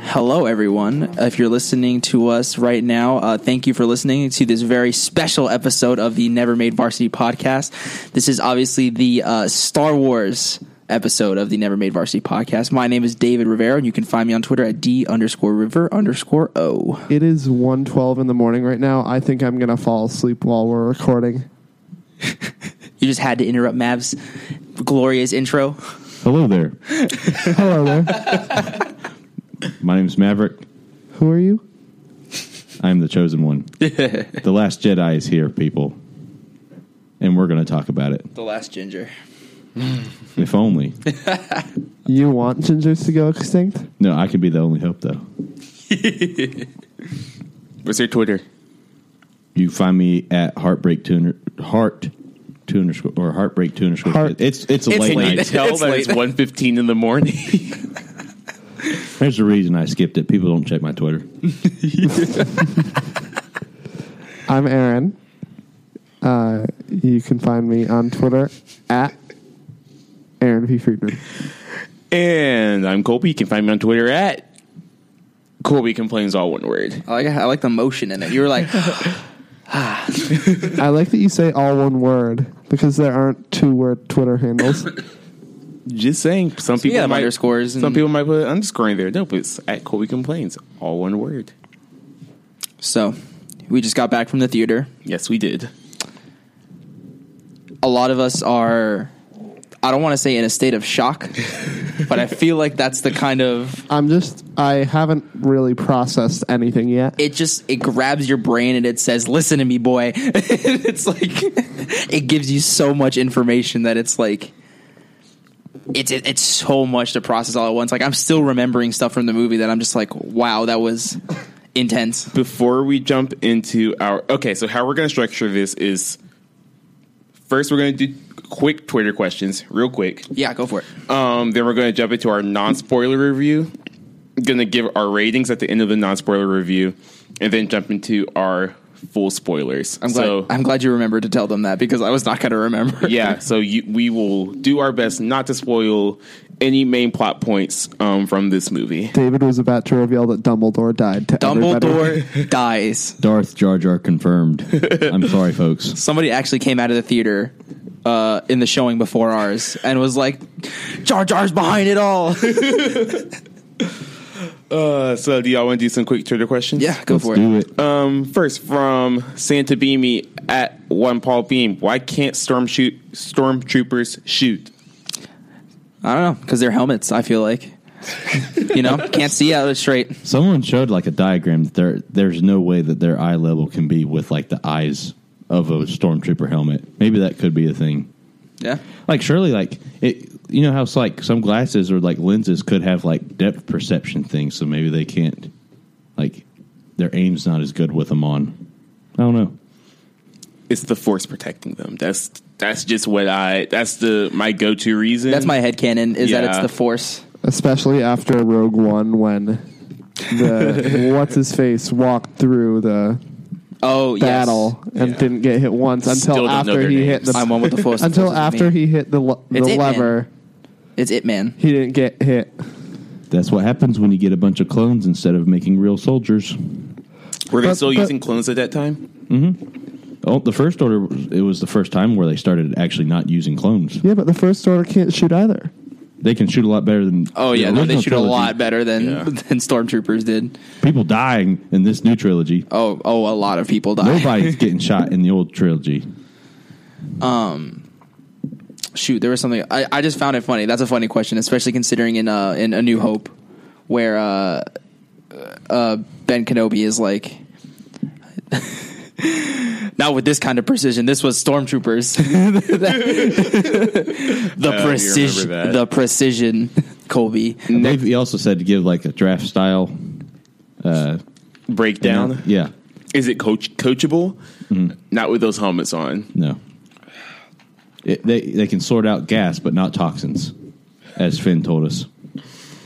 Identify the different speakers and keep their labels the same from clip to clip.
Speaker 1: hello, everyone. If you're listening to us right now, uh, thank you for listening to this very special episode of the Never Made Varsity podcast. This is obviously the uh, Star Wars episode of the Never Made Varsity podcast. My name is David Rivera, and you can find me on Twitter at D underscore River underscore O.
Speaker 2: It is 1.12 in the morning right now. I think I'm going to fall asleep while we're recording.
Speaker 1: You just had to interrupt Mav's glorious intro.
Speaker 3: Hello there.
Speaker 2: Hello there.
Speaker 3: My name's Maverick.
Speaker 2: Who are you?
Speaker 3: I'm the chosen one. the last Jedi is here, people. And we're going to talk about it.
Speaker 1: The last ginger.
Speaker 3: If only.
Speaker 2: You want gingers to go extinct?
Speaker 3: No, I can be the only hope, though.
Speaker 4: What's your Twitter?
Speaker 3: You find me at Heartbreak Tuner, Heart Tuner, or Heartbreak Tuner.
Speaker 2: Heart-
Speaker 3: It's, it's a
Speaker 1: It's
Speaker 3: late
Speaker 1: late.
Speaker 3: night.
Speaker 4: Tell
Speaker 1: It's
Speaker 4: that
Speaker 1: late.
Speaker 4: it's one fifteen in the morning.
Speaker 3: There's a reason I skipped it. People don't check my Twitter.
Speaker 2: I'm Aaron. Uh, you can find me on Twitter at Aaron P. Friedman.
Speaker 4: and I'm Colby. You can find me on Twitter at Colby complains all one word.
Speaker 1: I like I like the motion in it. You were like,
Speaker 2: I like that you say all one word because there aren't two word Twitter handles.
Speaker 4: Just saying, some people
Speaker 1: yeah,
Speaker 4: might
Speaker 1: underscores and-
Speaker 4: Some people might put underscoring there. No, but it's at Colby complains all one word.
Speaker 1: so we just got back from the theater.
Speaker 4: Yes, we did.
Speaker 1: a lot of us are I don't want to say in a state of shock, but I feel like that's the kind of
Speaker 2: I'm just, I haven't really processed anything yet.
Speaker 1: it just it grabs your brain and it says, "Listen to me, boy." it's like it gives you so much information that it's like it's it, it's so much to process all at once. Like I'm still remembering stuff from the movie that I'm just like, "Wow, that was intense."
Speaker 4: Before we jump into our okay, so how we're going to structure this is first we're going to do quick Twitter questions, real quick.
Speaker 1: Yeah, go for it.
Speaker 4: Um, then we're going to jump into our non spoiler review. Going to give our ratings at the end of the non spoiler review, and then jump into our full spoilers.
Speaker 1: I'm glad
Speaker 4: so,
Speaker 1: I'm glad you remembered to tell them that because I was not going to remember.
Speaker 4: yeah, so you, we will do our best not to spoil any main plot points um, from this movie.
Speaker 2: David was about to reveal that Dumbledore died to everybody.
Speaker 1: Dumbledore dies.
Speaker 3: Darth Jar Jar confirmed. I'm sorry, folks.
Speaker 1: somebody actually came out of the theater uh, in the showing before ours and was like, "Jar Jar's behind it all."
Speaker 4: Uh, so, do y'all want to do some quick Twitter questions?
Speaker 1: yeah, go
Speaker 3: Let's
Speaker 1: for
Speaker 3: do
Speaker 1: it.
Speaker 3: it.
Speaker 4: Um, first from Santa Beamy at one Paul Beam. Why can't storm shoot stormtroopers shoot?
Speaker 1: I don't know because they're helmets. I feel like you know can't see out of it straight.
Speaker 3: Someone showed like a diagram that there there's no way that their eye level can be with like the eyes of a stormtrooper helmet. Maybe that could be a thing.
Speaker 1: Yeah,
Speaker 3: Like surely like it you know how it's like some glasses or like lenses could have like depth perception things, so maybe they can't like their aim's not as good with them on. I don't know.
Speaker 4: it's the force protecting them. That's that's just what I that's the my go to reason.
Speaker 1: that's my head canon is that it's
Speaker 4: Yeah.
Speaker 1: the Force.
Speaker 2: Especially after Rogue One when the what's his face walked through the
Speaker 1: Oh, yes.
Speaker 2: battle and
Speaker 4: Yeah.
Speaker 2: didn't get hit once
Speaker 4: Still
Speaker 2: until
Speaker 4: don't know
Speaker 2: after
Speaker 4: their
Speaker 2: he
Speaker 4: names.
Speaker 2: hit the
Speaker 1: I'm one with the Force. The
Speaker 2: until
Speaker 1: Force is with
Speaker 2: after
Speaker 1: me.
Speaker 2: he hit the le- the
Speaker 1: It's it, man.
Speaker 2: lever
Speaker 1: it's it man.
Speaker 2: he didn't get hit.
Speaker 3: That's what happens when you get a bunch of clones instead of making real soldiers.
Speaker 4: Were they
Speaker 2: But-
Speaker 4: still
Speaker 2: but-
Speaker 4: using clones at that time?
Speaker 3: Oh, the first order was- it was the first time where they started actually not using clones.
Speaker 2: Yeah, but the first order can't shoot either.
Speaker 3: They can shoot a lot better than
Speaker 1: Oh
Speaker 3: the
Speaker 1: yeah, no, they
Speaker 3: original
Speaker 1: shoot a
Speaker 3: trilogy.
Speaker 1: lot better than
Speaker 4: Yeah.
Speaker 1: than stormtroopers did.
Speaker 3: people dying in this new trilogy.
Speaker 1: Oh, oh, a lot of people died.
Speaker 3: Nobody's getting shot in the old trilogy.
Speaker 1: shoot, there was something I, I just found it funny. That's a funny question, especially considering in uh in A New Hope, where uh, uh Ben Kenobi is like. Not with this kind of precision. This was stormtroopers. the precision,
Speaker 4: that.
Speaker 1: the precision, Colby.
Speaker 3: They've, he also said to give like a draft style.
Speaker 4: Breakdown.
Speaker 3: Yeah.
Speaker 4: Is it coach coachable? Not with those helmets on.
Speaker 3: No. It, they they can sort out gas, but not toxins, as Finn told us.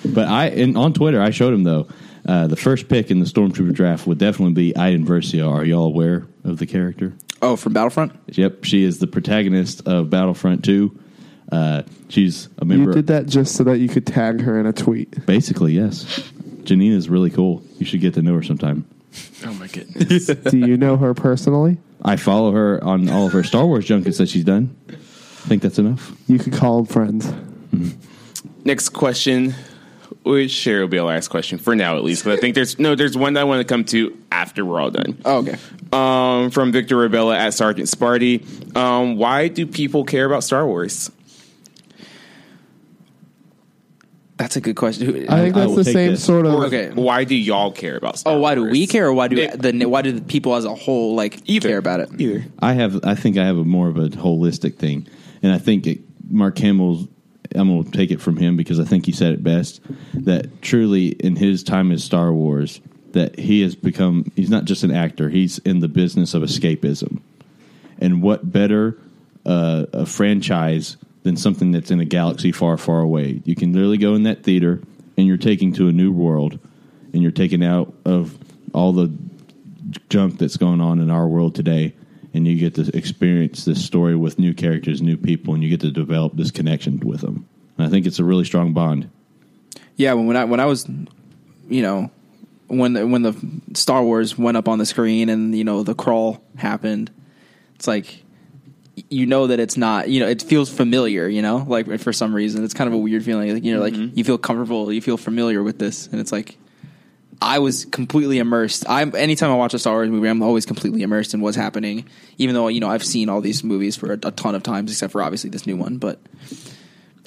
Speaker 3: But I and on Twitter I showed him though. Uh, the first pick in the Stormtrooper draft would definitely be Iden Versio. Are y'all aware of the character?
Speaker 1: Oh, from Battlefront.
Speaker 3: Yep, she is the protagonist of Battlefront Two. Uh, she's a member.
Speaker 2: You did that just so that you could tag her in a tweet.
Speaker 3: Basically, yes. Janina's really cool. You should get to know her sometime.
Speaker 4: Oh my goodness.
Speaker 2: Do you know her personally?
Speaker 3: I follow her on all of her Star Wars junkets that she's done. I think that's enough.
Speaker 2: You could call them friends.
Speaker 4: Next question, which sure will be our last question for now at least. But I think there's no there's one that I want to come to after we're all done.
Speaker 1: Oh, okay.
Speaker 4: Um, from Victor Rabella at Sergeant Sparty. Um, why do people care about Star Wars?
Speaker 1: That's a good question. Who-
Speaker 2: I think
Speaker 3: I
Speaker 2: that's
Speaker 3: will
Speaker 2: the
Speaker 3: take
Speaker 2: same
Speaker 3: this.
Speaker 2: sort of.
Speaker 4: Or
Speaker 1: Okay.
Speaker 4: why do y'all care about Star
Speaker 1: oh, why do
Speaker 4: Wars?
Speaker 1: we care, or why do
Speaker 4: It-
Speaker 1: the why do the people as a whole like
Speaker 4: Either.
Speaker 1: care about it?
Speaker 4: Either.
Speaker 3: I have. I think I have a more of a holistic thing, and I think it, Mark Hamill's. I'm going to take it from him because I think he said it best. That truly, in his time as Star Wars, that he has become. He's not just an actor. He's in the business of escapism, and what better uh, a franchise than something that's in a galaxy far, far away? You can literally go in that theater, and you're taking to a new world, and you're taken out of all the junk that's going on in our world today and you get to experience this story with new characters new people and you get to develop this connection with them and i think it's a really strong bond
Speaker 1: Yeah, when, when I when I was, you know, when the, when the Star Wars went up on the screen and you know the crawl happened, it's like you know that it's not you know it feels familiar you know like for some reason it's kind of a weird feeling like you know like you feel comfortable you feel familiar with this and it's like I was completely immersed. I'm anytime I watch a Star Wars movie, I'm always completely immersed in what's happening. Even though you know I've seen all these movies for a, a ton of times, except for obviously this new one. But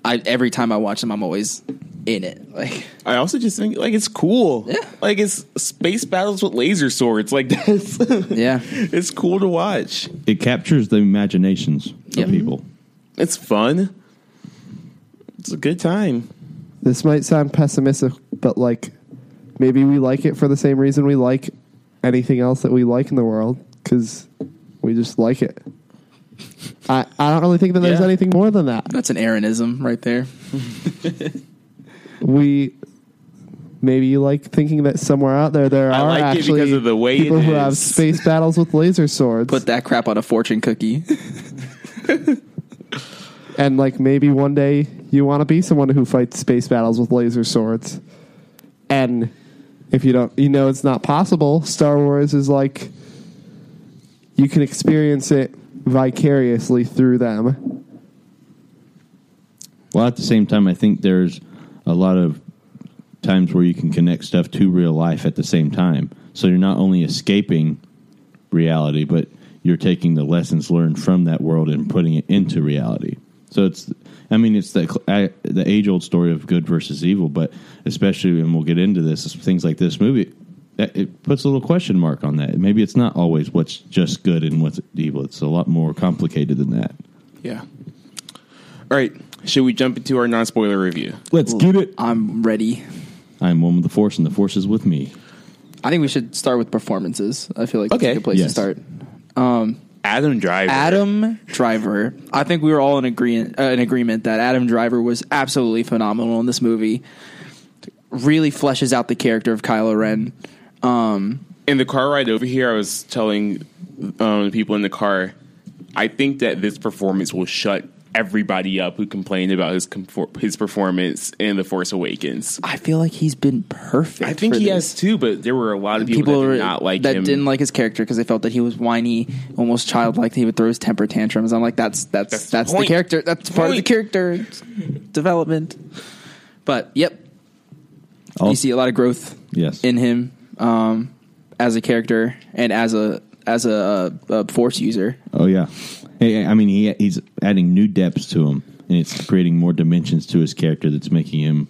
Speaker 1: I every time I watch them, I'm always in it. Like
Speaker 4: I also just think like it's cool.
Speaker 1: Yeah.
Speaker 4: Like it's space battles with laser swords. Like that's
Speaker 1: Yeah.
Speaker 4: It's cool to watch.
Speaker 3: it captures the imaginations of
Speaker 1: Yep.
Speaker 3: people
Speaker 4: It's fun. It's a good time.
Speaker 2: This might sound pessimistic, but like maybe we like it for the same reason we like anything else that we like in the world because we just like it. I, I don't really think that there's
Speaker 4: Yeah.
Speaker 2: anything more than that.
Speaker 1: That's an Aaronism right there.
Speaker 2: We maybe you like thinking that somewhere out there there
Speaker 4: I
Speaker 2: are
Speaker 4: like it
Speaker 2: actually
Speaker 4: because of the way it
Speaker 2: people who have
Speaker 4: is.
Speaker 2: space battles with laser swords.
Speaker 1: Put that crap on a fortune cookie.
Speaker 2: and like maybe one day you want to be someone who fights space battles with laser swords and if you don't you know it's not possible star wars is like you can experience it vicariously through them
Speaker 3: well at the same time i think there's a lot of times where you can connect stuff to real life at the same time so you're not only escaping reality but you're taking the lessons learned from that world and putting it into reality so it's i mean it's the cl- I, the age old story of good versus evil but especially and we'll get into this is things like this movie that- it puts a little question mark on that maybe it's not always what's just good and what's evil it's a lot more complicated than that
Speaker 4: Yeah. All right. Should we jump into our non spoiler review?
Speaker 3: let's get it
Speaker 1: I'm ready.
Speaker 3: I'm one with the force, and the force is with me.
Speaker 1: I think we should start with performances. I feel like that's
Speaker 4: Okay.
Speaker 1: a good place
Speaker 3: Yes.
Speaker 1: to start.
Speaker 4: Adam Driver.
Speaker 1: Adam Driver. I think we were all in agreement uh, in agreement that Adam Driver was absolutely phenomenal in this movie. Really fleshes out the character of Kylo Ren.
Speaker 4: In the car ride over here, I was telling um, the people in the car, I think that this performance will shut everybody up who complained about his comfor- his performance in The Force Awakens.
Speaker 1: I feel like he's been perfect.
Speaker 4: I think
Speaker 1: for
Speaker 4: he
Speaker 1: this.
Speaker 4: has too, but there were a lot of people,
Speaker 1: people
Speaker 4: that
Speaker 1: were-
Speaker 4: did not like
Speaker 1: that
Speaker 4: him.
Speaker 1: didn't like his character because they felt that he was whiny, almost childlike. He would throw his temper tantrums. I'm like, that's that's
Speaker 4: That's
Speaker 1: that's,
Speaker 4: the
Speaker 1: the,
Speaker 4: point.
Speaker 1: character. That's part of the
Speaker 4: Point.
Speaker 1: character development. But yep,
Speaker 3: All-
Speaker 1: you see a lot of growth
Speaker 3: Yes.
Speaker 1: in him um, as a character and as a as a, uh, a force user.
Speaker 3: oh yeah, Hey, I mean he he's adding new depths to him, and it's creating more dimensions to his character. That's making him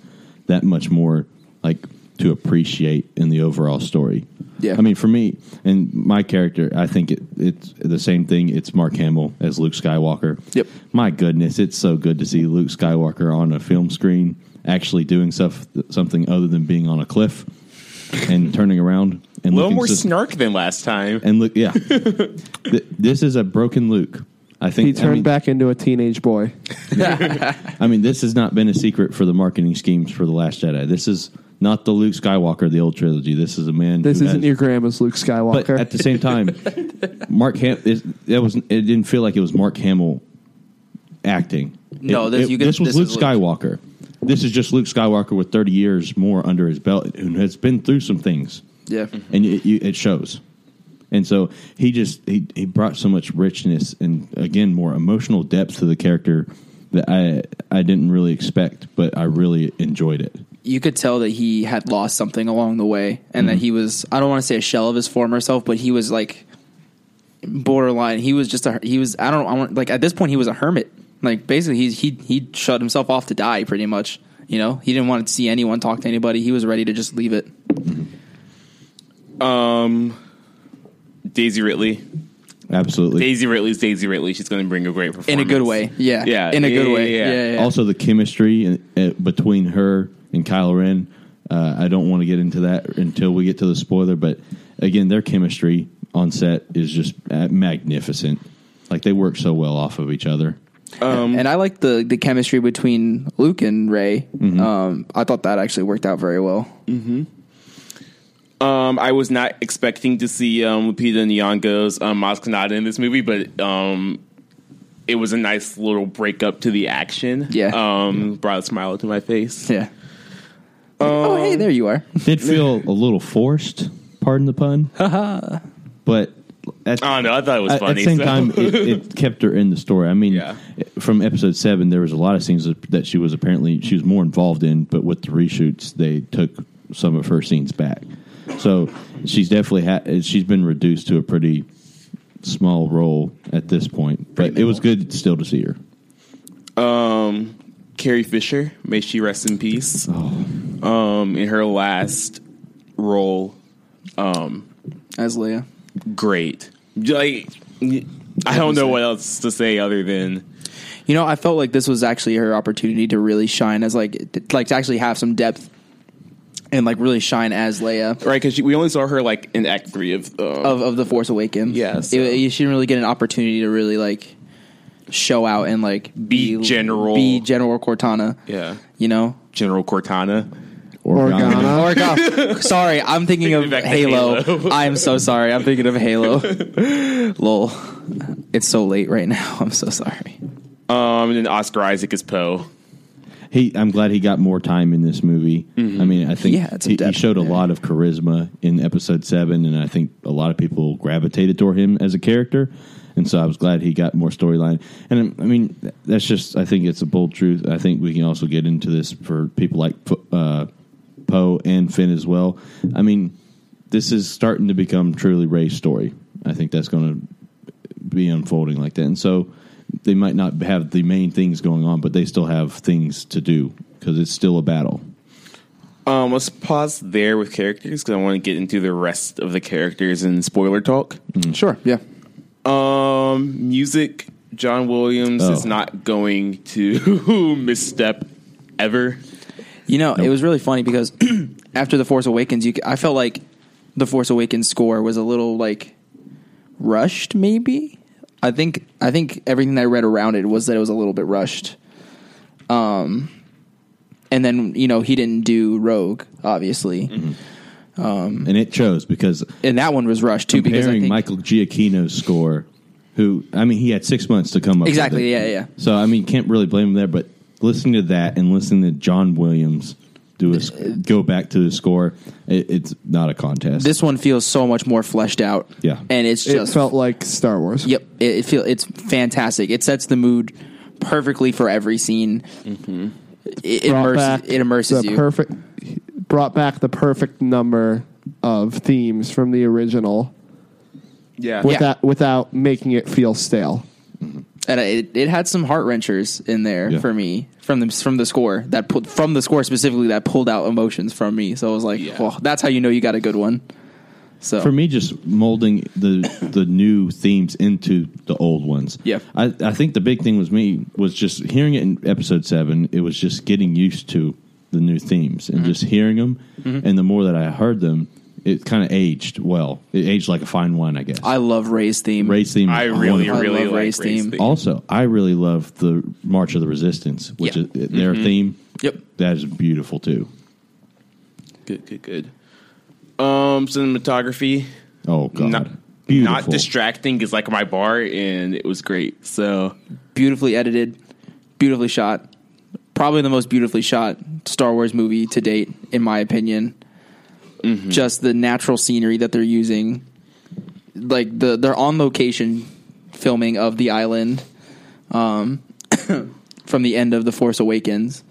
Speaker 3: that much more like to appreciate in the overall story.
Speaker 1: Yeah.
Speaker 3: I mean for me and my character, I think it, it's the same thing. It's Mark Hamill as Luke Skywalker.
Speaker 1: Yep.
Speaker 3: My goodness, it's so good to see Luke Skywalker on a film screen, actually doing stuff something other than being on a cliff and turning around and
Speaker 4: a little
Speaker 3: looking
Speaker 4: more
Speaker 3: sus-
Speaker 4: snark than last time.
Speaker 3: And look, yeah, Th- this is a broken Luke. I think
Speaker 2: he turned
Speaker 3: I mean,
Speaker 2: back into a teenage boy
Speaker 3: I mean, this has not been a secret for the marketing schemes for the Last Jedi. This is not the Luke Skywalker of the old trilogy. This is a man.
Speaker 2: this
Speaker 3: who
Speaker 2: isn't
Speaker 3: has-
Speaker 2: your grandma's luke
Speaker 3: But
Speaker 2: skywalker
Speaker 3: at the same time, Mark Ham. Is, that was. It didn't feel like it was Mark Hamill acting.
Speaker 1: No,
Speaker 3: It-
Speaker 1: this-
Speaker 3: it-
Speaker 1: you can-
Speaker 3: this was
Speaker 1: this
Speaker 3: Luke
Speaker 1: is Luke.
Speaker 3: Skywalker. This is just Luke Skywalker with 30 years more under his belt who has been through some things.
Speaker 1: Yeah.
Speaker 4: Mm-hmm.
Speaker 3: And it, you- it shows. And so he just he, he brought so much richness and again more emotional depth to the character that I I didn't really expect, but I really enjoyed it.
Speaker 1: You could tell that he had lost something along the way and that he was I don't want to say a shell of his former self, but he was like borderline. He was just a he was I don't I want like at this point he was a hermit. Like basically he he he shut himself off to die pretty much. You know, he didn't want to see anyone, talk to anybody. He was ready to just leave it.
Speaker 4: Daisy Ridley.
Speaker 3: Absolutely.
Speaker 4: Daisy Ridley's Daisy Ridley. She's going to bring a great performance
Speaker 1: In a good way. Yeah.
Speaker 4: Yeah,
Speaker 1: In a good
Speaker 4: yeah,
Speaker 1: way.
Speaker 4: yeah, yeah.
Speaker 1: Yeah. yeah, yeah.
Speaker 3: Also, the chemistry in, uh, between her and Kylo Ren. Uh, I don't want to get into that until we get to the spoiler, but again, their chemistry on set is just uh, magnificent. Like they work so well off of each other.
Speaker 1: and I like the the chemistry between Luke and Ray. Um, I thought that actually worked out very well.
Speaker 4: Um, I was not expecting to see um, Lupita Nyong'o's um, Maz Kanata in this movie, but um, it was a nice little breakup to the action.
Speaker 1: Yeah.
Speaker 4: um, brought a smile to my face.
Speaker 1: Yeah. oh, hey, there you are.
Speaker 3: Did feel a little forced, pardon the pun, but at,
Speaker 4: Oh no, I thought it was
Speaker 3: at-
Speaker 4: funny.
Speaker 3: at the same
Speaker 4: so-
Speaker 3: time, it, it kept her in the story. I mean,
Speaker 4: Yeah.
Speaker 3: from episode seven, there was a lot of scenes that, that she was apparently she was more involved in, but with the reshoots, they took some of her scenes back. So she's definitely ha- she's been reduced to a pretty small role at this point, but it was good still to see her.
Speaker 4: Carrie Fisher, may she rest in peace.
Speaker 3: Oh.
Speaker 4: Um, in her last role,
Speaker 1: As Leia.
Speaker 4: great. Like, I don't know what else to say other than
Speaker 1: You know, I felt like this was actually her opportunity to really shine as like t- like to actually have some depth and like really shine as Leia
Speaker 4: right because we only saw her like in Act Three of uh,
Speaker 1: of of the Force Awakens.
Speaker 4: Yeah, so-
Speaker 1: It- it- she didn't really get an opportunity to really like show out and like
Speaker 4: Be General.
Speaker 1: be General Cortana.
Speaker 4: yeah
Speaker 1: You know,
Speaker 4: General Cortana.
Speaker 2: Organa.
Speaker 1: Or God. sorry, I'm thinking of
Speaker 4: back to
Speaker 1: Halo.
Speaker 4: Halo.
Speaker 1: I'm so sorry. I'm thinking of Halo. Lol. It's so late right now. I'm so sorry.
Speaker 4: Um, and then Oscar Isaac is Poe.
Speaker 3: He, I'm glad he got more time in this movie. I mean, I think
Speaker 1: Mm-hmm. Yeah, it's a
Speaker 3: he, he
Speaker 1: depth
Speaker 3: showed a
Speaker 1: there.
Speaker 3: lot of charisma in episode seven, and I think a lot of people gravitated toward him as a character. And so I was glad he got more storyline. And um, I mean, that's just, I think it's a bold truth. I think we can also get into this for people like uh, Poe and Finn as well. I mean, this is starting to become truly Ray's story. I think that's going to be unfolding like that. And so they might not have the main things going on, but they still have things to do because it's still a battle.
Speaker 4: Um, let's pause there with characters because I want to get into the rest of the characters in spoiler talk.
Speaker 1: Mm. Sure. Yeah.
Speaker 4: Um, music. John Williams
Speaker 3: Oh.
Speaker 4: is not going to misstep ever.
Speaker 1: You know, it was really funny because after the Force Awakens, you c- I felt like the Force Awakens score was a little like rushed. Maybe I think I think everything that I read around it was that it was a little bit rushed. Um, and then you know he didn't do Rogue, obviously,
Speaker 3: Mm-hmm. And it shows because
Speaker 1: and that one was rushed too because I
Speaker 3: comparing
Speaker 1: think
Speaker 3: Michael Giacchino's score, who, I mean, he had six months to come up with
Speaker 1: exactly,
Speaker 3: it.
Speaker 1: yeah, yeah.
Speaker 3: So, I mean, can't really blame him there, but listening to that and listening to John Williams do his,
Speaker 1: Uh,
Speaker 3: go back to the score, it, it's not a contest.
Speaker 1: This one feels so much more fleshed out.
Speaker 3: Yeah.
Speaker 1: and it's
Speaker 2: It
Speaker 1: just
Speaker 2: felt like Star Wars.
Speaker 1: Yep, it, it feel it's fantastic. It sets the mood perfectly for every scene.
Speaker 3: Mm-hmm.
Speaker 1: It, it
Speaker 2: Brought
Speaker 1: immerses,
Speaker 2: back
Speaker 1: it immerses
Speaker 2: the
Speaker 1: you.
Speaker 2: Perfect. Brought back the perfect number of themes from the original
Speaker 1: Yeah.
Speaker 4: Yeah.
Speaker 2: without without making it feel stale.
Speaker 1: and it, it had some heart wrenchers in there
Speaker 3: Yeah.
Speaker 1: for me from the from the score that pulled from the score specifically that pulled out emotions from me. So I was like,
Speaker 4: Yeah.
Speaker 1: well, that's how you know you got a good one. So
Speaker 3: for me just molding the the new themes into the old ones
Speaker 1: Yeah.
Speaker 3: I, I think the big thing was me was just hearing it in episode seven it was just getting used to the new themes
Speaker 4: Mm-hmm.
Speaker 3: and just hearing them and the more that i heard them it kind of aged well it aged like a fine wine i guess
Speaker 1: I love Ray's theme.
Speaker 3: Ray's theme
Speaker 4: I
Speaker 3: is
Speaker 4: really,
Speaker 3: wonderful.
Speaker 4: really
Speaker 1: love
Speaker 4: like
Speaker 1: Ray's
Speaker 4: Ray's
Speaker 1: theme.
Speaker 4: theme.
Speaker 3: also i really love the march of the resistance which
Speaker 1: Yeah.
Speaker 3: is their
Speaker 4: Mm-hmm.
Speaker 3: theme
Speaker 1: Yep.
Speaker 3: that is beautiful too
Speaker 4: Good, good, good. Um, cinematography.
Speaker 3: oh god
Speaker 4: Not,
Speaker 3: beautiful
Speaker 4: not distracting is like my bar, and it was great. So
Speaker 1: beautifully edited, beautifully shot, probably the most beautifully shot Star Wars movie to date, in my opinion. Just the natural scenery that they're using, like the they're on location filming of the island, um, from the end of the Force Awakens.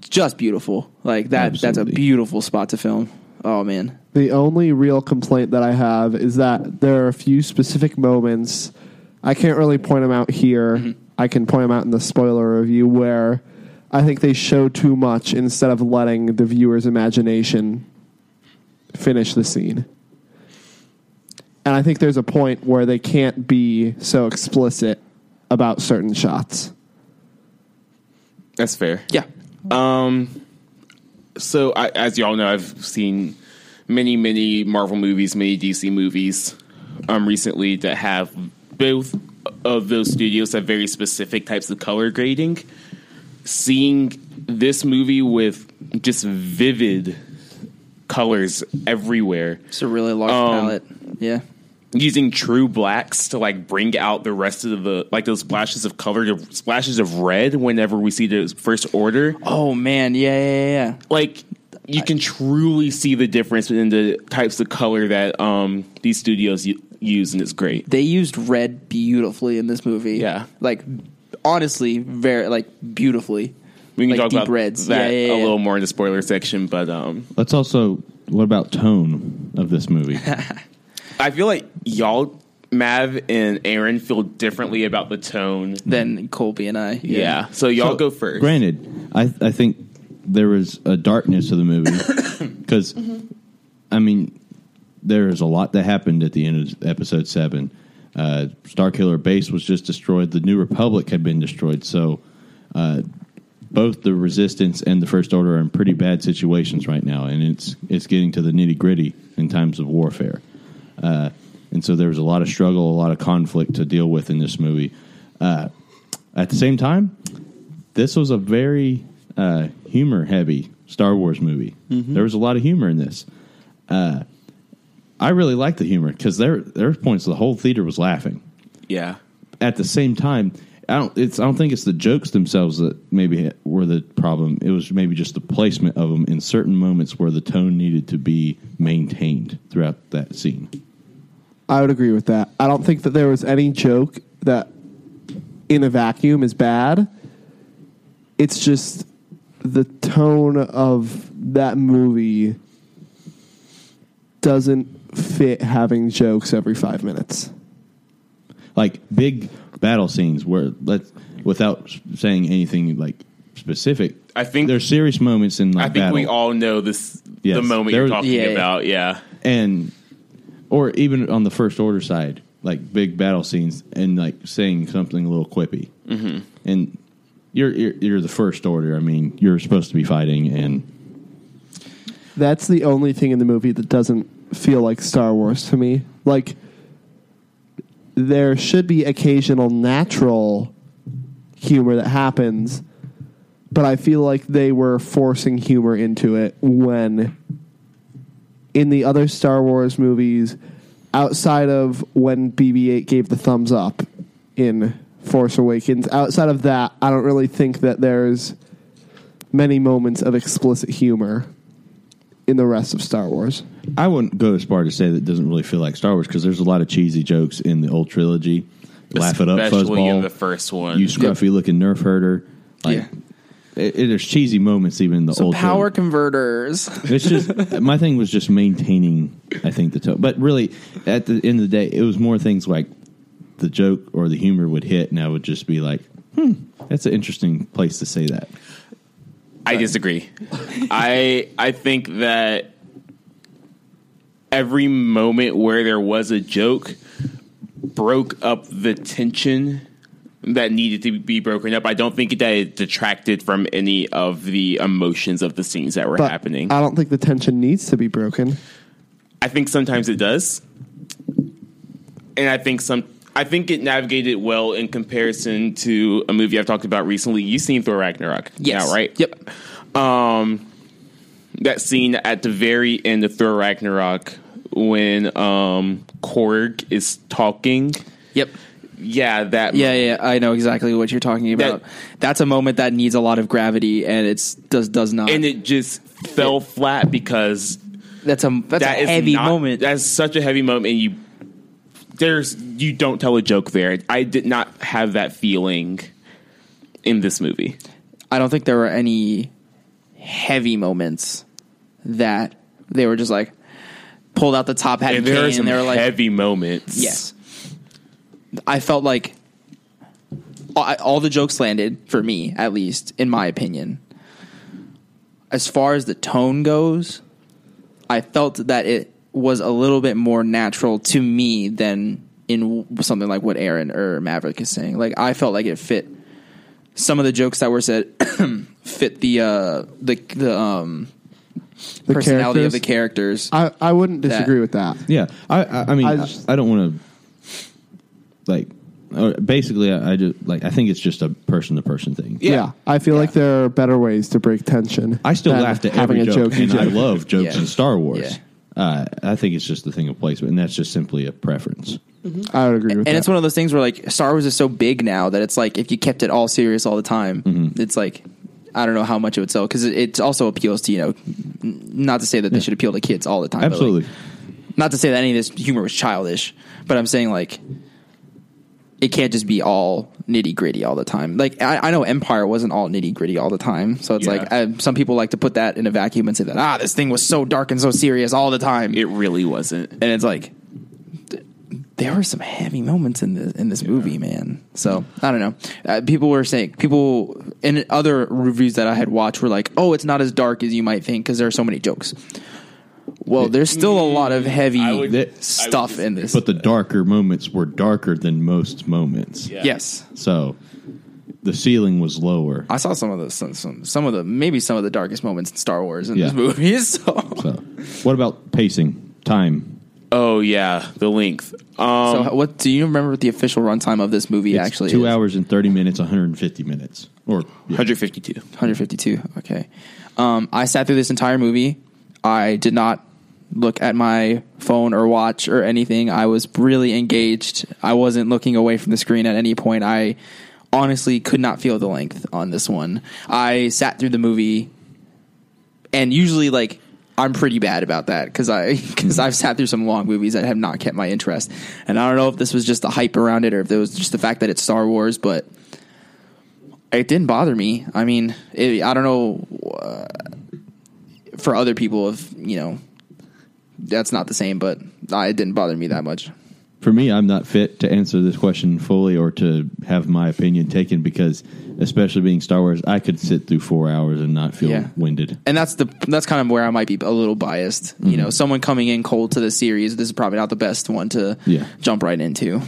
Speaker 1: Just beautiful, like that. That's a
Speaker 3: Absolutely.
Speaker 1: beautiful spot to film. Oh man,
Speaker 2: The only real complaint that I have is that there are a few specific moments. I can't really point them out here. I can point them out in the spoiler review where I think they show too much instead of letting the viewer's imagination finish the scene. And I think there's a point where they can't be so explicit about certain shots.
Speaker 4: That's fair.
Speaker 1: yeah,
Speaker 4: So, I, as y'all know, I've seen many, many Marvel movies, many DC movies um, recently that have both of those studios have very specific types of color grading. Seeing this movie with just vivid colors everywhere
Speaker 1: it's a really large
Speaker 4: Um,
Speaker 1: palette. Yeah,
Speaker 4: using true blacks to like bring out the rest of the like those splashes of color the splashes of red whenever we see the first order
Speaker 1: Oh man, yeah, yeah, yeah, yeah.
Speaker 4: like you can truly see the difference in the types of color that um these studios u- use and it's great
Speaker 1: They used red beautifully in this movie.
Speaker 4: Yeah.
Speaker 1: like honestly, very like beautifully.
Speaker 4: we can
Speaker 1: Like
Speaker 4: talk
Speaker 1: deep
Speaker 4: about
Speaker 1: reds.
Speaker 4: that
Speaker 1: Yeah, yeah, yeah.
Speaker 4: a little more in the spoiler section but um
Speaker 3: Let's also. What about tone of this movie?
Speaker 4: i feel like y'all mav and aaron feel differently about the tone
Speaker 1: Then Colby and I.
Speaker 4: Hmm. yeah, so y'all
Speaker 3: So,
Speaker 4: go first
Speaker 3: Granted, I I think there was a darkness to the movie because I mean there is a lot that happened at the end of episode seven. Uh, Star Killer Base was just destroyed. The New Republic had been destroyed. So uh, both the Resistance and the First Order are in pretty bad situations right now, and it's it's getting to the nitty gritty in times of warfare. Uh, and so there was a lot of struggle, a lot of conflict to deal with in this movie. Uh, at the same time, this was a very uh, humor heavy Star Wars movie.
Speaker 4: Mm-hmm.
Speaker 3: There was a lot of humor in this. Uh, I really liked the humor because there there were points the whole theater was laughing.
Speaker 4: yeah
Speaker 3: At the same time, I don't it's I don't think it's the jokes themselves that maybe were the problem. It was maybe just the placement of them in certain moments where the tone needed to be maintained throughout that scene.
Speaker 2: I would agree with that. I don't think that there was any joke that in a vacuum is bad. It's just the tone of that movie doesn't fit having jokes every five minutes.
Speaker 3: like big battle scenes where let's without s- saying anything like specific.
Speaker 4: I think-
Speaker 3: there's serious moments in like
Speaker 4: i think we
Speaker 3: battle,
Speaker 4: all know this
Speaker 3: Yes.
Speaker 4: the moment
Speaker 3: There
Speaker 4: you're
Speaker 3: was-
Speaker 4: talking
Speaker 1: Yeah, yeah.
Speaker 4: about yeah
Speaker 3: and or even on the first order side, like big battle scenes and like saying something a little quippy. Mm-hmm. And you're, you're you're the first order. I mean, you're supposed to be fighting, and
Speaker 2: That's the only thing in the movie that doesn't feel like Star Wars to me. Like there should be occasional natural humor that happens, but I feel like they were forcing humor into it when in the other Star Wars movies outside of when BB-8 gave the thumbs up in Force Awakens, outside of that, I don't really think that there's many moments of explicit humor in the rest of Star Wars.
Speaker 3: I wouldn't go as far to say that it doesn't really feel like Star Wars because there's a lot of cheesy jokes in the old trilogy. Laugh it up,
Speaker 4: especially
Speaker 3: fuzzball.
Speaker 4: in the first one
Speaker 3: you scruffy looking nerf herder. Like,
Speaker 1: Yeah.
Speaker 3: it, it- there's cheesy moments even in the
Speaker 1: So
Speaker 3: old
Speaker 1: power
Speaker 3: film.
Speaker 1: converters.
Speaker 3: It's just my thing was just maintaining. I think the tone, but really at the end of the day, it was more things like the joke or the humor would hit, and I would just be like, "Hmm, that's an interesting place to say that."
Speaker 4: I disagree. I I think that every moment where there was a joke broke up the tension that needed to be broken up. I don't think that it detracted from any of the emotions of the scenes that were
Speaker 2: But
Speaker 4: happening.
Speaker 2: I don't think the tension needs to be broken.
Speaker 4: I think sometimes it does, and I think some. I think it navigated well in comparison to a movie I've talked about recently. You've seen Thor Ragnarok,
Speaker 1: Yes.
Speaker 4: now, right?
Speaker 1: Yep.
Speaker 4: that scene at the very end of Thor Ragnarok when um Korg is talking.
Speaker 1: Yep.
Speaker 4: yeah, that
Speaker 1: Yeah, yeah, I know exactly what you're talking
Speaker 4: That-
Speaker 1: about. That's a moment that needs a lot of gravity, and it's does does not.
Speaker 4: and it just fell flat because
Speaker 1: that's a that's
Speaker 4: that
Speaker 1: a
Speaker 4: is
Speaker 1: heavy
Speaker 4: not-
Speaker 1: moment.
Speaker 4: That's such a heavy moment, and you there's you don't tell a joke there. I did not have that feeling in this movie.
Speaker 1: I don't think there were any heavy moments that they were just like pulled out the top hat and,
Speaker 4: And there are
Speaker 1: cane,
Speaker 4: some
Speaker 1: and they were like,
Speaker 4: heavy moments.
Speaker 1: yes. I felt like all, all the jokes landed for me, at least in my opinion. As far as the tone goes, I felt that it was a little bit more natural to me than in w- something like what Aaron or Maverick is saying. Like I felt like it fit some of the jokes that were said fit the uh the the um
Speaker 2: The
Speaker 1: personality of the
Speaker 2: characters?
Speaker 1: characters.
Speaker 2: I, I wouldn't disagree with that.
Speaker 3: Yeah, I I, I mean
Speaker 2: I
Speaker 3: I,
Speaker 2: just-
Speaker 3: I don't want to like uh, basically I, I just like I think it's just a person to person thing.
Speaker 2: Yeah, I feel like there are better ways to break tension.
Speaker 3: I still
Speaker 2: than
Speaker 3: laughed at
Speaker 2: having
Speaker 3: every
Speaker 2: a
Speaker 3: joke,
Speaker 2: you
Speaker 3: and I
Speaker 2: joke.
Speaker 3: love jokes
Speaker 1: Yeah.
Speaker 3: in Star Wars.
Speaker 1: Yeah.
Speaker 3: Uh, I think it's just the thing of placement, and that's just simply a preference.
Speaker 2: I would agree with
Speaker 1: and
Speaker 2: that.
Speaker 1: it's one of those things where like Star Wars is so big now that it's like if you kept it all serious all the time,
Speaker 3: Mm-hmm.
Speaker 1: it's like I don't know how much it would sell because it, it also appeals to you know n- not to say that they should appeal to kids all the time, but, like,
Speaker 3: Absolutely.
Speaker 1: not to say that any of this humor was childish, but I'm saying like it can't just be all nitty gritty all the time. Like I, I know Empire wasn't all nitty gritty all the time, so it's
Speaker 3: Yeah.
Speaker 1: like I, some people like to put that in a vacuum and say that ah this thing was so dark and so serious all the time,
Speaker 4: It really wasn't.
Speaker 1: and it's like th- there were some heavy moments in this in this movie, man. So I don't know. Uh, people were saying people in other reviews that I had watched were like, "Oh, it's not as dark as you might think because there are so many jokes." Well, there's still a lot of heavy
Speaker 4: Mm, I would- I would
Speaker 1: stuff in this.
Speaker 3: But the darker moments were darker than most moments.
Speaker 4: Yeah.
Speaker 1: yes,
Speaker 3: So the ceiling was lower.
Speaker 1: I saw some of the some, some some of the maybe some of the darkest moments in Star Wars in
Speaker 3: Yeah.
Speaker 1: this movie. So,
Speaker 3: So what about pacing? Time.
Speaker 4: Oh yeah, the length. Um,
Speaker 1: so what do you remember what the official runtime of this movie
Speaker 3: It's
Speaker 1: actually?
Speaker 3: two
Speaker 1: is?
Speaker 3: hours and thirty minutes, one hundred and fifty minutes, or yeah.
Speaker 4: 152.
Speaker 1: 152. Okay. Um, I sat through this entire movie. I did not look at my phone or watch or anything. I was really engaged. I wasn't looking away from the screen at any point. I honestly could not feel the length on this one. I sat through the movie and usually like I'm pretty bad about that because I because I've sat through some long movies that have not kept my interest, and I don't know if this was just the hype around it or if it was just the fact that it's Star Wars, but it didn't bother me. I mean, it, I don't know uh, for other people if you know that's not the same, but I, it didn't bother me that much.
Speaker 3: For me, I'm not fit to answer this question fully or to have my opinion taken because, especially being Star Wars, I could sit through four hours and not feel
Speaker 1: Yeah.
Speaker 3: winded.
Speaker 1: and that's the that's kind of where I might be a little biased. You
Speaker 2: Mm-hmm.
Speaker 1: know, someone coming in cold to the series, this is probably not the best one to
Speaker 3: Yeah.
Speaker 1: jump right into.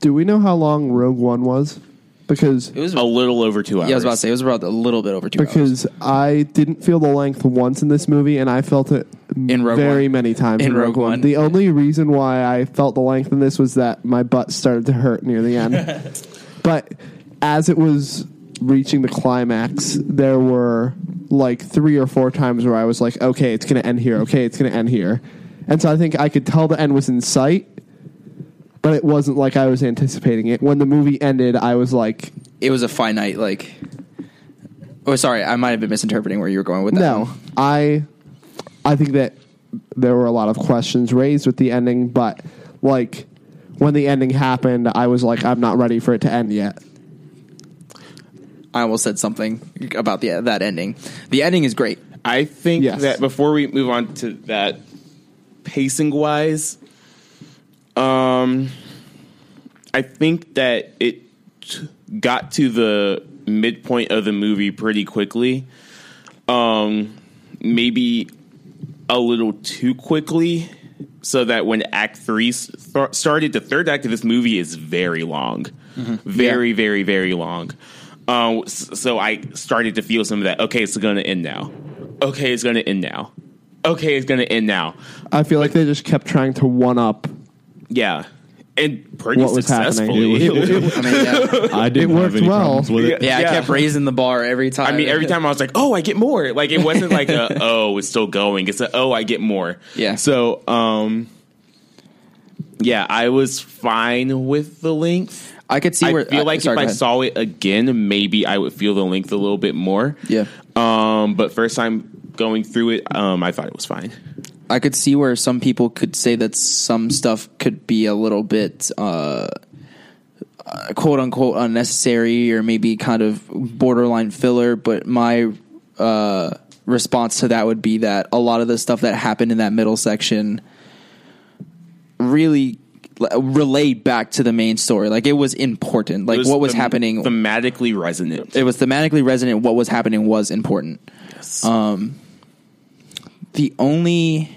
Speaker 2: Do we know how long Rogue One was? Because
Speaker 1: It was
Speaker 4: A little over two hours.
Speaker 1: yeah, I was about to say it was about a little bit over two hours.
Speaker 2: because I didn't feel the length once in this movie, and I felt it
Speaker 1: In Rogue
Speaker 2: very
Speaker 1: One.
Speaker 2: many times
Speaker 1: In Rogue One.
Speaker 2: The only reason why I felt the length in this was that my butt started to hurt near the end. but as it was reaching the climax, there were like three or four times where I was like, "Okay, it's going to end here. Okay, it's going to end here," and so I think I could tell the end was in sight. But it wasn't like I was anticipating it. When the movie ended, I was like,
Speaker 1: It was a finite like. Oh, sorry, I might have been misinterpreting where you were going with that.
Speaker 2: No, I I think that there were a lot of questions raised with the ending, but like when the ending happened, I was like, I'm not ready for it to end yet.
Speaker 1: I almost said something about the that ending. The ending is great.
Speaker 4: I think
Speaker 2: Yes.
Speaker 4: that before we move on to that pacing wise, um, I think that it t- got to the midpoint of the movie pretty quickly. Um, maybe a little too quickly, so that when Act Three s- th- started, the third act of this movie is very long, very, very, very long. Um, s- so I started to feel some of that. Okay, it's going to end now. Okay, it's going to end now. Okay, it's going to end now.
Speaker 2: I feel like they just kept trying to one up.
Speaker 4: Yeah, and pretty
Speaker 2: What was happening?
Speaker 4: successfully.
Speaker 3: It was-
Speaker 1: I mean, yeah,
Speaker 3: I didn't
Speaker 2: It
Speaker 3: have
Speaker 2: worked
Speaker 3: any
Speaker 2: well.
Speaker 3: problems with it.
Speaker 1: yeah, I
Speaker 4: Yeah.
Speaker 1: kept raising the bar every time.
Speaker 4: I mean, every time I was like, "Oh, I get more." Like it wasn't like a, "Oh, it's still going." It's a, "Oh, I get more."
Speaker 1: Yeah.
Speaker 4: So, um, yeah, I was fine with the length.
Speaker 1: I could see
Speaker 4: I
Speaker 1: where.
Speaker 4: feel
Speaker 1: uh,
Speaker 4: like
Speaker 1: sorry,
Speaker 4: if
Speaker 1: go
Speaker 4: I
Speaker 1: ahead.
Speaker 4: saw it again, maybe I would feel the length a little bit more.
Speaker 1: Yeah.
Speaker 4: Um, but first time going through it, um, I thought it was fine.
Speaker 1: I could see where some people could say that some stuff could be a little bit uh, uh, quote unquote unnecessary or maybe kind of borderline filler. But my uh, response to that would be that a lot of the stuff that happened in that middle section really l- relayed back to the main story. Like it was important. Like
Speaker 4: It
Speaker 1: what was
Speaker 4: them-
Speaker 1: happening.
Speaker 4: thematically resonant.
Speaker 1: it was thematically resonant. What was happening was important Um, the only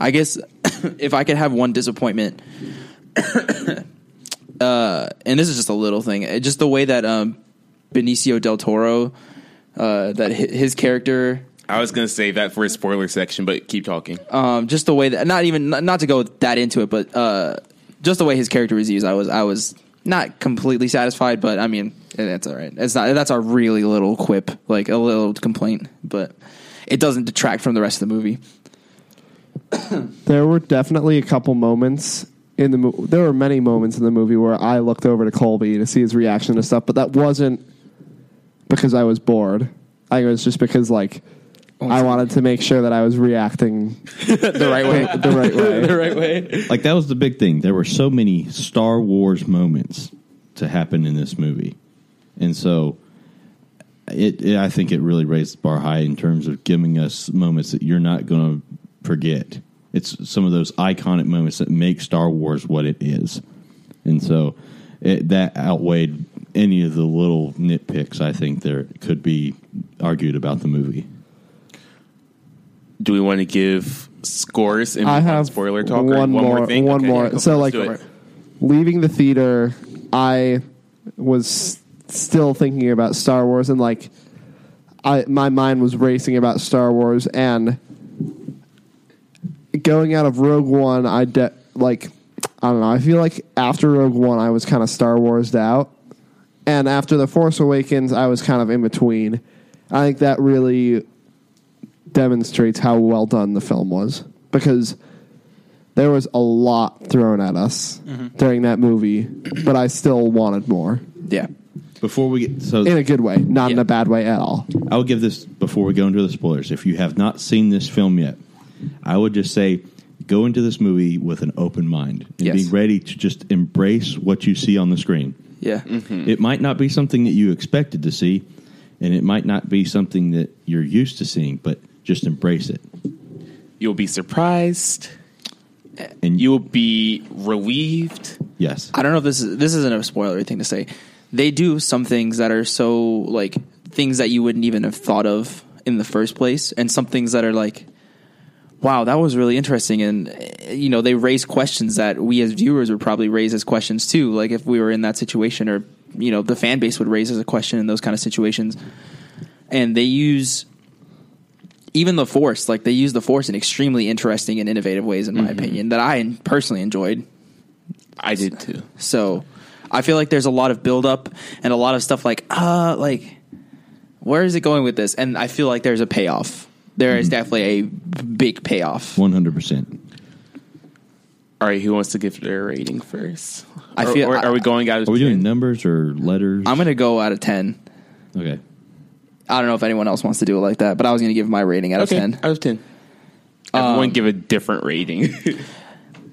Speaker 1: i guess if i could have one disappointment uh and this is just a little thing uh, just the way that um benicio del toro uh that hi- his character
Speaker 4: I was gonna say that for a spoiler section, but keep talking.
Speaker 1: um just the way that not even not not to go that into it but uh just the way his character was used i was i was not completely satisfied but i mean eh, that's all right it's not that's a really little quip like a little complaint but it doesn't detract from the rest of the movie
Speaker 2: There were definitely a couple moments in the mo- there were many moments in the movie where I looked over to Colby to see his reaction to stuff, but that wasn't because I was bored. I think it was just because like I wanted to make sure that I was reacting
Speaker 1: the right way
Speaker 2: the right way.
Speaker 1: the right way
Speaker 3: Like that was the big thing. There were so many Star Wars moments to happen in this movie, and so it, it I think it really raised the bar high in terms of giving us moments that you're not going to forget. It's some of those iconic moments that make Star Wars what it is, and so it, that outweighed any of the little nitpicks I think there could be argued about the movie.
Speaker 4: Do we want to give scores and
Speaker 2: I
Speaker 4: move on to
Speaker 2: have
Speaker 4: spoiler talk? or
Speaker 2: one more- one
Speaker 4: Okay,
Speaker 2: more.
Speaker 4: yeah, go
Speaker 2: So,
Speaker 4: for it.
Speaker 2: like, uh,
Speaker 4: Let's do it.
Speaker 2: Leaving the theater, I was still thinking about Star Wars and like I my mind was racing about Star Wars and going out of Rogue One, I de- like I don't know. I feel like after Rogue One, I was kind of Star Warsed out, and after The Force Awakens, I was kind of in between. I think that really demonstrates how well done the film was because there was a lot thrown at us
Speaker 1: Mm-hmm.
Speaker 2: during that movie, but I still wanted more
Speaker 1: Yeah.
Speaker 3: Before we get so
Speaker 2: in a good way, not in
Speaker 1: Yeah.
Speaker 2: a bad way at all.
Speaker 3: I would give this before we go into the spoilers. If you have not seen this film yet, I would just say go into this movie with an open mind and
Speaker 1: Yes.
Speaker 3: be ready to just embrace what you see on the screen.
Speaker 1: Yeah.
Speaker 3: It might not be something that you expected to see, and it might not be something that you're used to seeing, but just embrace it.
Speaker 4: You'll be surprised.
Speaker 3: And
Speaker 4: You'll be relieved.
Speaker 3: yes,
Speaker 1: I don't know if this is this isn't a spoilery thing to say. They do some things that are so like things that you wouldn't even have thought of in the first place and some things that are like wow, that was really interesting and eh, you know, they raise questions that we as viewers would probably raise as questions too, like if we were in that situation or you know, the fan base would raise as a question in those kind of situations. And they use even the force, like they use the force in extremely interesting and innovative ways, in my opinion, that I personally enjoyed.
Speaker 4: I did too.
Speaker 1: So I feel like there's a lot of buildup and a lot of stuff like, uh, like, where is it going with this? And I feel like there's a payoff. There is definitely a big payoff.
Speaker 3: one hundred percent.
Speaker 4: All right, who wants to give their rating first?
Speaker 1: I
Speaker 4: Or-
Speaker 1: feel-
Speaker 4: or are we going out of
Speaker 3: Are we
Speaker 4: 10?
Speaker 3: doing numbers or letters?
Speaker 1: I'm going to go out of 10.
Speaker 3: okay.
Speaker 1: I don't know if anyone else wants to do it like that, but I was going to give my rating out of
Speaker 4: okay,
Speaker 1: 10.
Speaker 4: Out of ten. Everyone give a different rating.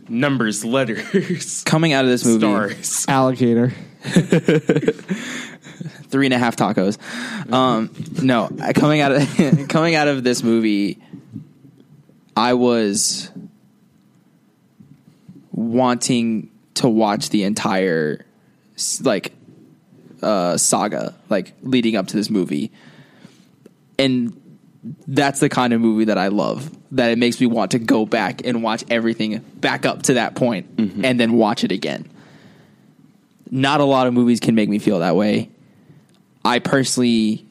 Speaker 4: Numbers, letters,
Speaker 1: Coming out of this movie,
Speaker 4: stars.
Speaker 2: Alligator.
Speaker 1: three and a half tacos. Um, no, I- coming out of coming out of this movie, I was wanting to watch the entire s- like uh, saga, like leading up to this movie, and that's the kind of movie that I love. That it makes me want to go back and watch everything back up to that point and then watch it again. Not a lot of movies can make me feel that way. I personally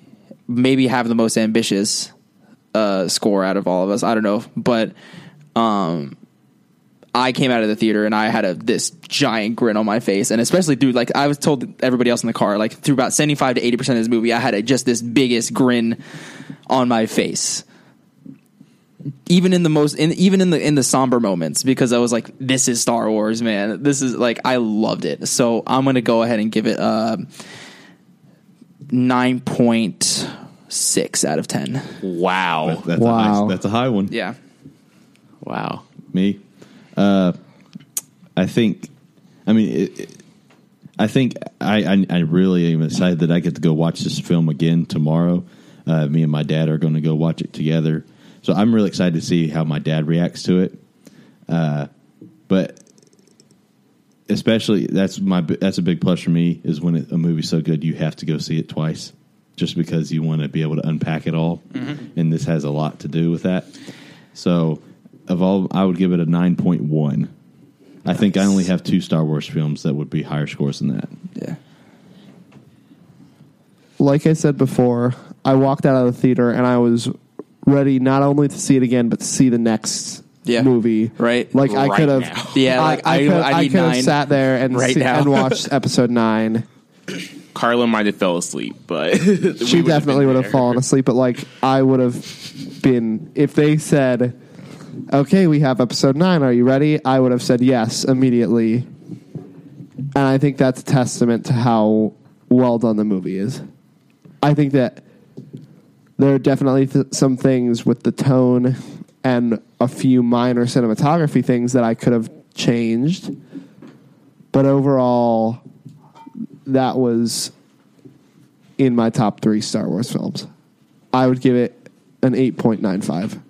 Speaker 1: maybe have the most ambitious uh, score out of all of us. I don't know, but um, I came out of the theater and I had a this giant grin on my face, and especially through like I was told everybody else in the car like through about seventy five to eighty percent of this movie, I had a, just this biggest grin on my face. even in the most in, even in the in the somber moments because I was like this is Star Wars man this is like I loved it so I'm gonna go ahead and give it uh, nine point six out of ten
Speaker 4: Wow.
Speaker 3: That- that's A
Speaker 2: Wow.
Speaker 3: high, that's a high one.
Speaker 1: yeah
Speaker 4: Wow.
Speaker 3: Me, uh, I think. I mean, it, it, I think I, I I really am excited that I get to go watch this film again tomorrow. Uh, me and my dad are going to go watch it together, so I'm really excited to see how my dad reacts to it. Uh, but especially that's my bi- that's a big plus for me is when it, a movie's so good you have to go see it twice just because you want to be able to unpack it all and this has a lot to do with that so of all i would give it a 9.1 i think i only have two star wars films that would be higher scores than that
Speaker 1: yeah
Speaker 2: like I said before, I walked out of the theater and I was ready not only to see it again but see the next
Speaker 1: Yeah.
Speaker 2: movie.
Speaker 1: Right.
Speaker 2: Like I
Speaker 4: Right
Speaker 2: could
Speaker 4: now.
Speaker 2: have,
Speaker 1: Yeah, like, I- I need
Speaker 2: could
Speaker 1: nine
Speaker 2: have sat there and
Speaker 1: right
Speaker 2: see-
Speaker 1: now.
Speaker 2: and watched episode nine.
Speaker 4: Carla might have fell asleep, but
Speaker 2: She definitely would have fallen asleep, but like I would have been if they said, "Okay, we have episode nine. Are you ready?" I would have said yes immediately, and I think that's a testament to how well done the movie is. I think that there are definitely th- some things with the tone and a few minor cinematography things that I could have changed, but overall, that was in my top three Star Wars films. I would give it an 8.95.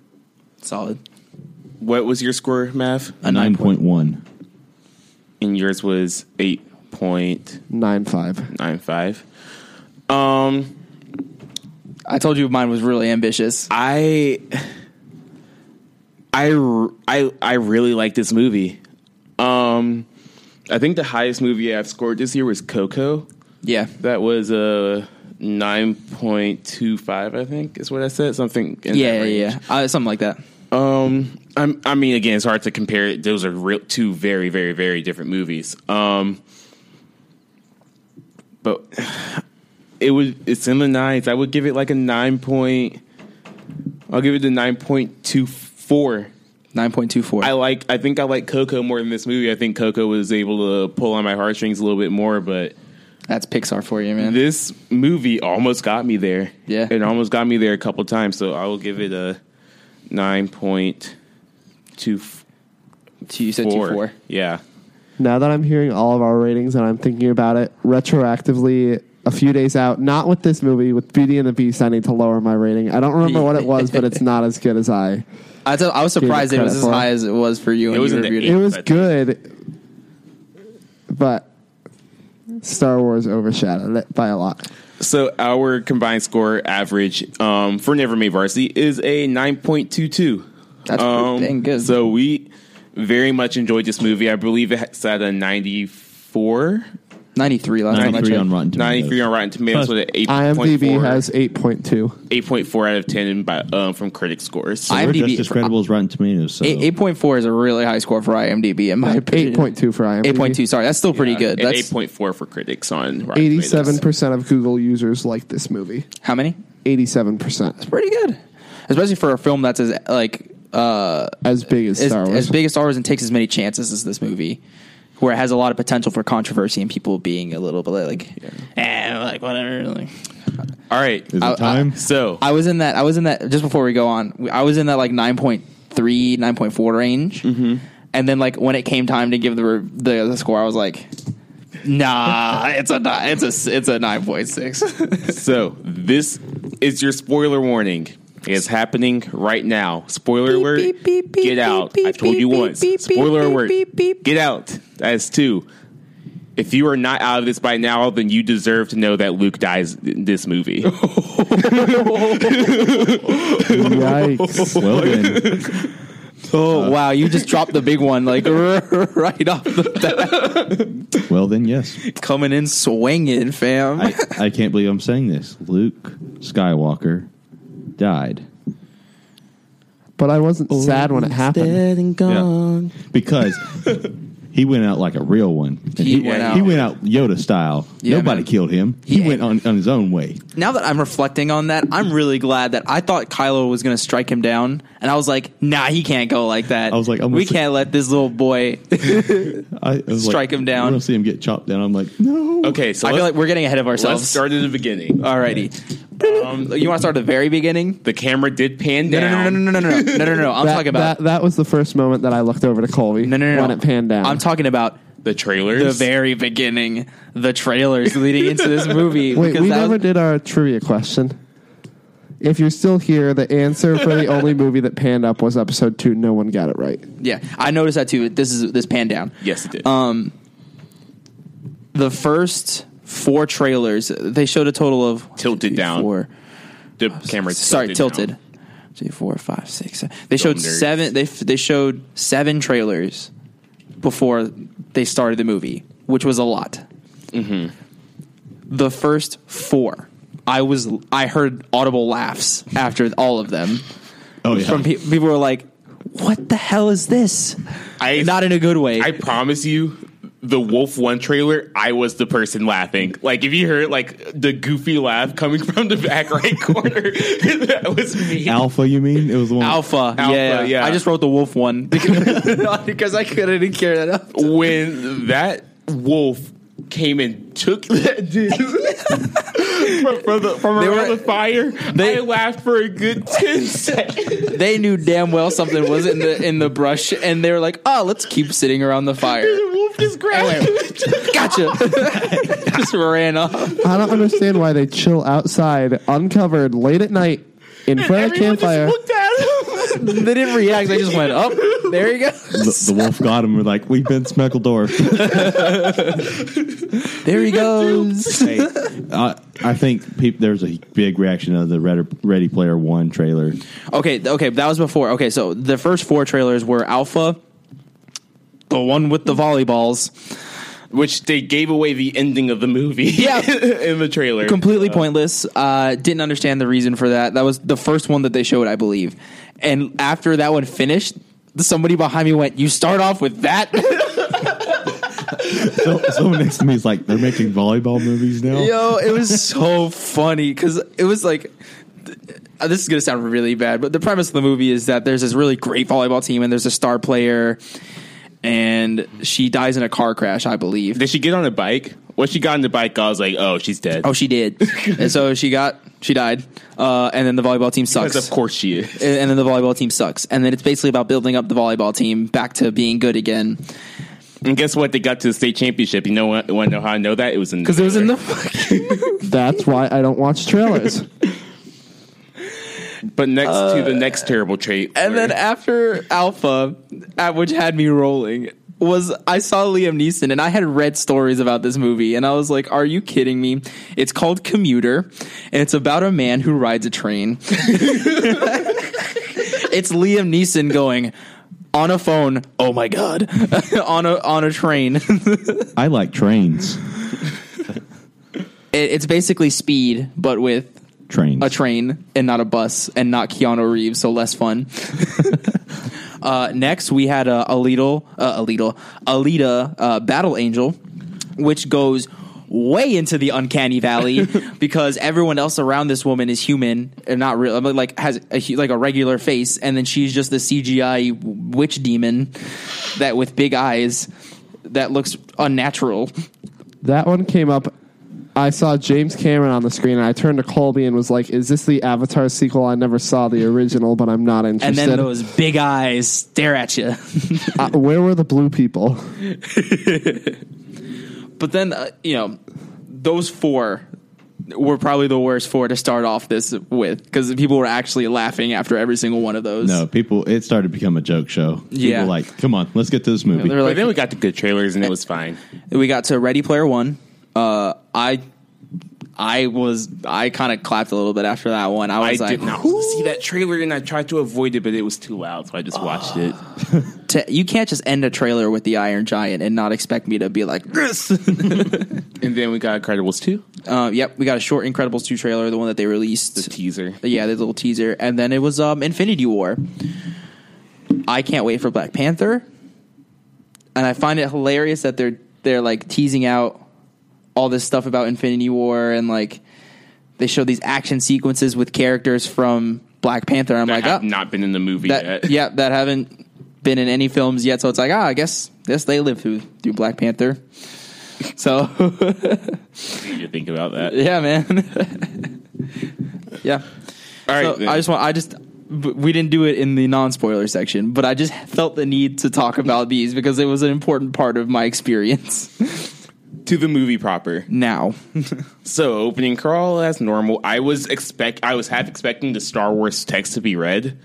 Speaker 1: solid
Speaker 4: What was your score, Mav?
Speaker 1: a nine point
Speaker 3: 9.1
Speaker 4: And yours was eight point
Speaker 2: 9.5.
Speaker 4: nine five. Um,
Speaker 1: I told you mine was really ambitious
Speaker 4: I, I, r- I, I really like this movie. Um, I think the highest movie I've scored this year was Coco.
Speaker 1: yeah
Speaker 4: That was a nine point two five. I think is what I said. Something. In
Speaker 1: yeah yeah
Speaker 4: that range.
Speaker 1: yeah uh, something like that
Speaker 4: Um, I'm, I mean, again, it's hard to compare. it. Those are real, two very, very, very different movies. Um, but it would it's in the nines. I would give it like a nine point. I'll give it a nine point two four.
Speaker 1: nine point two four
Speaker 4: I like. I think I like Coco more than this movie. I think Coco was able to pull on my heartstrings a little bit more, but
Speaker 1: that's Pixar for you man
Speaker 4: this movie almost got me there.
Speaker 1: Yeah.
Speaker 4: It almost got me there a couple times, so I will give it a 9.2
Speaker 1: two, you said two four
Speaker 4: Yeah.
Speaker 2: Now that I'm hearing all of our ratings and I'm thinking about it retroactively a few days out, not with this movie, with Beauty and the Beast, I need to lower my rating. I don't remember what it was, but it's not as good as I.
Speaker 1: I, thought- I was surprised it
Speaker 2: credit
Speaker 1: was as
Speaker 2: for it.
Speaker 1: high as it was for you. when
Speaker 4: was
Speaker 1: you
Speaker 4: in the
Speaker 1: reviewed
Speaker 2: It was
Speaker 4: I think.
Speaker 2: good, but Star Wars overshadowed it by a lot.
Speaker 4: So our combined score average um, for Never Made Varsity is a 9.22.
Speaker 1: That's pretty dang good.
Speaker 4: Um, So we very much enjoyed this movie. I believe it's at a 94,
Speaker 1: 93 last time I
Speaker 3: 93
Speaker 1: checked.
Speaker 3: on rotten tomatoes
Speaker 4: 93 on Rotten Tomatoes
Speaker 3: Plus,
Speaker 4: with an 8.4,
Speaker 2: IMDb has 8.2.
Speaker 4: 8.4 out of 10 by, um, from critic scores.
Speaker 1: I-
Speaker 3: We're
Speaker 1: IMDb
Speaker 3: just as credible as rotten tomatoes so
Speaker 1: Eight- 8.4 is a really high score for IMDb, in my opinion.
Speaker 2: 8.2 for IMDb.
Speaker 1: 8.2, sorry. That's still pretty good.
Speaker 4: And
Speaker 1: That's
Speaker 4: 8.4 for critics on Rotten Tomatoes.
Speaker 2: 87% of Google users like this movie.
Speaker 1: how many?
Speaker 2: 87%.
Speaker 1: Pretty good. Especially for a film that's as like uh
Speaker 2: As big as
Speaker 1: as,
Speaker 2: Star Wars.
Speaker 1: as big as Star Wars and takes as many chances as this movie. Where it has a lot of potential for controversy and people being a little bit like, eh, like whatever. Like,
Speaker 4: All right.
Speaker 3: is it
Speaker 1: I- I-
Speaker 3: time
Speaker 4: So
Speaker 1: I was in that. I was in that. Just before we go on, I was in that like 9.3, 9.4 range. Mm-hmm. And then like when it came time to give the re- the, the score, I was like, Nah, it's a ni- it's a it's a nine point six.
Speaker 4: so this is your spoiler warning. It's happening right now. Spoiler alert.
Speaker 5: beep, beep, beep,
Speaker 4: Get out.
Speaker 5: beep,
Speaker 4: I told
Speaker 5: beep,
Speaker 4: you
Speaker 5: beep,
Speaker 4: once.
Speaker 5: beep, beep,
Speaker 4: Spoiler
Speaker 5: beep,
Speaker 4: alert.
Speaker 5: beep, beep.
Speaker 4: Get out. That's two. If you are not out of this by now, then you deserve to know that Luke dies in this movie.
Speaker 2: Yikes.
Speaker 3: well then
Speaker 1: oh wow, you just dropped the big one like right off the
Speaker 3: well then yes
Speaker 1: bat, coming in swinging, fam.
Speaker 3: I, I can't believe I'm saying this Luke Skywalker died
Speaker 2: But I wasn't sad when it happened.
Speaker 4: and
Speaker 3: because He went out like a real one. And
Speaker 1: He went out-
Speaker 3: He went out Yoda style.
Speaker 1: Yeah,
Speaker 3: Nobody
Speaker 1: man.
Speaker 3: killed him. He
Speaker 1: Yeah.
Speaker 3: went on, on his own way.
Speaker 1: Now that I'm reflecting on that, I'm really glad that I thought Kylo was going to strike him down, and I was like, "Nah, he can't go like that."
Speaker 3: I was like, I'm
Speaker 1: "We
Speaker 3: gonna-
Speaker 1: can't let this little boy."
Speaker 3: I, I was
Speaker 1: Strike
Speaker 3: like,
Speaker 1: him down.
Speaker 3: I don't see him get chopped down. I'm like, no.
Speaker 4: Okay, so
Speaker 1: I
Speaker 4: let's,
Speaker 1: feel like we're getting ahead of ourselves.
Speaker 4: let's start at the beginning.
Speaker 1: Alrighty,
Speaker 4: Um,
Speaker 1: you want to start at the very beginning?
Speaker 4: the camera did pan
Speaker 1: No,
Speaker 4: down.
Speaker 1: no, no, no, no, no, no, no, no, no, no. I'm
Speaker 2: that,
Speaker 1: talking about
Speaker 2: that, that was the first moment that I looked over to Colby
Speaker 1: no, no, no,
Speaker 2: when
Speaker 1: no.
Speaker 2: it panned down.
Speaker 1: I'm talking about
Speaker 4: The trailers.
Speaker 1: the very beginning, the trailers leading into this movie.
Speaker 2: Wait,
Speaker 1: because
Speaker 2: we
Speaker 1: that
Speaker 2: never
Speaker 1: was-
Speaker 2: did our trivia question. If you're still here, the answer for the only movie that panned up was episode two. No one got it right.
Speaker 1: Yeah, I noticed that too. This is this pan down.
Speaker 4: yes, it did.
Speaker 1: Um, the first four trailers they showed a total of
Speaker 4: Tilted down.
Speaker 1: Four,
Speaker 4: the camera.
Speaker 1: sorry, tilted.
Speaker 4: down.
Speaker 1: Three, four, five, six. seven. They showed
Speaker 4: Film nerds.
Speaker 1: seven. They they showed seven trailers before they started the movie, which was a lot. The first four, I was I heard audible laughs after all of them
Speaker 3: Oh, yeah.
Speaker 1: from pe- people were like, "What the hell is this?"
Speaker 4: I-
Speaker 1: Not in a good way.
Speaker 4: I promise you, the Wolf One trailer, I was the person laughing. Like if you heard like the goofy laugh coming from the back right corner, that was me.
Speaker 3: Alpha, you mean? It was the one.
Speaker 1: Alpha,
Speaker 4: Alpha,
Speaker 1: yeah,
Speaker 4: yeah.
Speaker 1: I just wrote the wolf one because, because I couldn't care that up.
Speaker 4: when that wolf came and took that dude from, from, the, from
Speaker 1: They
Speaker 4: around
Speaker 1: were-
Speaker 4: the fire, I laughed for a good ten seconds.
Speaker 1: They knew damn well something was in the in the brush, and they were like, "Oh, let's keep sitting around the fire."
Speaker 4: The wolf just grabbed him. and took-
Speaker 1: Gotcha. just ran off.
Speaker 2: I don't understand why they chill outside, uncovered, late at night, in front of a
Speaker 4: Everyone
Speaker 2: campfire.
Speaker 4: just looked at him.
Speaker 1: They didn't react. They just went up. there you go.
Speaker 3: The, the wolf got him. We're like, we've been Smeckledorf.
Speaker 1: There he goes.
Speaker 3: Hey, I, I think peop there's a big reaction of the Red, Ready Player One trailer.
Speaker 1: Okay, okay, that was before. Okay, so the first four trailers were Alpha, the one with the volleyballs,
Speaker 4: Which they gave away the ending of the movie
Speaker 1: Yeah.
Speaker 4: in the trailer.
Speaker 1: completely pointless. Uh, didn't understand the reason for that. That was the first one that they showed, I believe. And after that one finished, somebody behind me went, "You start off with that."
Speaker 3: So, someone next to me is like, they're making volleyball movies now.
Speaker 1: Yo, it was so funny because it was like. th- uh, This is gonna sound really bad, but the premise of the movie is that there's this really great volleyball team and there's a star player, and she dies in a car crash, I believe.
Speaker 4: Did she get on a bike? Once she got on the bike, I was like, oh, she's dead.
Speaker 1: Oh, she did, and so she got she died, uh, and then the volleyball team sucks.
Speaker 4: because of course she is.
Speaker 1: and and then the volleyball team sucks. And then it's basically about building up the volleyball team back to being good again.
Speaker 4: And guess what? They got to the state championship. You know what? Want to know how I know that? It was in
Speaker 1: Because it was in the fucking.
Speaker 2: That's why I don't watch trailers.
Speaker 4: But next to the next terrible trait,
Speaker 1: Uh, And then after Alpha, at which had me rolling, was I saw Liam Neeson and I had read stories about this movie and I was like, are you kidding me? It's called Commuter and it's about a man who rides a train. it's Liam Neeson going on a phone, oh my god, on a on a train.
Speaker 3: I like trains.
Speaker 1: It- it's basically speed, but with
Speaker 3: Trains.
Speaker 1: a train and not a bus and not Keanu Reeves, so less fun. uh, next, we had a Alito, uh, Alito, Alita uh, Battle Angel, which goes way into the uncanny valley because everyone else around this woman is human and not real, but, like has a, hu- like a regular face, and then she's just the CGI witch demon that with big eyes that looks unnatural.
Speaker 2: that one came up. I saw James Cameron on the screen, and I turned to Colby and was like, "Is this the Avatar sequel? I never saw the original, but I'm not
Speaker 1: And
Speaker 2: interested."
Speaker 1: then those big eyes stare at you.
Speaker 2: Uh, where were the blue people?
Speaker 1: But then, uh, you know, those four were probably the worst four to start off this with because people were actually laughing after every single one of those.
Speaker 3: No, people. It started to become a joke show. People
Speaker 1: Yeah.
Speaker 3: were like, come on, let's get to this movie.
Speaker 1: They were
Speaker 4: but
Speaker 1: like-
Speaker 4: then we got the good trailers and it was fine.
Speaker 1: we got to Ready Player One. Uh, I. I was I kind of clapped a little bit after that one. I
Speaker 4: I
Speaker 1: was like,
Speaker 4: did not
Speaker 1: "Whoo."
Speaker 4: see that trailer and I tried to avoid it, but it was too loud, so I just watched it.
Speaker 1: To- "You can't just end a trailer with the Iron Giant and not expect me to be like this."
Speaker 4: And then we got Incredibles two,
Speaker 1: uh, yep, we got a short Incredibles two trailer, the one that they released
Speaker 4: the teaser.
Speaker 1: Yeah, the little teaser, and then it was um, Infinity War. I can't wait for Black Panther. and I find it hilarious that they're they're like teasing out all this stuff about Infinity War and like they show these action sequences with characters from Black Panther. I'm
Speaker 4: I
Speaker 1: like,
Speaker 4: have
Speaker 1: oh,
Speaker 4: not been in the movie
Speaker 1: that,
Speaker 4: yet.
Speaker 1: yeah, that haven't been in any films yet. So it's like, ah, I guess yes, they live through through Black Panther. So
Speaker 4: I need to think about that.
Speaker 1: yeah, man, yeah.
Speaker 4: All right,
Speaker 1: So
Speaker 4: then.
Speaker 1: I just want I just b- we didn't do it in the non spoiler section, but I just felt the need to talk about these because it was an important part of my experience.
Speaker 4: to the movie proper.
Speaker 1: Now,
Speaker 4: So opening crawl as normal. I was expect I was half expecting the Star Wars text to be red.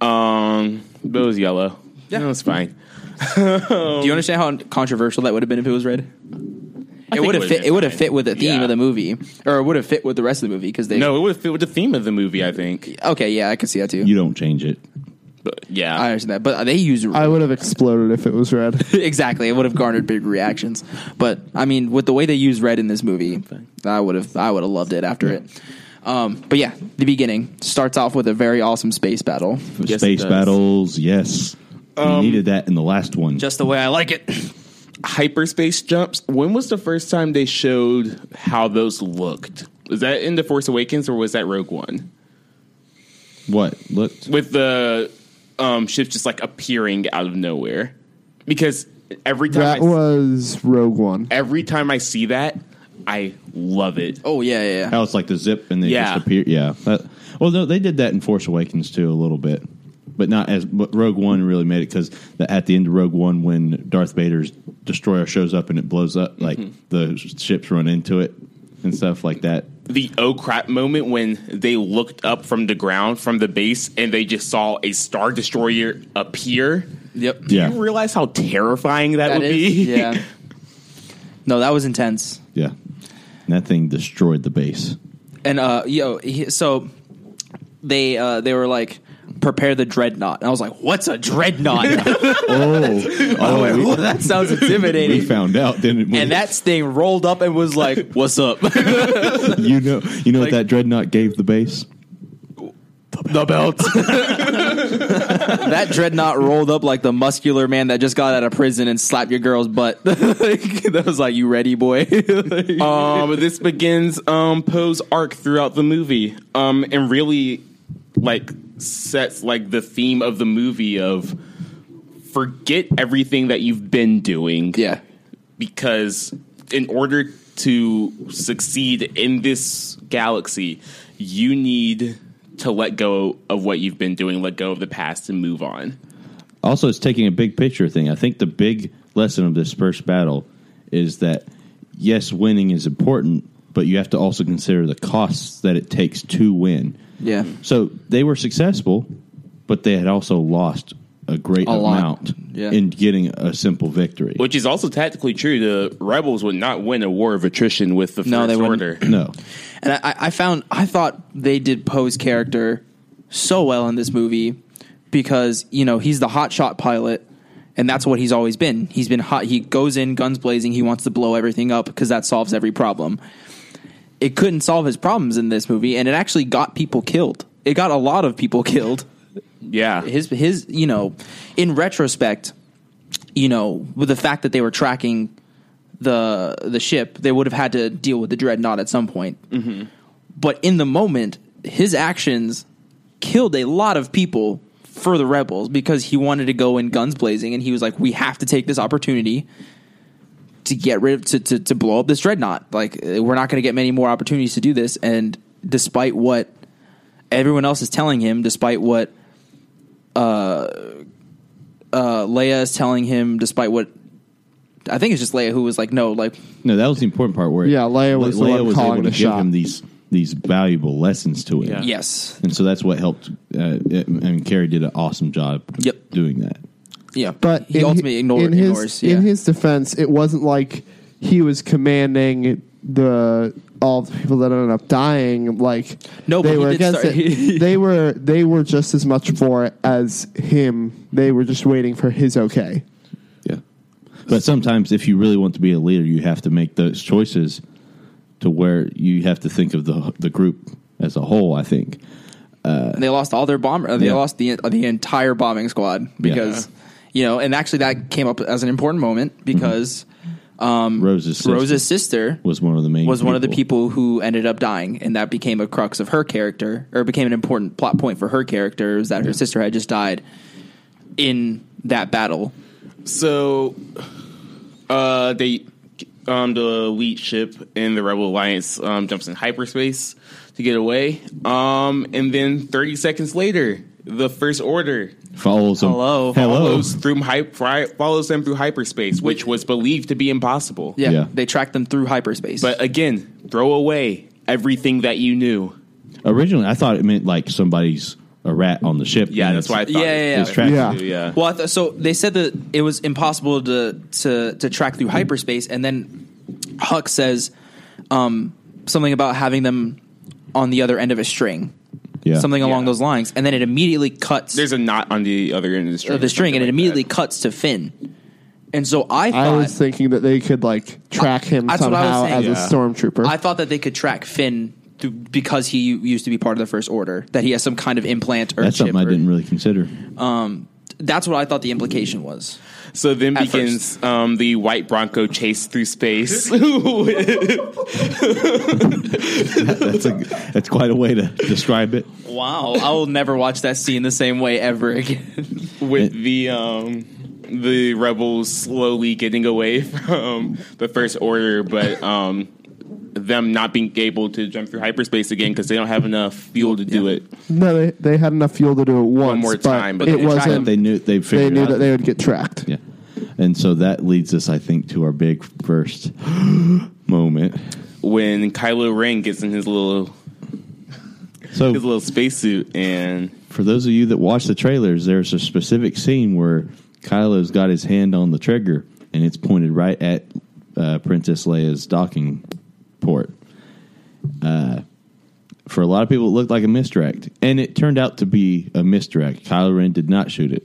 Speaker 4: Um but it was yellow.
Speaker 1: Yeah.
Speaker 4: That was fine. Oh.
Speaker 1: do you understand how controversial that would have been if it was red? it
Speaker 4: think
Speaker 1: would have
Speaker 4: it would've
Speaker 1: fit.
Speaker 4: been
Speaker 1: It would have
Speaker 4: fine.
Speaker 1: fit with the theme
Speaker 4: Yeah.
Speaker 1: of the movie, or it would have fit with the rest of the movie because they.
Speaker 4: No, it would fit with the theme of the movie, I think.
Speaker 1: Okay, yeah, I can see that too.
Speaker 3: You don't change it.
Speaker 4: But, yeah.
Speaker 1: I understand that, but they use
Speaker 2: I would have exploded if it was red.
Speaker 1: exactly. It would have garnered big reactions, but I mean, with the way they use red in this movie, I would have I would have loved it after it. Um, but yeah, the beginning starts off with a very awesome space battle,
Speaker 4: Yes, it
Speaker 3: Space
Speaker 4: does.
Speaker 3: battles, yes. we needed that in the last one.
Speaker 1: Um, just the way I like it.
Speaker 4: Hyperspace jumps. When was the first time they showed how those looked? Was that in The Force Awakens or was that Rogue One?
Speaker 3: what looked?
Speaker 4: With the um ships just like appearing out of nowhere. Because every time
Speaker 2: That
Speaker 4: I,
Speaker 2: was Rogue One.
Speaker 4: every time I see that, I love it.
Speaker 1: Oh yeah, yeah, yeah.
Speaker 3: How it's like the zip and they
Speaker 4: Yeah.
Speaker 3: just appear. Yeah. That, well, no, they did that in Force Awakens too a little bit, but not as. But Rogue One really made it because at the end of Rogue One, when Darth Vader's destroyer shows up and it blows up, like
Speaker 1: Mm-hmm.
Speaker 3: the ships run into it and stuff like that.
Speaker 4: the oh crap moment when they looked up from the ground from the base and they just saw a star destroyer appear.
Speaker 1: Yep.
Speaker 3: Yeah.
Speaker 4: You realize how terrifying that,
Speaker 1: That
Speaker 4: would
Speaker 1: is,
Speaker 4: be.
Speaker 1: yeah. No, that was intense.
Speaker 3: Yeah. And that thing destroyed the base.
Speaker 1: And uh, yo, he- so they uh, they were like, prepare the dreadnought. And I was like, what's a dreadnought?
Speaker 3: Oh,
Speaker 1: Well, that sounds
Speaker 3: we, we
Speaker 1: intimidating.
Speaker 3: found out, didn't we?
Speaker 1: And that thing rolled up and was like, "What's up?"
Speaker 3: you know, you know
Speaker 1: Like-
Speaker 3: what that dreadnought gave the base.
Speaker 1: the belt. that dreadnought rolled up like the muscular man that just got out of prison and slapped your girl's butt. that was like, you ready, boy?
Speaker 4: Um, this begins um, Poe's arc throughout the movie, um, and really like sets like the theme of the movie of forget everything that you've been doing.
Speaker 1: yeah.
Speaker 4: because in order to succeed in this galaxy, you need to let go of what you've been doing, let go of the past, and move on.
Speaker 3: Also, it's taking a big picture thing. I think the big lesson of this first battle is that yes, winning is important, but you have to also consider the costs that it takes to win.
Speaker 1: Yeah.
Speaker 3: So they were successful, but they had also lost a great
Speaker 1: A lot.
Speaker 3: amount
Speaker 1: Yeah.
Speaker 3: in getting a simple victory.
Speaker 4: Which is also tactically true. The rebels would not win a war of attrition with the First
Speaker 1: No, they wouldn't.
Speaker 4: Order.
Speaker 3: no,
Speaker 1: And I, I found I thought they did Poe's character so well in this movie because you know he's the hotshot pilot, and that's what he's always been. He's been hot. He goes in guns blazing. He wants to blow everything up because that solves every problem. It couldn't solve his problems in this movie, and it actually got people killed. It got a lot of people killed
Speaker 4: Yeah,
Speaker 1: his his you know in retrospect you know with the fact that they were tracking the the ship they would have had to deal with the dreadnought at some point but in the moment his actions killed a lot of people for the rebels because he wanted to go in guns blazing and he was like we have to take this opportunity to get rid of to, to, to blow up this dreadnought like uh, we're not going to get many more opportunities to do this and despite what everyone else is telling him despite what uh, Leia is telling him, despite what I think it's just Leia who was like, "No, like
Speaker 3: no, that was the important part. Where
Speaker 2: Yeah, Leia was the one calling
Speaker 3: able to
Speaker 2: the
Speaker 3: give
Speaker 2: shot.
Speaker 3: him these these valuable lessons to it.
Speaker 4: Yeah.
Speaker 1: yes,
Speaker 3: And so that's what helped. Uh, it- and Carrie did an awesome job
Speaker 1: Yep.
Speaker 3: doing that.
Speaker 1: yeah."
Speaker 2: But
Speaker 1: he
Speaker 2: in
Speaker 1: ultimately
Speaker 2: hi-
Speaker 1: ignored,
Speaker 2: in his,
Speaker 1: ignores. Yeah,
Speaker 2: In his defense, it wasn't like he was commanding the all the people that ended up dying. Like
Speaker 1: No, but
Speaker 2: they
Speaker 1: he
Speaker 2: were
Speaker 1: did
Speaker 2: against
Speaker 1: start-
Speaker 2: it. they were they were just as much for it as him. They were just waiting for his okay.
Speaker 3: Yeah. But sometimes, if you really want to be a leader, you have to make those choices to where you have to think of the the group as a whole. I think.
Speaker 1: and they lost all their bomber. They
Speaker 3: Yeah.
Speaker 1: lost the the entire bombing squad because You know, and actually that came up as an important moment because
Speaker 3: Rose's sister
Speaker 1: Rose's sister
Speaker 3: was one of the main
Speaker 1: was one of the people who ended up dying, and that became a crux of her character, or became an important plot point for her character, is that her sister had just died in that battle.
Speaker 4: So, uh, they, um, the elite ship in the Rebel Alliance um, jumps in hyperspace to get away. Um, and then 30 seconds later, the First Order
Speaker 3: follows them.
Speaker 1: Hello.
Speaker 3: hello.
Speaker 4: follows through hy- fri- follows them through hyperspace, which was believed to be impossible.
Speaker 1: Yeah,
Speaker 3: Yeah.
Speaker 1: they tracked them through hyperspace.
Speaker 4: But again, throw away everything that you knew.
Speaker 3: Originally, I thought it meant like somebody's a rat on the ship.
Speaker 4: Yeah,
Speaker 3: and
Speaker 4: that's
Speaker 3: it's-
Speaker 4: why I thought.
Speaker 1: Yeah, yeah, yeah.
Speaker 3: It's tracked.
Speaker 2: Yeah.
Speaker 4: yeah.
Speaker 1: well, I th- so they said that it was impossible to to to track through hyperspace, and then Huck says um, something about having them on the other end of a string,
Speaker 3: Yeah.
Speaker 1: something along
Speaker 4: Yeah.
Speaker 1: those lines, and then it immediately cuts
Speaker 4: There's a knot on the other end of the string.
Speaker 1: of Oh, the string,
Speaker 4: something
Speaker 1: and it
Speaker 4: like
Speaker 1: immediately
Speaker 4: that.
Speaker 1: cuts to Finn. And so I
Speaker 2: I
Speaker 1: thought
Speaker 2: was thinking that they could like track him
Speaker 1: That's what I was
Speaker 2: somehow as
Speaker 1: saying.
Speaker 2: a
Speaker 4: Yeah.
Speaker 2: stormtrooper.
Speaker 1: I thought that they could track Finn to, because he used to be part of the First Order, that he has some kind of implant or
Speaker 3: That's
Speaker 1: chip.
Speaker 3: something I
Speaker 1: or-
Speaker 3: didn't really consider.
Speaker 1: That's what I thought the implication was.
Speaker 4: So then
Speaker 1: At
Speaker 4: begins um, the white Bronco chase through space. wow.
Speaker 3: That's a, that's quite a way to describe it.
Speaker 1: I will never watch that scene the same way ever again.
Speaker 4: With the um, the rebels slowly getting away from the first order, but um, them not being able to jump through hyperspace again because they don't have enough fuel to do it.
Speaker 2: no, they, they had enough fuel to do it once,
Speaker 4: more
Speaker 2: but
Speaker 4: time, but
Speaker 2: it
Speaker 4: they
Speaker 3: I thought
Speaker 2: wasn't.
Speaker 3: they knew they
Speaker 2: They
Speaker 3: figured
Speaker 2: knew
Speaker 3: out.
Speaker 2: that they would get tracked.
Speaker 3: yeah, and so that leads us, I think, to our big first moment.
Speaker 4: When Kylo Ren gets in his little
Speaker 3: So
Speaker 4: his little spacesuit and
Speaker 3: for those of you that watch the trailers, there's a specific scene where Kylo's got his hand on the trigger and it's pointed right at uh, Princess Leia's docking port. Uh, for a lot of people, it looked like a misdirect, and it turned out to be a misdirect. Kylo Ren did not shoot it,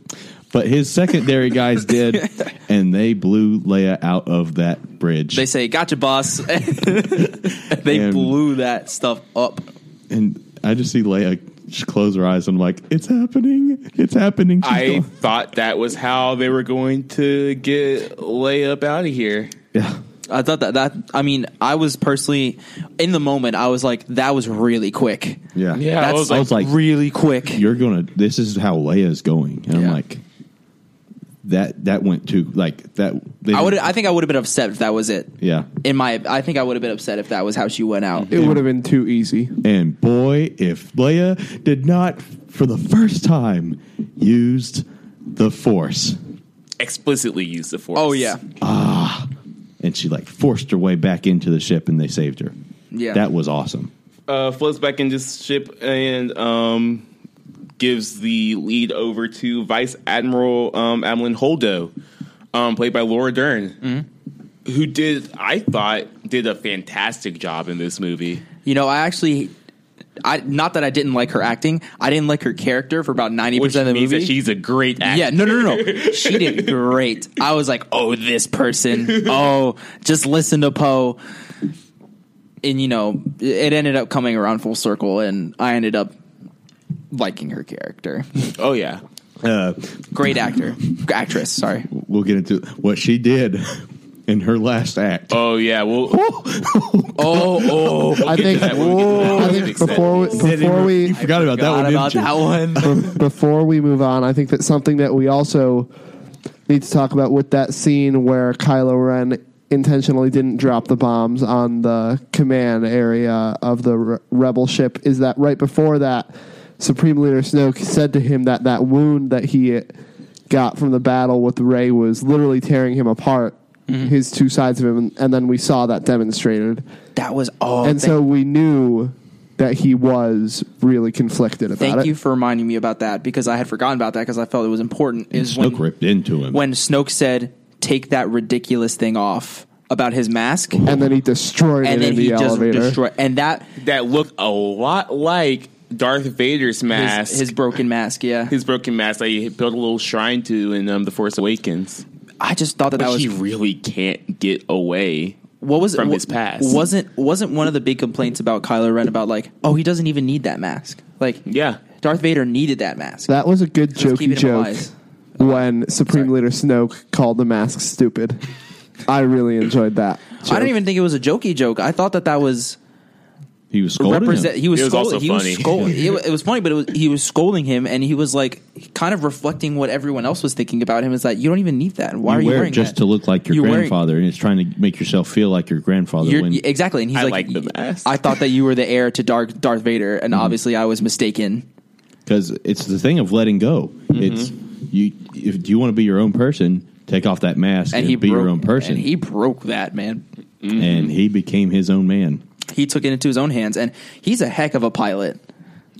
Speaker 3: but his secondary guys did, and they blew Leia out of that bridge.
Speaker 1: they say, "Gotcha, boss." they
Speaker 3: And-
Speaker 1: blew that stuff up.
Speaker 3: and I just see Leia just close her eyes, and I'm like, "It's happening! It's happening!" She's
Speaker 4: I
Speaker 3: gone."
Speaker 4: thought that was how they were going to get Leia up out of here.
Speaker 3: yeah.
Speaker 1: I thought that that I mean, I was personally in the moment. I was like, "That was really quick."
Speaker 3: Yeah.
Speaker 4: Yeah, I
Speaker 1: That's
Speaker 4: was like,
Speaker 3: was like-
Speaker 1: really quick.
Speaker 3: you're gonna this is how Leia's going. And
Speaker 1: Yeah.
Speaker 3: I'm like that that went too like that they
Speaker 1: I
Speaker 3: didn't-
Speaker 1: would. I think I would have been upset if that was it.
Speaker 3: Yeah.
Speaker 1: In my, I think I would have been upset if that was how she went out.
Speaker 2: It would have been too easy.
Speaker 3: And boy, if Leia did not for the first time used the force.
Speaker 4: explicitly used the force.
Speaker 1: Oh yeah,
Speaker 3: And she like forced her way back into the ship and they saved her.
Speaker 1: Yeah.
Speaker 3: That was awesome.
Speaker 4: uh, floats back into this ship and um, gives the lead over to Vice Admiral um, Adeline Holdo, um, played by Laura Dern,
Speaker 1: Mm-hmm.
Speaker 4: who did I thought did a fantastic job in this movie.
Speaker 1: you know, I actually, I not that I didn't like her acting. I didn't like her character for about ninety
Speaker 4: Which
Speaker 1: percent of the
Speaker 4: means
Speaker 1: movie.
Speaker 4: that she's a great actor.
Speaker 1: yeah, no, no, no, no. She did great. I was like, oh, this person. Oh, just listen to Poe. And you know, it ended up coming around full circle, and I ended up liking her character.
Speaker 4: Oh yeah.
Speaker 3: Uh,
Speaker 1: Great actor, actress. Sorry.
Speaker 3: we'll get into what she did in her last act.
Speaker 4: Oh yeah. Well,
Speaker 1: Oh, oh.
Speaker 2: I think.
Speaker 4: that when
Speaker 2: I
Speaker 4: we get to that. That
Speaker 2: think
Speaker 4: makes sense.
Speaker 2: before we,
Speaker 3: Didn't even-
Speaker 2: before we
Speaker 3: you forgot about that one.
Speaker 1: God
Speaker 3: didn't
Speaker 1: about
Speaker 3: you?
Speaker 1: that one.
Speaker 2: before we move on, I think that something that we also need to talk about with that scene where Kylo Ren intentionally didn't drop the bombs on the command area of the re- rebel ship is that right before that, Supreme Leader Snoke said to him that that wound that he got from the battle with Ray was literally tearing him apart.
Speaker 1: Mm-hmm.
Speaker 2: His two sides of him, and then we saw that demonstrated,
Speaker 1: That was all.
Speaker 2: and so we knew that he was really conflicted about
Speaker 1: Thank
Speaker 2: it.
Speaker 1: you for reminding me about that because I had forgotten about that because I felt it was important. Is
Speaker 3: Snoke
Speaker 1: when,
Speaker 3: ripped into him.
Speaker 1: when Snoke said, "Take that ridiculous thing off." About his mask, and
Speaker 2: and then he destroyed it
Speaker 1: then
Speaker 2: in the
Speaker 1: he just
Speaker 2: elevator.
Speaker 1: destroyed, and that
Speaker 4: that looked a lot like Darth Vader's mask.
Speaker 1: his, his broken mask. Yeah,
Speaker 4: his broken mask that he built a little shrine to in um, The Force Awakens.
Speaker 1: I just thought that that
Speaker 4: But
Speaker 1: was
Speaker 4: he really can't get away.
Speaker 1: what was
Speaker 4: from
Speaker 1: wa-
Speaker 4: his past.
Speaker 1: Wasn't wasn't one of the big complaints about Kylo Ren about like, oh, he doesn't even need that mask. Like,
Speaker 4: Yeah.
Speaker 1: Darth Vader needed that mask.
Speaker 2: That was a good
Speaker 1: Just keeping him
Speaker 2: jokey joke.
Speaker 1: alive.
Speaker 2: when Supreme Leader Snoke called the mask stupid. I really enjoyed that.
Speaker 1: I don't even think it was a jokey joke. I thought that that was
Speaker 3: He was scolding him.
Speaker 1: represent. He was,
Speaker 4: It was
Speaker 1: scolding.
Speaker 4: also
Speaker 1: he was
Speaker 4: funny.
Speaker 1: scolding. it, wa- it was funny, but it was he was scolding him, and he was like kind of reflecting what everyone else was thinking about him. Is that you don't even need that? Why
Speaker 3: You
Speaker 1: are you
Speaker 3: wear it
Speaker 1: wearing
Speaker 3: just
Speaker 1: that?
Speaker 3: to look like your
Speaker 1: You're wearing-
Speaker 3: grandfather, and it's trying to make yourself feel like your grandfather.
Speaker 1: You're,
Speaker 3: when
Speaker 1: y- exactly, and he's
Speaker 4: I
Speaker 1: like,
Speaker 4: like the mask. Mm-hmm.
Speaker 1: I thought that you were the heir to Dark Darth Vader, and obviously I was mistaken.
Speaker 3: because it's the thing of letting go.
Speaker 1: Mm-hmm.
Speaker 3: It's you. If do you want to be your own person, take off that mask and,
Speaker 1: And he
Speaker 3: be
Speaker 1: broke,
Speaker 3: your own person.
Speaker 1: and he Mm-hmm. broke that man.
Speaker 3: and he became his own man.
Speaker 1: He took it into his own hands, and he's a heck of a pilot.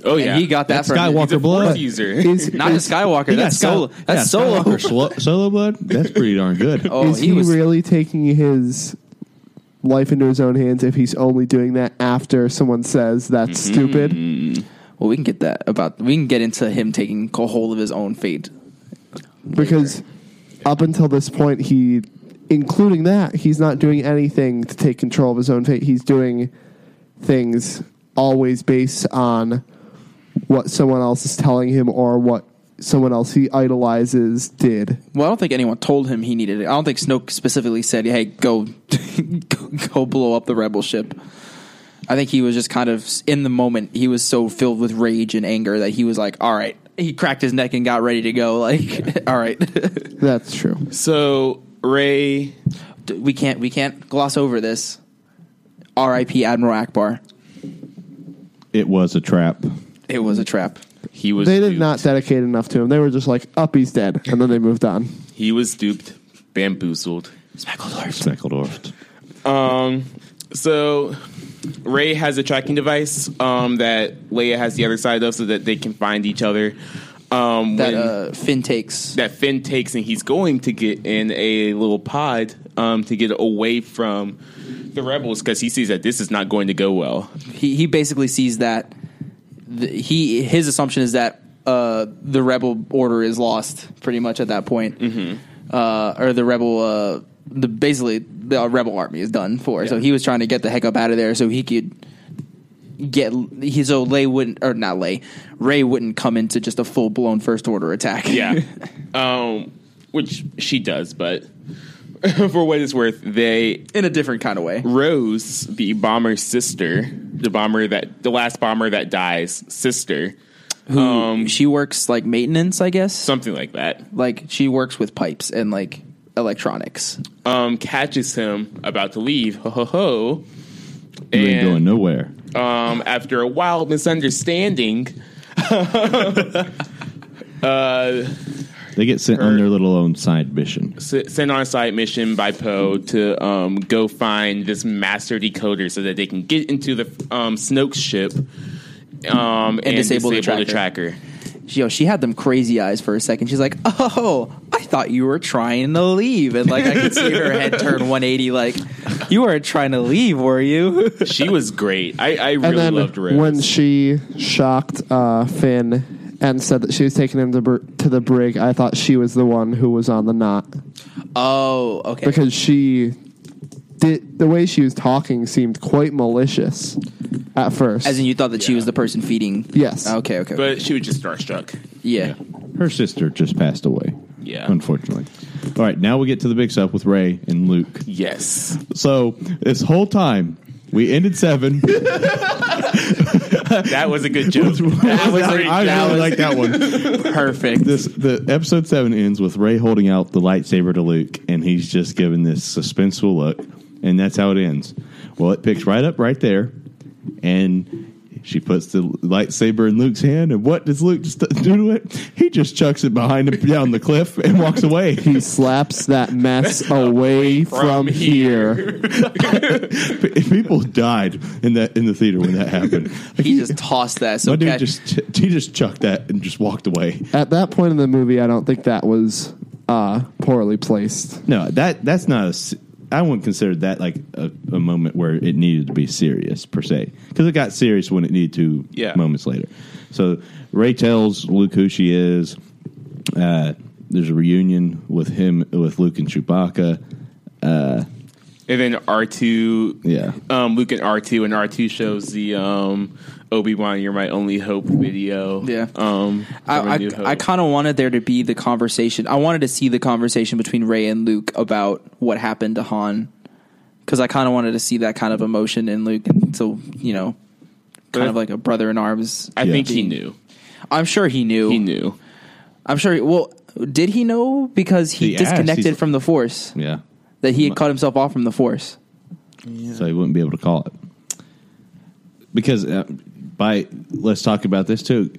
Speaker 4: Oh yeah,
Speaker 1: and he got that
Speaker 3: That's
Speaker 1: from
Speaker 3: Skywalker
Speaker 4: He's a
Speaker 3: blood.
Speaker 4: force user.
Speaker 2: Is,
Speaker 1: Not a
Speaker 2: is,
Speaker 1: Skywalker.
Speaker 3: He got
Speaker 1: That's
Speaker 3: Sky-
Speaker 1: solo.
Speaker 3: yeah,
Speaker 1: That's solo.
Speaker 3: Skywalker solo. Solo blood. That's pretty darn good.
Speaker 1: Oh,
Speaker 2: is
Speaker 1: he
Speaker 2: he,
Speaker 1: was-
Speaker 2: really taking his life into his own hands if he's only doing that after someone says that's
Speaker 1: Mm-hmm.
Speaker 2: stupid?
Speaker 1: Well, we can get that about. We can get into him taking co- hold of his own fate.
Speaker 2: Because up until this point, he, including that, he's not doing anything to take control of his own fate. He's doing things always based on what someone else is telling him or what someone else he idolizes did.
Speaker 1: Well, I don't think anyone told him he needed it. I don't think Snoke specifically said, "Hey, go, go, go blow up the rebel ship." I think he was just kind of in the moment. He was so filled with rage and anger that he was like, "All right." He cracked his neck and got ready to go. Like, all right,
Speaker 2: That's true.
Speaker 4: so Ray,
Speaker 1: D- we can't we can't gloss over this. R.I.P. Admiral Akbar.
Speaker 3: It was a trap.
Speaker 1: It was a trap.
Speaker 4: he was
Speaker 2: They
Speaker 4: duped.
Speaker 2: did not dedicate enough to him. They were just like, up, he's dead. And then they moved on.
Speaker 4: He was duped, bamboozled.
Speaker 1: Smeckledorf.
Speaker 3: Smeckledorf.
Speaker 4: So Ray has a tracking device um, that Leia has the other side of, so that they can find each other. Um,
Speaker 1: That
Speaker 4: when-
Speaker 1: uh, Finn takes.
Speaker 4: that Finn takes, and he's going to get in a little pod um, to get away from the rebels because he sees that this is not going to go well.
Speaker 1: he, he basically sees that the, he his assumption is that uh, the rebel order is lost pretty much at that point, mm-hmm. uh, or the rebel uh, the basically the rebel army is done for. So he was trying to get the heck up out of there so he could get he so Lay wouldn't or not Lay Ray wouldn't come into just a full blown first order attack.
Speaker 4: Yeah, um, which she does, but for what it's worth, they
Speaker 1: in a different kind of way.
Speaker 4: Rose, the bomber's sister, the bomber that the last bomber that dies, sister,
Speaker 1: Who Um, she works like maintenance, I guess.
Speaker 4: something like that.
Speaker 1: like she works with pipes and like electronics.
Speaker 4: um, catches him about to leave. Ho ho ho.
Speaker 3: You ain't going
Speaker 4: And
Speaker 3: nowhere.
Speaker 4: um, after a wild misunderstanding,
Speaker 3: They get sent on their little own side mission.
Speaker 4: s- sent on a side mission by Poe to um, go find this master decoder so that they can get into the um, Snoke's ship um, and,
Speaker 1: disable
Speaker 4: disable,
Speaker 1: the
Speaker 4: the tracker.
Speaker 1: she, yo, she had them crazy eyes for a second. She's like, "Oh, I thought you were trying to leave," and like I could see her head turn 180. Like, you weren't trying to leave, were you?
Speaker 4: She was great. I, I
Speaker 2: And
Speaker 4: really loved
Speaker 2: then
Speaker 4: Rose.
Speaker 2: when she shocked uh, Finn and said that she was taking him to, br- to the brig, I thought she was the one who was on the knot
Speaker 1: oh, okay.
Speaker 2: because she did the way she was talking seemed quite malicious at first.
Speaker 1: As in, you thought that she was the person feeding.
Speaker 2: yes,
Speaker 1: Okay. Okay.
Speaker 4: but she was just starstruck.
Speaker 1: yeah.
Speaker 3: Her sister just passed away.
Speaker 4: Yeah.
Speaker 3: Unfortunately. All right, now we get to the big stuff with Ray and Luke.
Speaker 4: Yes.
Speaker 3: So this whole time, we ended seven.
Speaker 4: That was a good joke.
Speaker 3: I
Speaker 1: was like- that
Speaker 3: really
Speaker 1: was-
Speaker 3: like that one.
Speaker 1: Perfect.
Speaker 3: This the episode seven ends with Ray holding out the lightsaber to Luke, and he's just giving this suspenseful look, and that's how it ends. Well, it picks right up right there, and she puts the lightsaber in Luke's hand, and what does Luke just do to it? He just chucks it behind him down the cliff and walks away.
Speaker 2: he slaps that mess away from, here.
Speaker 3: P- People died in that in the theater when that happened. Like,
Speaker 1: he just tossed that. So
Speaker 3: my dude
Speaker 1: Kat-
Speaker 3: just ch- he just chucked that and just walked away.
Speaker 2: At that point in the movie, I don't think that was uh, poorly placed.
Speaker 3: No, that that's not. A, s- I wouldn't consider that like a, a moment where it needed to be serious per se, because it got serious when it needed to.
Speaker 4: Yeah.
Speaker 3: moments later. So Ray tells Luke who she is. Uh, there's a reunion with him with Luke and Chewbacca.
Speaker 4: And then R two,
Speaker 3: Yeah.
Speaker 4: um, Luke and R two, and R two shows the um, Obi Wan, you're my only hope video.
Speaker 1: Yeah.
Speaker 4: um, from A
Speaker 1: I,
Speaker 4: New
Speaker 1: I, I
Speaker 4: Hope.
Speaker 1: kind of wanted there to be the conversation. I wanted to see the conversation between Ray and Luke about what happened to Han, because I kind of wanted to see that kind of emotion in Luke. And so you know, kind
Speaker 4: But-
Speaker 1: of like a brother in arms.
Speaker 4: I think he
Speaker 1: being-
Speaker 4: knew.
Speaker 1: I'm sure he knew.
Speaker 4: He knew.
Speaker 1: I'm sure. He, well, did he know because he
Speaker 3: He asked,
Speaker 1: disconnected
Speaker 3: he's-
Speaker 1: from the Force
Speaker 3: Yeah.
Speaker 1: that he had cut himself off from the Force?
Speaker 3: so he wouldn't be able to call it. Because uh, by let's talk about this too,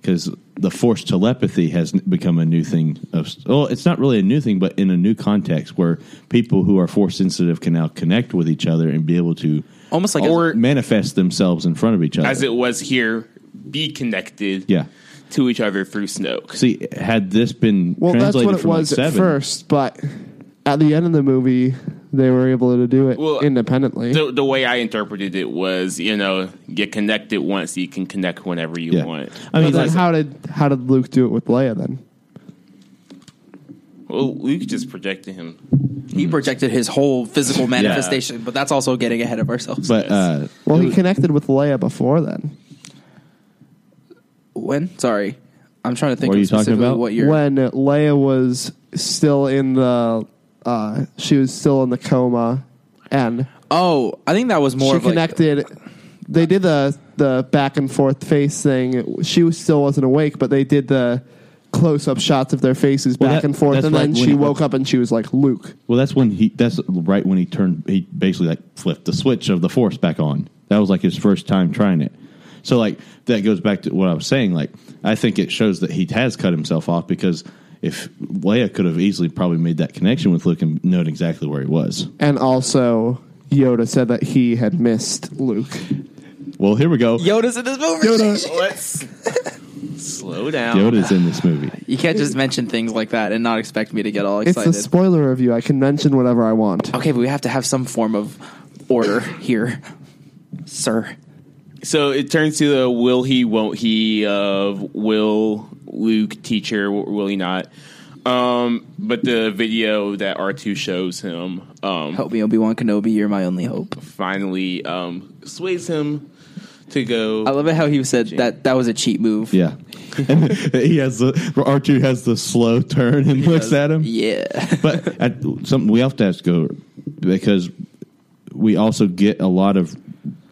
Speaker 3: because the force telepathy has n- become a new thing. Of well, it's not really a new thing, but in a new context where people who are force sensitive can now connect with each other and be able to
Speaker 1: Almost like a-
Speaker 3: or manifest themselves in front of each other.
Speaker 4: As it was here, be connected
Speaker 3: yeah.
Speaker 4: to each other through Snoke.
Speaker 3: See, had this been
Speaker 2: Well, that's
Speaker 3: translated
Speaker 2: what it
Speaker 3: from like
Speaker 2: was at
Speaker 3: seven,
Speaker 2: first, but at the end of the movie, they were able to do it
Speaker 4: Well,
Speaker 2: independently.
Speaker 4: The, the way I interpreted it was, you know, get connected once, you can connect whenever you
Speaker 3: yeah.
Speaker 4: want.
Speaker 3: I mean,
Speaker 2: but then
Speaker 3: like-
Speaker 2: how did how did Luke do it with Leia then?
Speaker 4: Well, Luke just projected him.
Speaker 1: He projected his whole physical manifestation, but that's also getting ahead of ourselves.
Speaker 3: but uh,
Speaker 2: Well, he connected with Leia before then.
Speaker 1: when? Sorry, I'm trying to think.
Speaker 3: What are
Speaker 1: of
Speaker 3: you talking
Speaker 1: specifically
Speaker 3: about?
Speaker 1: What year?
Speaker 2: when Leia was still in the uh, she was still in the coma and
Speaker 1: Oh, I think that was more
Speaker 2: she
Speaker 1: of like-
Speaker 2: connected they did the the back and forth face thing she was still wasn't awake but they did the close up shots of their faces
Speaker 3: Well,
Speaker 2: back
Speaker 3: that-
Speaker 2: and forth
Speaker 3: that's
Speaker 2: and then
Speaker 3: like when
Speaker 2: she
Speaker 3: he-
Speaker 2: woke up and she was like Luke
Speaker 3: Well, that's when he. That's right when he turned. He basically like flipped the switch of the force back on. That was like his first time trying it. So like that goes back to what I was saying. Like I think it shows that he has cut himself off because if Leia could have easily probably made that connection with Luke and known exactly where he was.
Speaker 2: and also Yoda said that he had missed Luke
Speaker 3: Well, here we go.
Speaker 1: Yoda's in this movie.
Speaker 4: Let's slow down.
Speaker 3: Yoda's in this movie.
Speaker 1: You can't just mention things like that and not expect me to get all
Speaker 2: it's
Speaker 1: excited.
Speaker 2: a spoiler review I can mention whatever I want
Speaker 1: okay, but we have to have some form of order here, sir.
Speaker 4: So it turns to the will he, won't he of will Luke teacher, will he not? Um, but the video that R2 shows him um,
Speaker 1: Help me, Obi Wan Kenobi. You're my only hope.
Speaker 4: finally um, sways him to go.
Speaker 1: I love it how he said that that was a cheat move.
Speaker 3: Yeah. And he has the R two has the slow turn and looks at him.
Speaker 1: Yeah.
Speaker 3: but at, something we have to have to go because we also get a lot of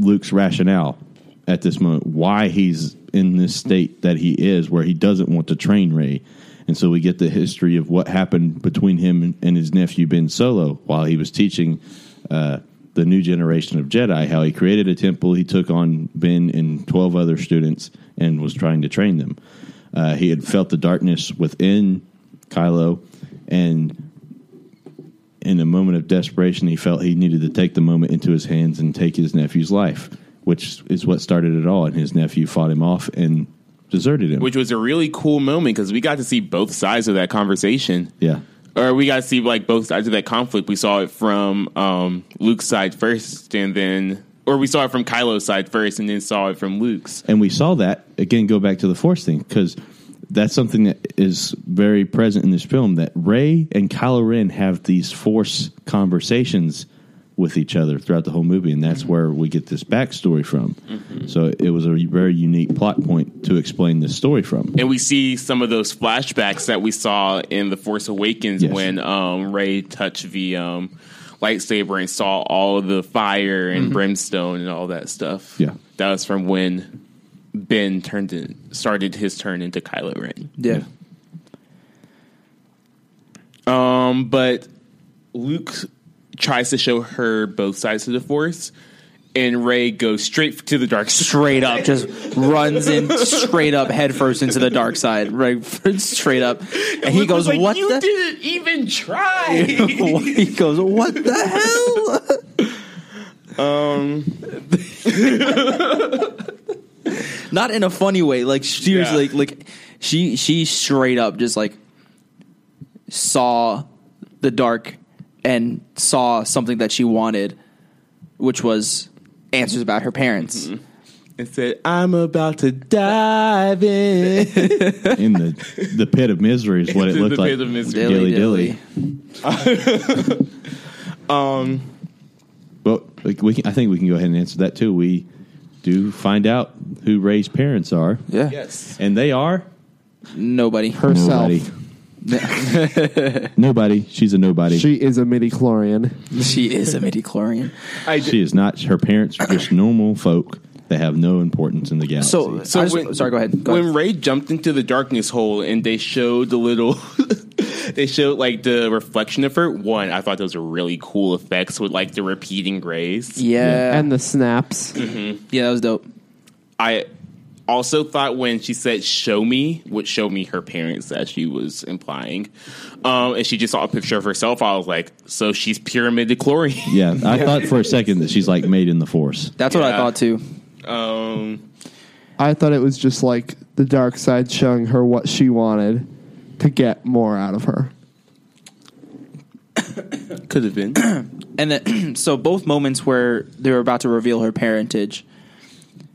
Speaker 3: Luke's rationale at this moment why he's in this state that he is, where he doesn't want to train Ray, and so we get the history of what happened between him and, and his nephew Ben Solo while he was teaching. Uh, the new generation of Jedi, how he created a temple, he took on Ben and 12 other students and was trying to train them. Uh, he had felt the darkness within Kylo and in a moment of desperation, he felt he needed to take the moment into his hands and take his nephew's life, which is what started it all. And his nephew fought him off and deserted him.
Speaker 4: which was a really cool moment because we got to see both sides of that conversation.
Speaker 3: yeah,
Speaker 4: Or we got to see like both sides of that conflict. We saw it from um, Luke's side first, and then, or we saw it from Kylo's side first, and then saw it from Luke's.
Speaker 3: and we saw that again. Go back to the force thing because that's something that is very present in this film. That Ray and Kylo Ren have these force conversations with each other throughout the whole movie, and that's where we get this backstory from. So it was a very unique plot point to explain this story from.
Speaker 4: And we see some of those flashbacks that we saw in The Force Awakens
Speaker 3: Yes.
Speaker 4: when um, Ray touched the um, lightsaber and saw all of the fire and
Speaker 1: Mm-hmm.
Speaker 4: brimstone and all that stuff.
Speaker 3: Yeah.
Speaker 4: That was from when Ben turned in, started his turn into Kylo Ren.
Speaker 1: yeah.
Speaker 4: Um, but Luke tries to show her both sides of the Force, and Ray goes straight to the dark side.
Speaker 1: Straight up, just runs in straight up headfirst into the dark side, right? Straight up, and he
Speaker 4: Luke was
Speaker 1: goes,
Speaker 4: like,
Speaker 1: "What
Speaker 4: You
Speaker 1: the?"
Speaker 4: didn't even try.
Speaker 1: he goes, "What the hell?" Um, not in a funny way. Like seriously,
Speaker 4: Yeah.
Speaker 1: like, like she she straight up just like saw the dark and saw something that she wanted, which was answers about her parents.
Speaker 4: Mm-hmm. and said, "I'm about to dive in."
Speaker 3: in the the pit of misery is what it
Speaker 4: Into
Speaker 3: looked
Speaker 4: the
Speaker 3: like.
Speaker 4: pit of misery.
Speaker 1: Dilly
Speaker 3: Dilly
Speaker 1: dilly.
Speaker 3: dilly. Well, like we can, I think we can go ahead and answer that too. We do find out who Ray's parents are,
Speaker 1: Yeah.
Speaker 4: Yes.
Speaker 3: and they are
Speaker 1: Nobody.
Speaker 2: herself.
Speaker 3: Nobody. nobody. She's a nobody. She,
Speaker 2: She is a midi chlorian.
Speaker 1: she is a midichlorian.
Speaker 4: I did.
Speaker 3: is not. Her parents are just normal folk. They have no importance in the galaxy.
Speaker 1: So,
Speaker 4: So
Speaker 1: I just-
Speaker 4: when-
Speaker 1: sorry. Go ahead. Go
Speaker 4: when
Speaker 1: ahead.
Speaker 4: Ray jumped into the darkness hole and they showed the little, they showed like the reflection of her. One, I thought those were really cool effects with like the repeating grays.
Speaker 1: yeah.
Speaker 2: And the snaps.
Speaker 1: yeah, that was dope.
Speaker 4: I also thought when she said "show me," would show me her parents that she was implying, um, and she just saw a picture of herself. I was like, so she's pyramid chlorine.
Speaker 3: yeah, I thought for a second that she's like made in the force.
Speaker 1: That's what I
Speaker 4: Yeah.
Speaker 1: thought too.
Speaker 4: Um,
Speaker 2: I thought it was just like the dark side showing her what she wanted to get more out of her.
Speaker 4: could have been.
Speaker 1: And then, so both moments where they were about to reveal her parentage,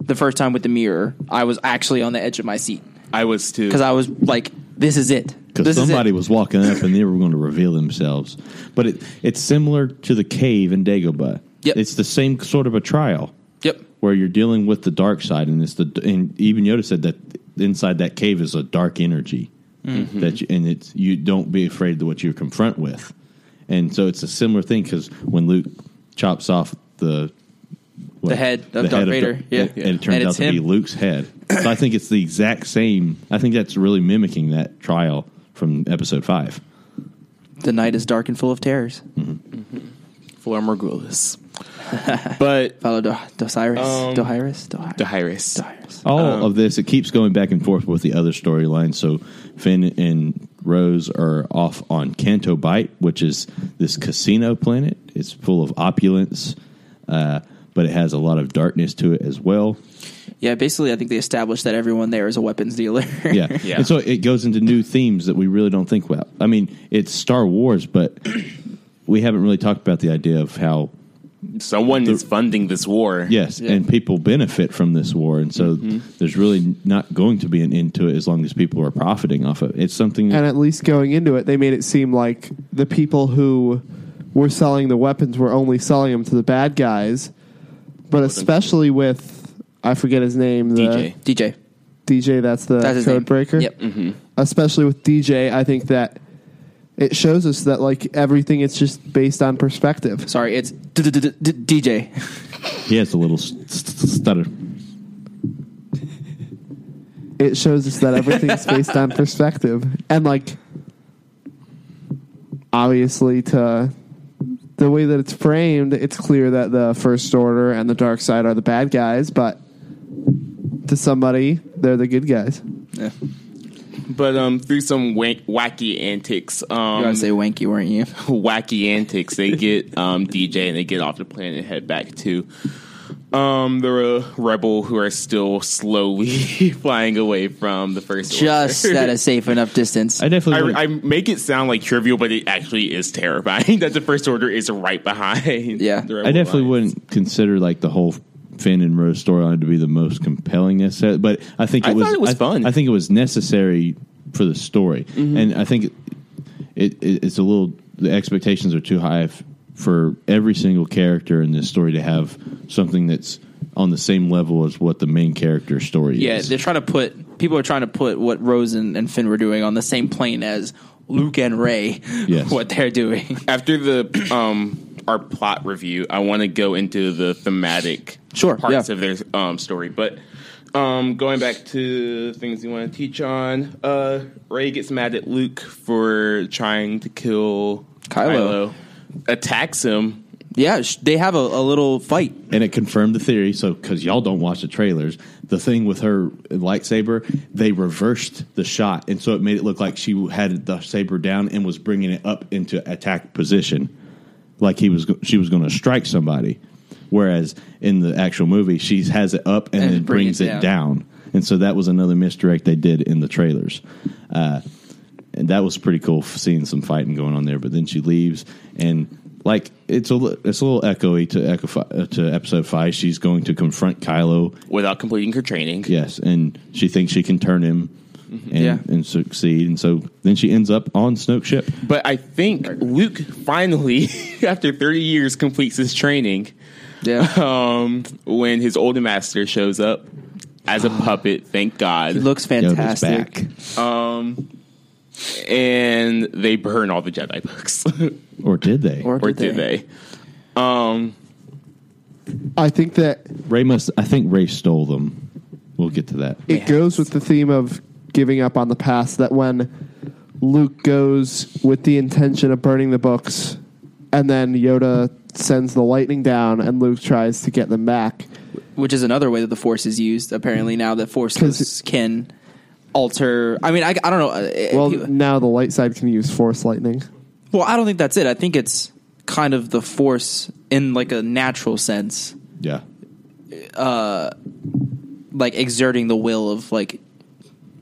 Speaker 1: the first time with the mirror, I was actually on the edge of my seat
Speaker 4: I was too.
Speaker 1: because I was like, "This is it."
Speaker 3: because
Speaker 1: This is it.
Speaker 3: somebody was walking up and they were going to reveal themselves. But it, it's similar to the cave in Dagobah.
Speaker 1: Yep.
Speaker 3: It's the same sort of a trial
Speaker 1: Yep.
Speaker 3: where you're dealing with the dark side, and it's the and even Yoda said that inside that cave is a dark energy
Speaker 1: Mm-hmm.
Speaker 3: that you, and it's you don't be afraid of what you confront with, and so it's a similar thing because when Luke chops off the what-
Speaker 1: The head of Darth Vader.
Speaker 3: Dar-
Speaker 1: Yeah.
Speaker 3: and it turns
Speaker 1: And
Speaker 3: out
Speaker 1: it's
Speaker 3: to be
Speaker 1: him.
Speaker 3: Luke's head. So I think it's the exact same. I think that's really mimicking that trial from Episode Five.
Speaker 1: The night is dark and full of terrors.
Speaker 4: Flor Morgulis. but
Speaker 1: Follow Do- Dosiris.
Speaker 4: Um,
Speaker 1: Dohiris. Dohiris.
Speaker 4: Dahiris.
Speaker 1: Dohiris.
Speaker 3: All of this, it keeps going back and forth with the other storyline. So Finn and Rose are off on Canto Bight, which is this casino planet. It's full of opulence, uh, but it has a lot of darkness to it as well.
Speaker 1: Yeah, basically, I think they established that everyone there is a weapons dealer.
Speaker 3: Yeah.
Speaker 4: Yeah.
Speaker 3: And so it goes into new themes that we really don't think about. I mean, it's Star Wars, but we haven't really talked about the idea of how
Speaker 4: Someone is funding this war.
Speaker 3: Yes,
Speaker 1: Yeah.
Speaker 3: and people benefit from this war, and so there's really not going to be an end to it as long as people are profiting off of it. It's something.
Speaker 2: And at least going into it, they made it seem like the people who were selling the weapons were only selling them to the bad guys. But especially with, I forget his name, the
Speaker 4: DJ.
Speaker 1: DJ.
Speaker 2: DJ, that's the
Speaker 1: That's his
Speaker 2: code
Speaker 1: name.
Speaker 2: breaker.
Speaker 1: Yep.
Speaker 4: Mm-hmm.
Speaker 2: Especially with DJ, I think that it shows us that like everything it's just based on perspective.
Speaker 1: Sorry, it's d- d- d- d- DJ.
Speaker 3: he has a little st- st- stutter.
Speaker 2: it shows us that everything's based on perspective and like obviously to the way that it's framed it's clear that the first order and the dark side are the bad guys but to somebody they're the good guys
Speaker 1: Yeah.
Speaker 4: But um, through some wank- wacky antics,
Speaker 1: You gotta
Speaker 4: um,
Speaker 1: say wanky, weren't you?
Speaker 4: wacky antics, they get um, DJ and they get off the planet and head back to um, the re- rebel who are still slowly flying away from the first. Order.
Speaker 1: Just at a safe enough distance.
Speaker 3: I definitely.
Speaker 4: I, I make it sound like trivial, but it actually is terrifying that the first order is right behind.
Speaker 1: Yeah.
Speaker 4: the
Speaker 3: I
Speaker 4: rebel
Speaker 3: definitely
Speaker 4: lines.
Speaker 3: wouldn't consider like the whole Finn and Rose storyline to be the most compelling necessarily, but I think it
Speaker 4: I
Speaker 3: was,
Speaker 4: thought it was
Speaker 3: I,
Speaker 4: fun. Mm-hmm.
Speaker 3: I think it was necessary for the story, and I think it, it, it's a little the expectations are too high f- for every single character in this story to have something that's on the same level as what the main character story
Speaker 1: yeah,
Speaker 3: is.
Speaker 1: they're trying to put people are trying to put what Rose and, and Finn were doing on the same plane as Luke and Ray.
Speaker 3: Yes.
Speaker 1: What they're doing.
Speaker 4: After the um, our plot review, I want to go into the thematic
Speaker 1: Sure,
Speaker 4: parts
Speaker 1: yeah.
Speaker 4: of their um, story. But um, going back to things you want to teach on, uh, Ray gets mad at Luke for trying to kill
Speaker 1: Kylo.
Speaker 4: Kylo, attacks him.
Speaker 1: Yeah, sh- they have a, a little fight.
Speaker 3: and it confirmed the theory. So, because y'all don't watch the trailers, the thing with her lightsaber, they reversed the shot, and so it made it look like she had the saber down and was bringing it up into attack position, like he was go- she was going to strike somebody. Whereas in the actual movie, she has it up and,
Speaker 1: And
Speaker 3: then
Speaker 1: bring
Speaker 3: brings
Speaker 1: it
Speaker 3: it
Speaker 1: down.
Speaker 3: down. and so that was another misdirect they did in the trailers. Uh, and that was pretty cool f- seeing some fighting going on there. But then she leaves, and like it's a li- it's a little echoey to echo fi- uh, to episode five. She's going to confront Kylo,
Speaker 4: Without completing her training,
Speaker 3: yes, and she thinks she can turn him and,
Speaker 1: Mm-hmm. Yeah.
Speaker 3: and succeed. And so then she ends up on Snoke's ship.
Speaker 4: but I think Luke finally, after thirty years, completes his training.
Speaker 1: Yeah.
Speaker 4: Um, when his older master shows up as a puppet, thank God.
Speaker 1: He looks
Speaker 3: Yoda's
Speaker 1: fantastic.
Speaker 3: back.
Speaker 4: and they burn all the Jedi books.
Speaker 3: Or did they?
Speaker 1: Or-
Speaker 3: Or
Speaker 4: or did they?
Speaker 2: I think that
Speaker 3: Ray must. I think Ray stole them. We'll get to that.
Speaker 2: it goes with the theme of giving up on the past that when Luke goes with the intention of burning the books and then Yoda sends the lightning down and Luke tries to get them back.
Speaker 1: which is another way that the force is used apparently now that force
Speaker 2: 'Cause-
Speaker 1: ghosts can alter i mean i, I don't know uh, uh,
Speaker 2: Well,
Speaker 1: he-
Speaker 2: now the light side can use force lightning.
Speaker 1: well i don't think that's it i think it's kind of the force in like a natural sense
Speaker 3: Yeah.
Speaker 1: like exerting the will of like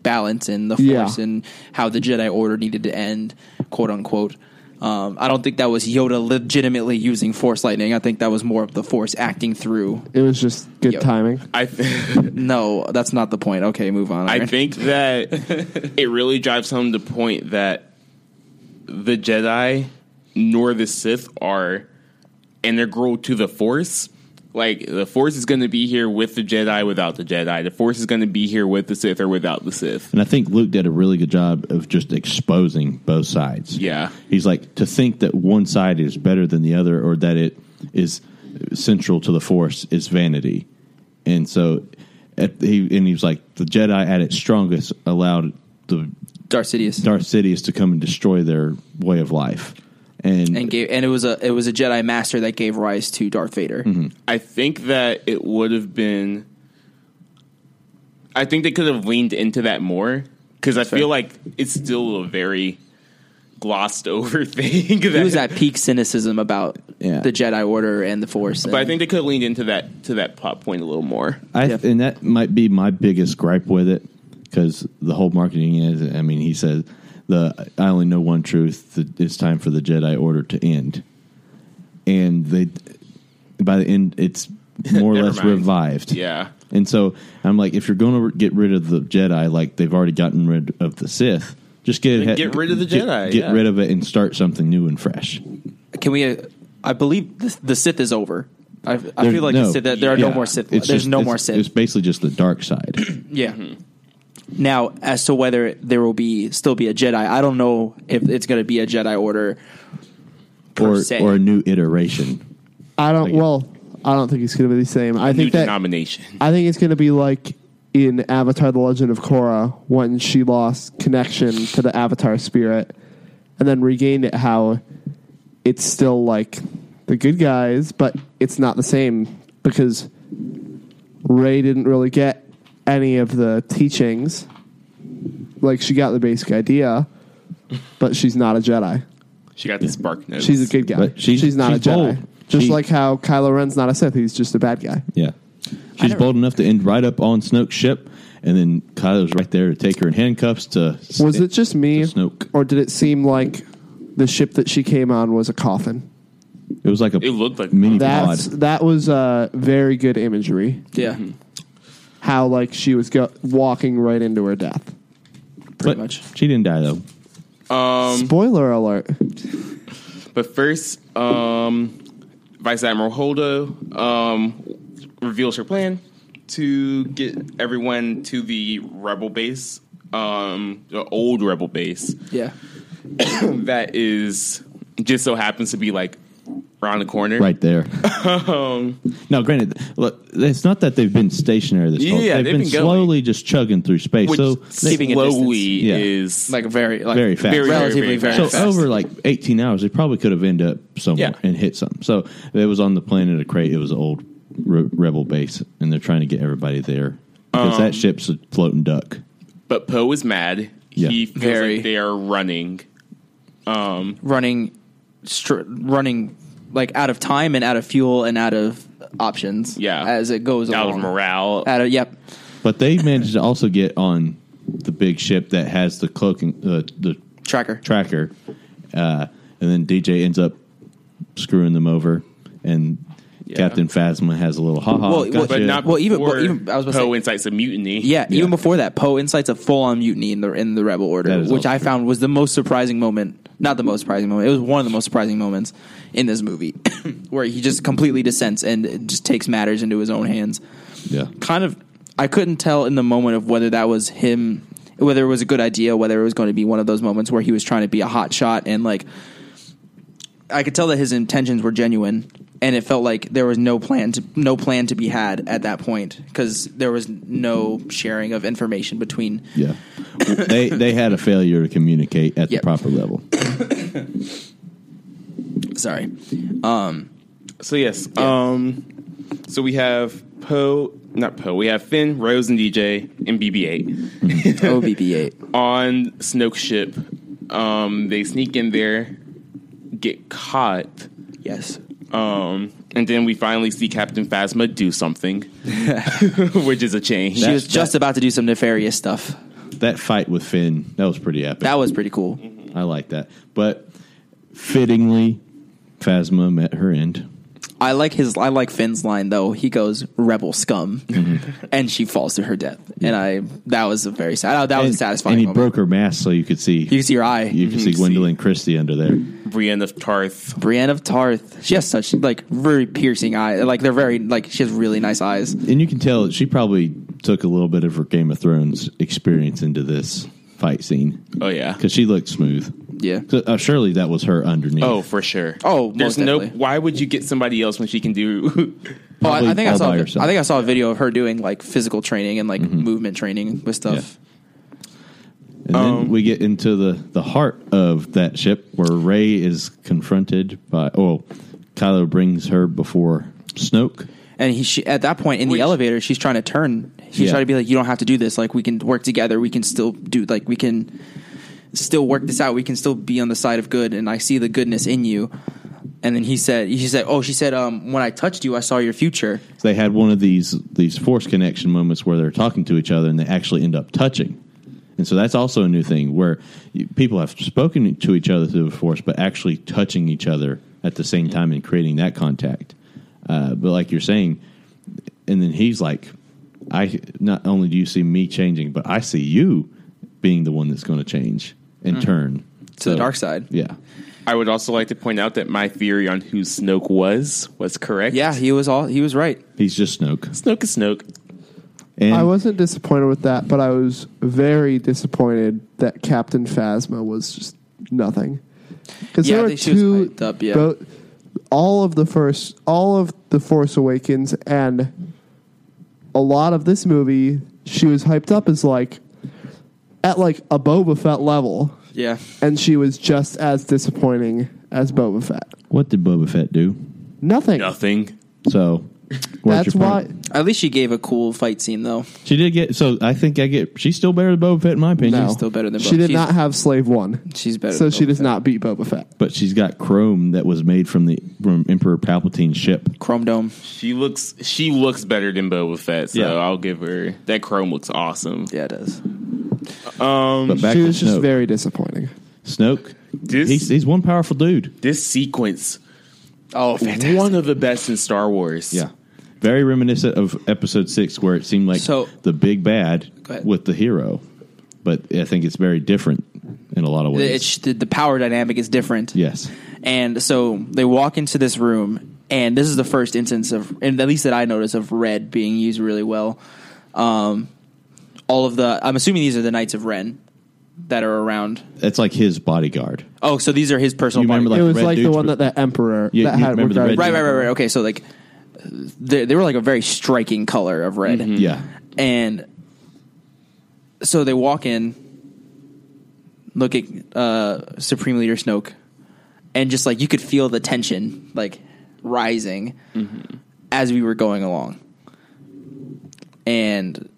Speaker 1: balance and the force
Speaker 2: Yeah.
Speaker 1: and how the jedi order needed to end quote unquote um, i don't think that was yoda legitimately using force lightning i think that was more of the force acting through
Speaker 2: It was just good
Speaker 1: Yo-
Speaker 2: timing.
Speaker 4: I th-
Speaker 1: no that's not the point okay move on
Speaker 4: I
Speaker 1: Aaron.
Speaker 4: think that it really drives home the point that the Jedi nor the Sith are integral to the Force. Like the Force is going to be here with the Jedi, without the Jedi. The Force is going to be here with the Sith or without the Sith.
Speaker 3: And I think Luke did a really good job of just exposing both sides.
Speaker 4: Yeah.
Speaker 3: He's like, to think that one side is better than the other or that it is central to the Force is vanity. And so, at, he, and he was like, the Jedi at its strongest allowed the
Speaker 1: darth sidious
Speaker 3: Darth Sidious to come and destroy their way of life. And,
Speaker 1: and gave and it was a it was a Jedi master that gave rise to Darth Vader.
Speaker 3: Mm-hmm.
Speaker 4: I think that it would have been. I think they could have leaned into that more because I feel like it's still a very glossed over thing. That,
Speaker 1: He was at peak cynicism about
Speaker 3: Yeah.
Speaker 1: the Jedi Order and the Force.
Speaker 4: but I think they could have leaned into that to that plot point a little more.
Speaker 3: I
Speaker 1: Yeah.
Speaker 3: and that might be my biggest gripe with it because the whole marketing is. I mean, he says the I only know one truth. That it's time for the Jedi Order to end, and they by the end it's more or
Speaker 4: Never
Speaker 3: less
Speaker 4: mind.
Speaker 3: revived.
Speaker 4: Yeah,
Speaker 3: And so I'm like, if you're going to get rid of the Jedi, like they've already gotten rid of the Sith, just get
Speaker 4: Then get rid of the
Speaker 3: get-
Speaker 4: Jedi,
Speaker 3: get
Speaker 4: yeah.
Speaker 3: rid of it, and start something new and fresh.
Speaker 1: can we? Uh, I believe the, the Sith is over. I, I
Speaker 3: There-
Speaker 1: feel like
Speaker 3: no.
Speaker 1: the Sith, that there are no
Speaker 3: Yeah.
Speaker 1: more Sith.
Speaker 3: It's
Speaker 1: There's
Speaker 3: just-
Speaker 1: no
Speaker 3: it's-
Speaker 1: more Sith.
Speaker 3: It's basically just the dark side.
Speaker 1: Yeah. Now, as to whether there will be still be a Jedi, I don't know if it's going to be a Jedi Order per
Speaker 3: or,
Speaker 1: se.
Speaker 3: or a new iteration.
Speaker 2: I don't.
Speaker 3: Like-
Speaker 2: Well, I don't think it's going to be the same. I
Speaker 4: new
Speaker 2: think that
Speaker 4: denomination.
Speaker 2: I think it's going to be like in Avatar: The Legend of Korra when she lost connection to the Avatar spirit and then regained it. How it's still like the good guys, but it's not the same because Ray didn't really get any of the teachings. Like she got the basic idea, but she's not a Jedi.
Speaker 4: She got the spark notes.
Speaker 2: She's a good guy.
Speaker 3: But
Speaker 2: she's,
Speaker 3: she's-
Speaker 2: not
Speaker 3: she's
Speaker 2: a Jedi.
Speaker 3: bold.
Speaker 2: Just
Speaker 3: She-
Speaker 2: like how Kylo Ren's not a Sith, he's just a bad guy.
Speaker 3: Yeah. She's
Speaker 1: never-
Speaker 3: bold enough to end right up on Snoke's ship, and then Kylo's right there to take her in handcuffs to.
Speaker 2: Was it just me,
Speaker 3: to Snoke?
Speaker 2: or did it seem like the ship that she came on was a coffin?
Speaker 3: It was like a.
Speaker 4: It looked like-
Speaker 3: mini
Speaker 2: That's
Speaker 3: pod.
Speaker 2: that was uh, very good imagery.
Speaker 1: yeah,
Speaker 2: How like she was go- walking right into her death.
Speaker 1: pretty
Speaker 3: But
Speaker 1: much.
Speaker 3: She didn't die though.
Speaker 2: Spoiler alert.
Speaker 4: But first, um, Vice Admiral Holdo um, reveals her plan to get everyone to the rebel base, um, the old rebel base
Speaker 1: Yeah.
Speaker 4: that is just so happens to be like around the corner.
Speaker 3: Right there.
Speaker 4: Um,
Speaker 3: now, granted, look, it's not that they've been stationary this whole.
Speaker 4: Yeah,
Speaker 3: they've,
Speaker 4: they've
Speaker 3: been,
Speaker 4: been going.
Speaker 3: slowly just chugging through space.
Speaker 4: Which
Speaker 3: so
Speaker 1: Keeping a
Speaker 4: slowly
Speaker 3: distance. Yeah.
Speaker 4: is
Speaker 1: Like very, like
Speaker 3: very fast.
Speaker 4: very,
Speaker 1: relatively
Speaker 4: very, very
Speaker 3: so
Speaker 1: fast.
Speaker 3: over like 18 hours, they probably could have ended up somewhere
Speaker 4: Yeah.
Speaker 3: and hit something. So it was on the planet of Crate. It was an old re- rebel base, and they're trying to get everybody there because
Speaker 4: Um,
Speaker 3: that ship's a floating duck.
Speaker 4: but Poe is mad.
Speaker 3: Yeah.
Speaker 4: He feels
Speaker 1: Very.
Speaker 4: like they are running.
Speaker 1: running, str- running like out of time and out of fuel and out of options.
Speaker 4: Yeah.
Speaker 1: as it goes
Speaker 4: Out of
Speaker 1: along.
Speaker 4: morale.
Speaker 1: Out of yep.
Speaker 3: But they managed to also get on the big ship that has the cloaking, uh, the
Speaker 1: Tracker.
Speaker 3: tracker, uh, and then DJ ends up screwing them over, and Captain Phasma has a little ha ha.
Speaker 1: Well, well,
Speaker 3: gotcha.
Speaker 4: but not
Speaker 1: Well, even-
Speaker 4: before
Speaker 1: but even- I was gonna
Speaker 4: Poe
Speaker 1: say-
Speaker 4: incites a mutiny.
Speaker 1: Yeah, even before that, Poe incites a full on mutiny in the in the Rebel Order,
Speaker 3: That is
Speaker 1: which
Speaker 3: also
Speaker 1: I
Speaker 3: true.
Speaker 1: found was the most surprising moment. Not the most surprising moment. It was one of the most surprising moments in this movie, where he just completely dissents and just takes matters into his own hands.
Speaker 3: yeah.
Speaker 1: Kind of, I couldn't tell in the moment of whether that was him, whether it was a good idea, whether it was going to be one of those moments where he was trying to be a hot shot and like. I could tell that his intentions were genuine, and it felt like there was no plan to no plan to be had at that point because there was no sharing of information between.
Speaker 3: Yeah. they they had a failure to communicate at
Speaker 1: Yep.
Speaker 3: the proper level.
Speaker 1: Sorry,
Speaker 4: So yes. Um. So we have Poe, not Poe. We have Finn, Rose, and DJ, and BB-8
Speaker 1: OBB8.
Speaker 4: on Snoke's ship. Um. They sneak in there, get caught.
Speaker 1: Yes,
Speaker 4: Um. And then we finally see Captain Phasma do something, which is a change.
Speaker 1: she
Speaker 3: That-
Speaker 1: was just about to do some nefarious stuff.
Speaker 3: That fight with Finn, that was pretty epic.
Speaker 1: That was pretty cool.
Speaker 3: I like that. But fittingly, Phasma met her end.
Speaker 1: I like his. I like Finn's line though. He goes "rebel scum,"
Speaker 3: Mm-hmm.
Speaker 1: and she falls to her death. And I that was a very sad. That was
Speaker 3: and,
Speaker 1: a satisfying.
Speaker 3: And he
Speaker 1: moment.
Speaker 3: broke her mask so you could see
Speaker 1: You can see Mm-hmm. her eye.
Speaker 3: you could see Gwendolyn Christie under there.
Speaker 4: Brienne of Tarth.
Speaker 1: Brienne of Tarth. She has such like very piercing eyes. Like they're very like she has really nice eyes.
Speaker 3: And you can tell she probably took a little bit of her Game of Thrones experience into this fight scene
Speaker 4: Oh yeah.
Speaker 3: because she looked smooth.
Speaker 1: Yeah.
Speaker 3: So, uh, surely that was her underneath.
Speaker 4: Oh, for sure.
Speaker 1: Oh, most
Speaker 4: there's no.
Speaker 1: definitely.
Speaker 4: Why would you get somebody else when she can do?
Speaker 1: Oh, I, I think I
Speaker 3: all
Speaker 1: saw.
Speaker 3: by
Speaker 1: I
Speaker 3: herself. Mm-hmm.
Speaker 1: think I saw a video of her doing like physical training and like movement training with stuff.
Speaker 3: And then we get into the, the heart of that ship where Ray is confronted by oh Kylo brings her before Snoke.
Speaker 1: And he she, at that point in the
Speaker 4: Which-
Speaker 1: elevator, she's trying to turn. She's
Speaker 3: Yeah.
Speaker 1: trying to be like, "You don't have to do this. Like we can work together. We can still do like we can still work this out. We can still be on the side of good." And I see the goodness in you. And then he said, "She said, oh, she said, um, when I touched you, I saw your future."
Speaker 3: So they had one of these these force connection moments where they're talking to each other and they actually end up touching. And so that's also a new thing where you, people have spoken to each other through the force, but actually touching each other at the same time and creating that contact. Uh, but like you're saying, and then he's like, "I not only do you see me changing, but I see you being the one that's going to change and turn
Speaker 1: Mm. To the dark side.
Speaker 3: Yeah,
Speaker 4: I would also like to point out that my theory on who Snoke was was correct.
Speaker 1: Yeah, he was all he was right.
Speaker 3: he's just Snoke.
Speaker 4: Snoke is Snoke.
Speaker 3: And
Speaker 2: I wasn't disappointed with that, but I was very disappointed that Captain Phasma was just nothing. Because
Speaker 1: Yeah, I
Speaker 2: there were
Speaker 1: think she was
Speaker 2: two,
Speaker 1: hyped up, yeah.
Speaker 2: bo- all of the first, all of the Force Awakens, and a lot of this movie, she was hyped up as like at like a Boba Fett level,
Speaker 1: Yeah.
Speaker 2: and she was just as disappointing as Boba Fett.
Speaker 3: what did Boba Fett do?
Speaker 2: Nothing.
Speaker 4: Nothing.
Speaker 3: So where's
Speaker 2: That's
Speaker 3: your point?
Speaker 2: why.
Speaker 1: At least she gave a cool fight scene, though.
Speaker 3: She did get so I think I get she's still better than Boba Fett in my opinion.
Speaker 2: No,
Speaker 1: still better than
Speaker 2: she
Speaker 1: Boba-
Speaker 2: did
Speaker 1: she's-
Speaker 2: not have Slave One.
Speaker 1: She's better
Speaker 2: so
Speaker 1: than
Speaker 2: she
Speaker 1: Boba
Speaker 2: does
Speaker 1: Fett.
Speaker 2: not beat Boba Fett.
Speaker 3: But she's got chrome that was made from the from Emperor Palpatine's ship.
Speaker 1: Chrome Dome.
Speaker 4: She looks she looks better than Boba Fett, so
Speaker 3: Yeah.
Speaker 4: I'll give her that chrome looks awesome.
Speaker 1: Yeah, it does.
Speaker 3: But back
Speaker 2: Um, she
Speaker 3: to
Speaker 2: was just
Speaker 3: Snoke.
Speaker 2: very disappointing.
Speaker 3: Snoke.
Speaker 4: This-
Speaker 3: he's, he's one powerful dude.
Speaker 4: This sequence Oh fantastic. One of the best in Star Wars.
Speaker 3: Very reminiscent of episode six where it seemed like
Speaker 1: So-
Speaker 3: the big bad
Speaker 1: Go ahead.
Speaker 3: with the hero. But I think it's very different in a lot of ways.
Speaker 1: It's, the, the power dynamic is different.
Speaker 3: yes.
Speaker 1: And so they walk into this room, and this is the first instance of, and at least that I notice of red being used really well. Um, all of the, I'm assuming these are the Knights of Ren that are around.
Speaker 3: That's like his bodyguard.
Speaker 1: Oh, so these are his personal.
Speaker 3: You remember,
Speaker 1: bodyguards.
Speaker 2: it was
Speaker 3: Like red
Speaker 2: like the
Speaker 3: dudes
Speaker 2: one
Speaker 3: with-
Speaker 2: that the emperor
Speaker 3: Yeah,
Speaker 2: that
Speaker 3: you
Speaker 2: had
Speaker 3: remember the
Speaker 2: regarded.
Speaker 3: red
Speaker 1: right, right, right, right. Okay, so like they, they were like a very striking color of red.
Speaker 3: Yeah.
Speaker 1: And so they walk in, look at uh, Supreme Leader Snoke, and just like you could feel the tension like rising
Speaker 3: Mm-hmm.
Speaker 1: as we were going along. And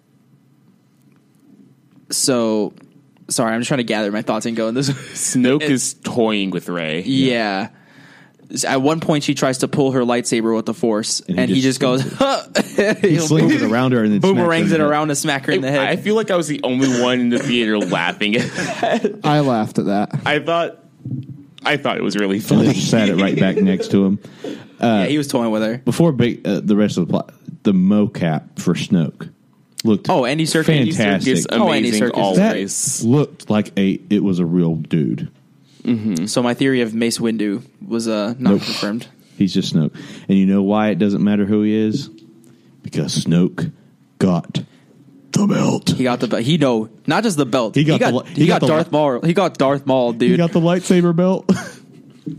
Speaker 1: so, sorry, I'm just trying to gather my thoughts and go in this.
Speaker 4: Snoke is toying with Ray.
Speaker 1: Yeah. At one point, she tries to pull her lightsaber with the force, and,
Speaker 3: And he
Speaker 1: he just
Speaker 3: just
Speaker 1: goes,
Speaker 3: He slings it around her and then
Speaker 1: boomerangs
Speaker 3: smacks her
Speaker 1: it
Speaker 3: in the-
Speaker 1: around to smack her in the
Speaker 4: I
Speaker 1: head.
Speaker 4: feel like I was the only one in the theater laughing at
Speaker 2: I laughed at that.
Speaker 4: I thought I thought it was really
Speaker 3: and
Speaker 4: funny.
Speaker 3: then she sat it right back next to him.
Speaker 1: yeah, he was toying with her.
Speaker 3: before big, uh, the rest of the plot, the mocap for Snoke looked
Speaker 1: Oh, Andy Serkis.
Speaker 3: Fantastic.
Speaker 4: Circus, amazing
Speaker 1: Oh, Andy Serkis.
Speaker 3: that
Speaker 4: always.
Speaker 3: looked like a it was a real dude.
Speaker 1: So my theory of Mace Windu was uh, not
Speaker 3: Nope.
Speaker 1: confirmed.
Speaker 3: He's just Snoke, and you know why it doesn't matter who he is because Snoke got the belt.
Speaker 1: He got the belt. He know not just the belt.
Speaker 3: He got the li-
Speaker 1: he,
Speaker 3: he
Speaker 1: got,
Speaker 3: got the
Speaker 1: Darth
Speaker 3: li-
Speaker 1: Maul. He got Darth Maul, dude.
Speaker 3: He got the lightsaber belt.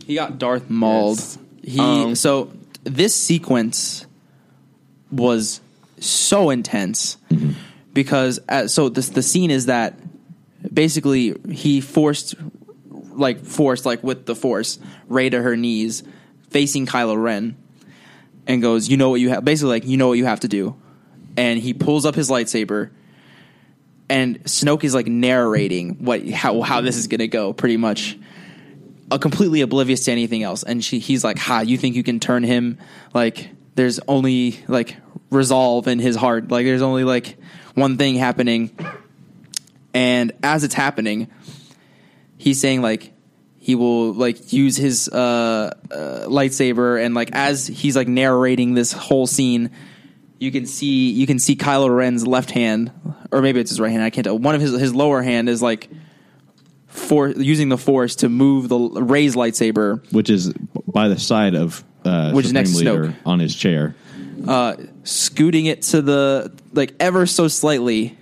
Speaker 1: He got Darth Mauled.
Speaker 4: Yes.
Speaker 1: He
Speaker 4: Um,
Speaker 1: so this sequence was so intense because uh so this the scene is that basically he forced like forced like with the force Ray to her knees facing Kylo Ren and goes you know what you have basically like you know what you have to do and he pulls up his lightsaber and Snoke is like narrating what how how this is going to go pretty much uh, completely oblivious to anything else. And she, he's like, "Ha, you think you can turn him? Like, there's only like resolve in his heart. Like, there's only like one thing happening." And as it's happening, he's saying like he will like use his uh, uh, lightsaber, and like as he's like narrating this whole scene, you can see you can see Kylo Ren's left hand, or maybe it's his right hand. I can't tell. One of his his lower hand is like for using the force to move the Ray's lightsaber.
Speaker 3: which is by the side of uh,
Speaker 1: Which is next to
Speaker 3: Leader
Speaker 1: Snoke.
Speaker 3: on his chair.
Speaker 1: scooting it to the like ever so slightly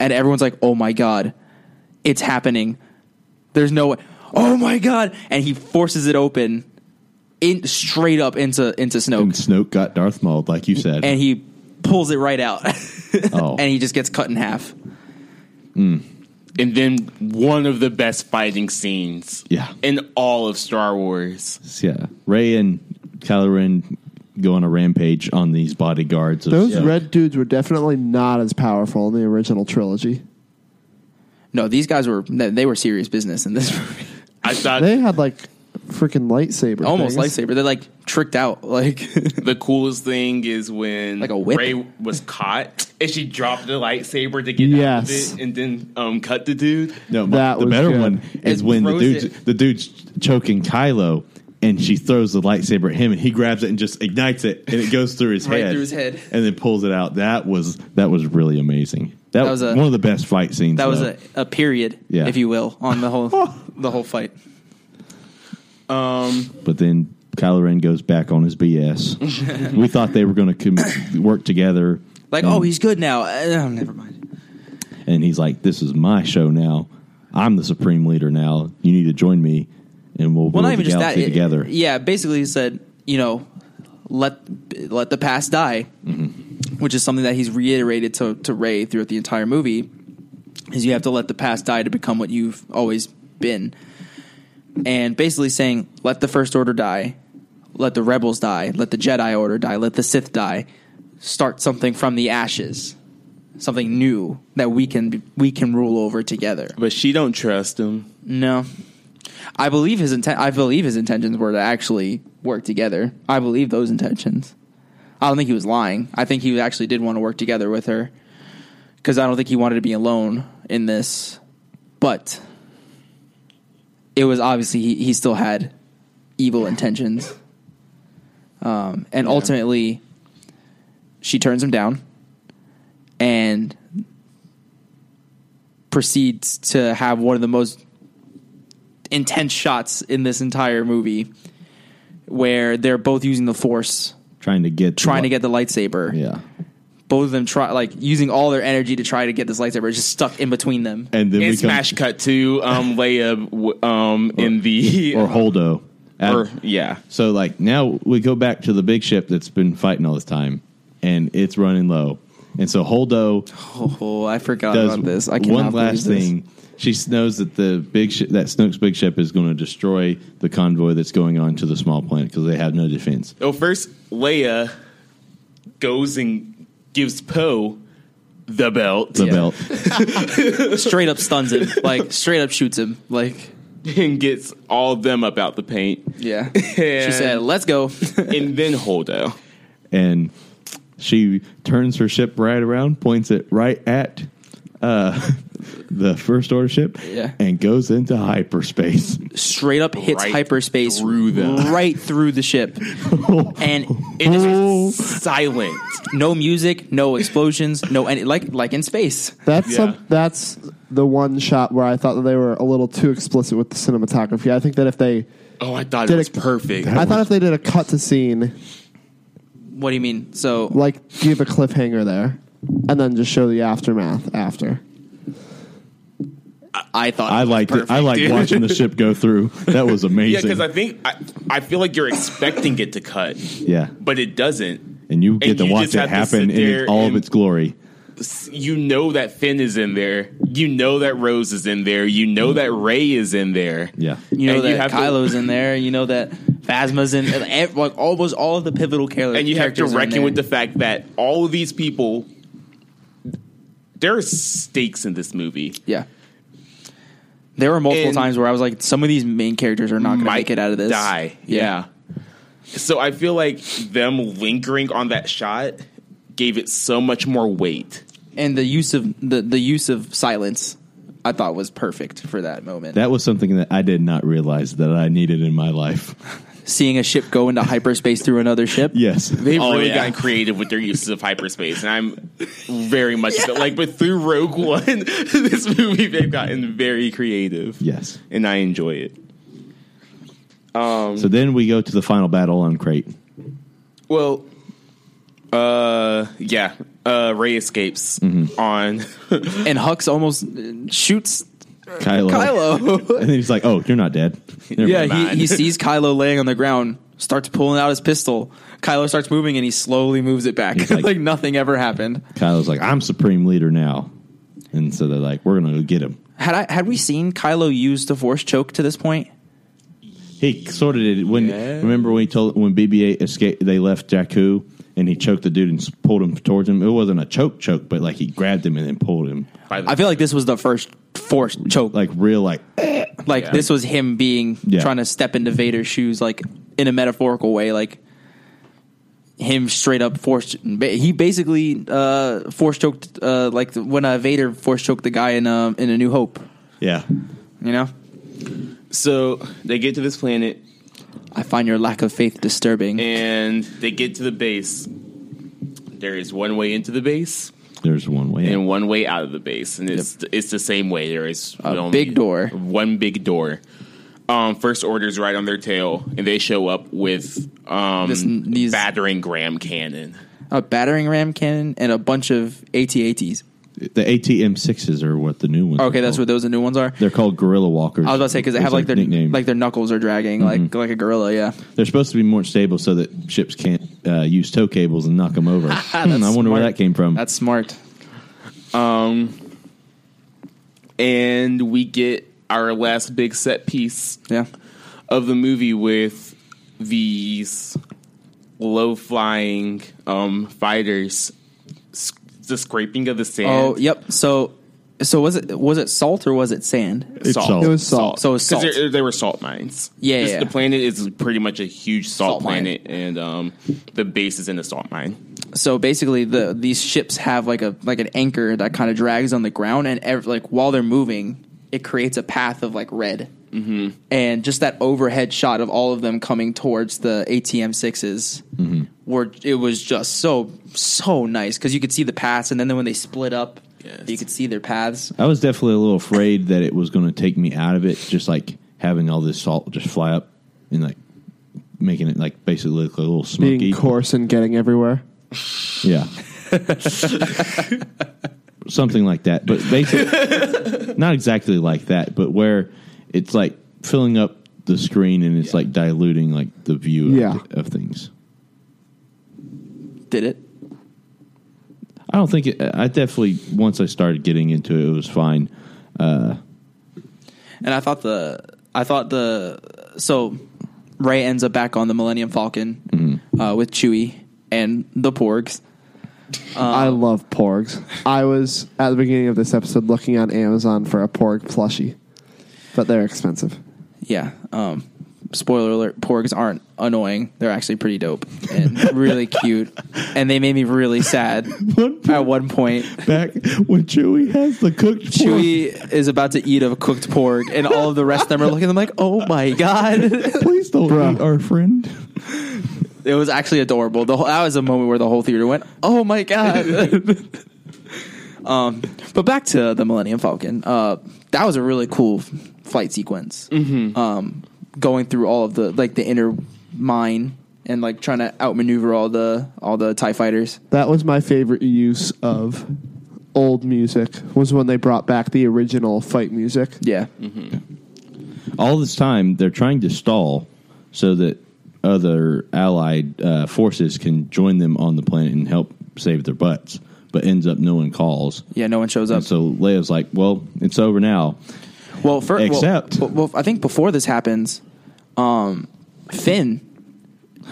Speaker 1: and everyone's like oh my god it's happening there's no way oh my god and he forces it open in straight up into into
Speaker 3: And
Speaker 1: snoke
Speaker 3: Snoke got Darth Maul, like you said.
Speaker 1: and he pulls it right out
Speaker 3: Oh.
Speaker 1: and he just gets cut in half
Speaker 4: And then one of the best fighting scenes
Speaker 3: Yeah.
Speaker 4: in all of Star Wars.
Speaker 3: yeah, Ray and Kylo Ren go on a rampage on these bodyguards. Of
Speaker 2: Those
Speaker 3: Snoke.
Speaker 2: red dudes were definitely not as powerful in the original trilogy.
Speaker 1: no these guys were they they were serious business in this movie
Speaker 4: I thought
Speaker 2: They had like freaking lightsaber,
Speaker 1: almost
Speaker 2: things.
Speaker 1: lightsaber they're like tricked out like
Speaker 4: the coolest thing is when
Speaker 1: Like a whip?
Speaker 4: Ray was caught and she dropped the lightsaber to get
Speaker 2: Yes.
Speaker 4: out of it and then um, cut the dude.
Speaker 3: No, my-
Speaker 2: That
Speaker 3: the
Speaker 2: was
Speaker 3: better
Speaker 2: good.
Speaker 3: one is
Speaker 4: It
Speaker 3: when the
Speaker 4: throws
Speaker 3: dude's
Speaker 4: it-
Speaker 3: the dude's choking Kylo, and she throws the lightsaber at him, and he grabs it and just ignites it, and it goes through his
Speaker 1: Right
Speaker 3: head,
Speaker 1: through his head.
Speaker 3: and then pulls it out. That was that was really amazing.
Speaker 1: That
Speaker 3: That,
Speaker 1: was
Speaker 3: was
Speaker 1: a-
Speaker 3: one of the best fight scenes.
Speaker 1: that was
Speaker 3: though.
Speaker 1: a, a period
Speaker 3: Yeah.
Speaker 1: if you will on the whole the whole fight
Speaker 3: But then Kylo Ren goes back on his BS. we thought they were going to com- work together.
Speaker 1: like
Speaker 3: and,
Speaker 1: oh he's good now Uh, oh, never mind
Speaker 3: and he's like, "This is my show now. I'm the supreme leader now. You need to join me, and we'll
Speaker 1: well,
Speaker 3: rule
Speaker 1: not even
Speaker 3: the
Speaker 1: just that.
Speaker 3: galaxy
Speaker 1: it-
Speaker 3: together."
Speaker 1: yeah, basically he said, you know, let let the past die,
Speaker 3: Mm-hmm.
Speaker 1: which is something that he's reiterated to to Ray throughout the entire movie. Is you have to let the past die to become what you've always been, and basically saying, let the First Order die, let the Rebels die, let the Jedi Order die, let the Sith die, start something from the ashes, something new that we can we can rule over together.
Speaker 4: But she don't trust him.
Speaker 1: No, I believe his intent. I believe his intentions were to actually work together. I believe those intentions. I don't think he was lying. I think he actually did want to work together with her because I don't think he wanted to be alone in this. But it was obviously he, he still had evil intentions, um, and ultimately she turns him down and proceeds to have one of the most intense shots in this entire movie where they're both using the force
Speaker 3: Trying to get
Speaker 1: trying to get the lightsaber
Speaker 3: yeah.
Speaker 1: both of them try like using all their energy to try to get this lightsaber it's just stuck in between them
Speaker 3: And then
Speaker 4: And
Speaker 3: we come-
Speaker 4: smash cut to um, Leia w- um, in the
Speaker 3: or Holdo. At-
Speaker 4: or- yeah.
Speaker 3: so like now we go back to the big ship that's been fighting all this time, and it's running low. And so Holdo
Speaker 1: oh i forgot
Speaker 3: does
Speaker 1: about this i cannot
Speaker 3: one last
Speaker 1: believe this.
Speaker 3: thing. She knows that the big ship, that Snoke's big ship, is going to destroy the convoy that's going on to the small planet because they have no defense.
Speaker 4: Well, first Leia goes and gives Poe the belt
Speaker 3: The
Speaker 1: Yeah.
Speaker 3: belt.
Speaker 1: straight up stuns him like straight up shoots him like
Speaker 4: and gets all of them up out the paint,
Speaker 1: yeah she said let's go
Speaker 4: and then Holdo.
Speaker 3: and she turns her ship right around, points it right at uh, the first order ship
Speaker 1: Yeah.
Speaker 3: and goes into hyperspace.
Speaker 1: straight up hits
Speaker 4: Right
Speaker 1: hyperspace
Speaker 4: through the-
Speaker 1: right through the ship, and it is silent. No music, no explosions, no any like like in space.
Speaker 2: That's some-
Speaker 4: Yeah.
Speaker 2: that's the one shot where I thought that they were a little too explicit with the cinematography. I think that if they,
Speaker 4: Oh, I thought
Speaker 2: Did
Speaker 4: it was
Speaker 2: it-
Speaker 4: perfect.
Speaker 2: I thought if they did a cut to scene,
Speaker 1: What do you mean? So
Speaker 2: like give a cliffhanger there, and then just show the aftermath after.
Speaker 1: I thought
Speaker 3: I
Speaker 1: was
Speaker 3: liked it. I
Speaker 4: Perfect,
Speaker 3: liked
Speaker 4: dude.
Speaker 3: watching the ship go through. That was
Speaker 4: yeah,
Speaker 3: amazing.
Speaker 4: because I think I, I feel like you're expecting it to cut,
Speaker 3: yeah.
Speaker 4: but it doesn't.
Speaker 3: And you get to
Speaker 4: you
Speaker 3: watch
Speaker 4: just
Speaker 3: it
Speaker 4: have to
Speaker 3: happen
Speaker 4: sit
Speaker 3: in
Speaker 4: there
Speaker 3: it- all of
Speaker 4: and-
Speaker 3: its glory.
Speaker 4: You know that Finn is in there. You know that Rose is in there. You know that Ray is in there.
Speaker 3: Yeah.
Speaker 1: You know
Speaker 4: And you
Speaker 1: that
Speaker 4: have to-
Speaker 1: Kylo's in there. You know that Phasma's in. and ev- Like almost all of the pivotal characters.
Speaker 4: and you have to
Speaker 1: characters are in
Speaker 4: reckon
Speaker 1: there.
Speaker 4: with the fact that all of these people there are stakes in this movie
Speaker 1: yeah. There were multiple
Speaker 4: And-
Speaker 1: times where I was like, some of these main characters are not going to
Speaker 4: might
Speaker 1: make it out of this.
Speaker 4: die yeah. so i feel like them lingering on that shot gave it so much more weight
Speaker 1: and the use of the the use of silence, I thought was perfect for that moment.
Speaker 3: That was something that I did not realize that I needed in my life.
Speaker 1: Seeing a ship go into hyperspace through another ship.
Speaker 3: Yes.
Speaker 4: they've
Speaker 1: Oh,
Speaker 4: really
Speaker 1: yeah.
Speaker 4: gotten creative with their uses of hyperspace and i'm very much like but through rogue one this movie they've gotten very creative
Speaker 3: yes.
Speaker 4: and i enjoy it
Speaker 3: So then we go to the final battle on Crate.
Speaker 4: Well, uh, yeah, uh, Ray escapes on.
Speaker 1: And Hux almost uh, shoots
Speaker 3: Kylo.
Speaker 1: Kylo.
Speaker 3: And then he's like, oh, you're not dead. Never
Speaker 1: yeah,
Speaker 3: mind.
Speaker 1: he,
Speaker 4: mind.
Speaker 1: he sees Kylo laying on the ground, starts pulling out his pistol. Kylo starts moving and he slowly moves it back.
Speaker 3: He's
Speaker 1: Like,
Speaker 3: like-
Speaker 1: nothing ever happened.
Speaker 3: Kylo's like, I'm supreme leader now. And so they're like, we're going to go get him.
Speaker 1: Had I had we seen Kylo use the force choke to this point?
Speaker 3: He sort of did it when.
Speaker 4: Yeah.
Speaker 3: Remember when he told when BB-8 escaped? They left Jakku, and he choked the dude and s- pulled him towards him. It wasn't a choke, choke, but like he grabbed him and then pulled him,
Speaker 4: By the,
Speaker 1: I feel like this was the first force choke. Like,
Speaker 3: like real, like
Speaker 4: yeah.
Speaker 1: this was him being
Speaker 3: Yeah.
Speaker 1: trying to step into Vader's shoes, like in a metaphorical way, like him straight up force. ba- He basically uh, force choked, uh, like when uh, Vader force choked the guy in um in A New Hope.
Speaker 3: yeah.
Speaker 1: You know,
Speaker 4: so they get to this planet
Speaker 1: I find your lack of faith disturbing.
Speaker 4: and they get to the base. There is one way into the base
Speaker 3: There's one way.
Speaker 4: and one way out of the base, and it's it's the same way. There is
Speaker 1: A
Speaker 4: only
Speaker 1: big door.
Speaker 4: one big door. Um, first orders right on their tail, and they show up with um,
Speaker 1: This- these-
Speaker 4: battering ram cannon.
Speaker 1: a battering ram cannon and a bunch of AT-ATs.
Speaker 3: the ATM sixes are what the new ones.
Speaker 1: Okay,
Speaker 3: are
Speaker 1: that's what
Speaker 3: called.
Speaker 1: those new ones are.
Speaker 3: they're called. Gorilla walkers.
Speaker 1: I was about to say because they have like their
Speaker 3: nickname.
Speaker 1: like their knuckles are dragging like like a gorilla. Yeah,
Speaker 3: they're supposed to be more stable so that ships can't uh, use tow cables and knock them over. Hmm, I wonder where
Speaker 1: smart.
Speaker 3: that came from.
Speaker 1: that's smart.
Speaker 4: And we get our last big set piece
Speaker 1: Yeah,
Speaker 4: of the movie with these low flying um, fighters, s- the scraping of the sand.
Speaker 1: Oh, yep. So, so was it was it salt or was it sand?
Speaker 3: It's salt. It
Speaker 2: was salt.
Speaker 1: So it was salt.
Speaker 4: Because they were salt mines.
Speaker 1: Yeah,
Speaker 4: This-
Speaker 1: yeah,
Speaker 4: The
Speaker 1: yeah.
Speaker 4: planet is pretty much a huge
Speaker 1: Salt
Speaker 4: salt,
Speaker 1: mine.
Speaker 4: planet, and um, the base is in a salt mine.
Speaker 1: So basically, the these ships have like a like an anchor that kind of drags on the ground, and ev- like while they're moving, it creates a path of like red, mm-hmm. and just that overhead shot of all of them coming towards the ATM 6s were it was just so so nice because you could see the paths, and then when they split up,
Speaker 4: Yes.
Speaker 1: you could see their paths.
Speaker 3: I was definitely a little afraid that it was going to take me out of it, just like having all this salt just fly up and like making it like basically look a little smoky.
Speaker 2: Being coarse and getting everywhere.
Speaker 3: Yeah. Something like that. But basically, not exactly like that, but where it's like filling up the screen and it's like diluting like the view
Speaker 2: Yeah.
Speaker 3: of, of things.
Speaker 1: Did it?
Speaker 3: I don't think it, I definitely, once I started getting into it, it was fine.
Speaker 1: And I thought the I thought the so Ray ends up back on the Millennium Falcon uh, with Chewie and the Porgs.
Speaker 2: I
Speaker 1: Um,
Speaker 2: love porgs. I was at the beginning of this episode looking on Amazon for a porg plushie, but they're expensive.
Speaker 1: Yeah, um, spoiler alert, porgs aren't annoying. They're actually pretty dope and really cute. And they made me really sad
Speaker 3: One
Speaker 1: at one point.
Speaker 3: back when Chewie has the cooked
Speaker 1: Chewie is about to eat a cooked porg, and all of the rest of them are looking at him like, oh my God.
Speaker 3: Please don't
Speaker 2: Bruh. eat
Speaker 3: our friend.
Speaker 1: It was actually adorable. The whole, that was a moment where the whole theater went, "Oh my god!" um, but back to the Millennium Falcon. Uh, that was a really cool f- flight sequence.
Speaker 4: Mm-hmm.
Speaker 1: Um, going through all of the like the inner mine and like trying to outmaneuver all the all the Tie fighters.
Speaker 2: That was my favorite use of old music was when they brought back the original fight music.
Speaker 1: Yeah,
Speaker 4: Mm-hmm.
Speaker 3: All this time, they're trying to stall so that other allied uh, forces can join them on the planet and help save their butts. But ends up no one calls.
Speaker 1: yeah. No one shows up.
Speaker 3: And so Leia's like, "Well, it's over now."
Speaker 1: Well, first,
Speaker 3: Except-
Speaker 1: well, well, I think before this happens, um, Finn.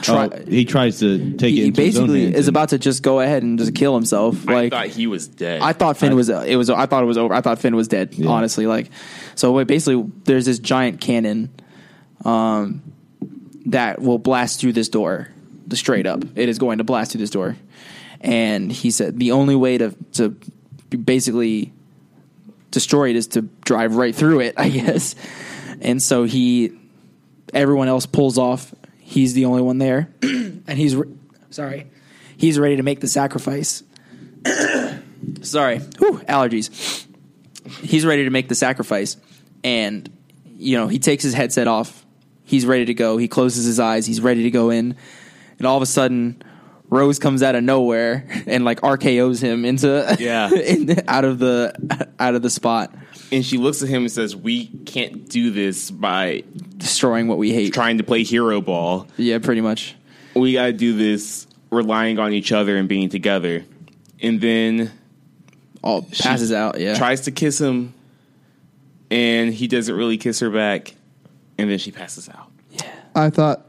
Speaker 1: Try,
Speaker 3: Oh, he tries to take
Speaker 1: he,
Speaker 3: it.
Speaker 1: he
Speaker 3: Into his own
Speaker 1: basically
Speaker 3: hands
Speaker 1: is
Speaker 3: and-
Speaker 1: about to just go ahead and just kill himself. Like
Speaker 4: I thought he was dead.
Speaker 1: I thought Finn was it was I thought it was over. I thought Finn was dead.
Speaker 3: Yeah.
Speaker 1: Honestly, like so. Wait, basically, there's this giant cannon, um, that will blast through this door, the straight up. It is going to blast through this door, and he said the only way to to basically destroy it is to drive right through it. I guess, and so he, everyone else pulls off. He's the only one there, and he's re- sorry, he's ready to make the sacrifice sorry, Whew, allergies. He's ready to make the sacrifice, and you know he takes his headset off. He's ready to go. He closes his eyes. He's ready to go in, and all of a sudden, Rose comes out of nowhere and like RKO's him into
Speaker 4: Yeah.
Speaker 1: in, out of the out of the spot,
Speaker 4: and she looks at him and says, "We can't do this by
Speaker 1: destroying what we hate.
Speaker 4: trying to play hero ball.
Speaker 1: yeah, pretty much.
Speaker 4: We got to do this relying on each other and being together." And then
Speaker 1: All passes out. Yeah,
Speaker 4: tries to kiss him, and he doesn't really kiss her back, and then she passes out.
Speaker 2: I thought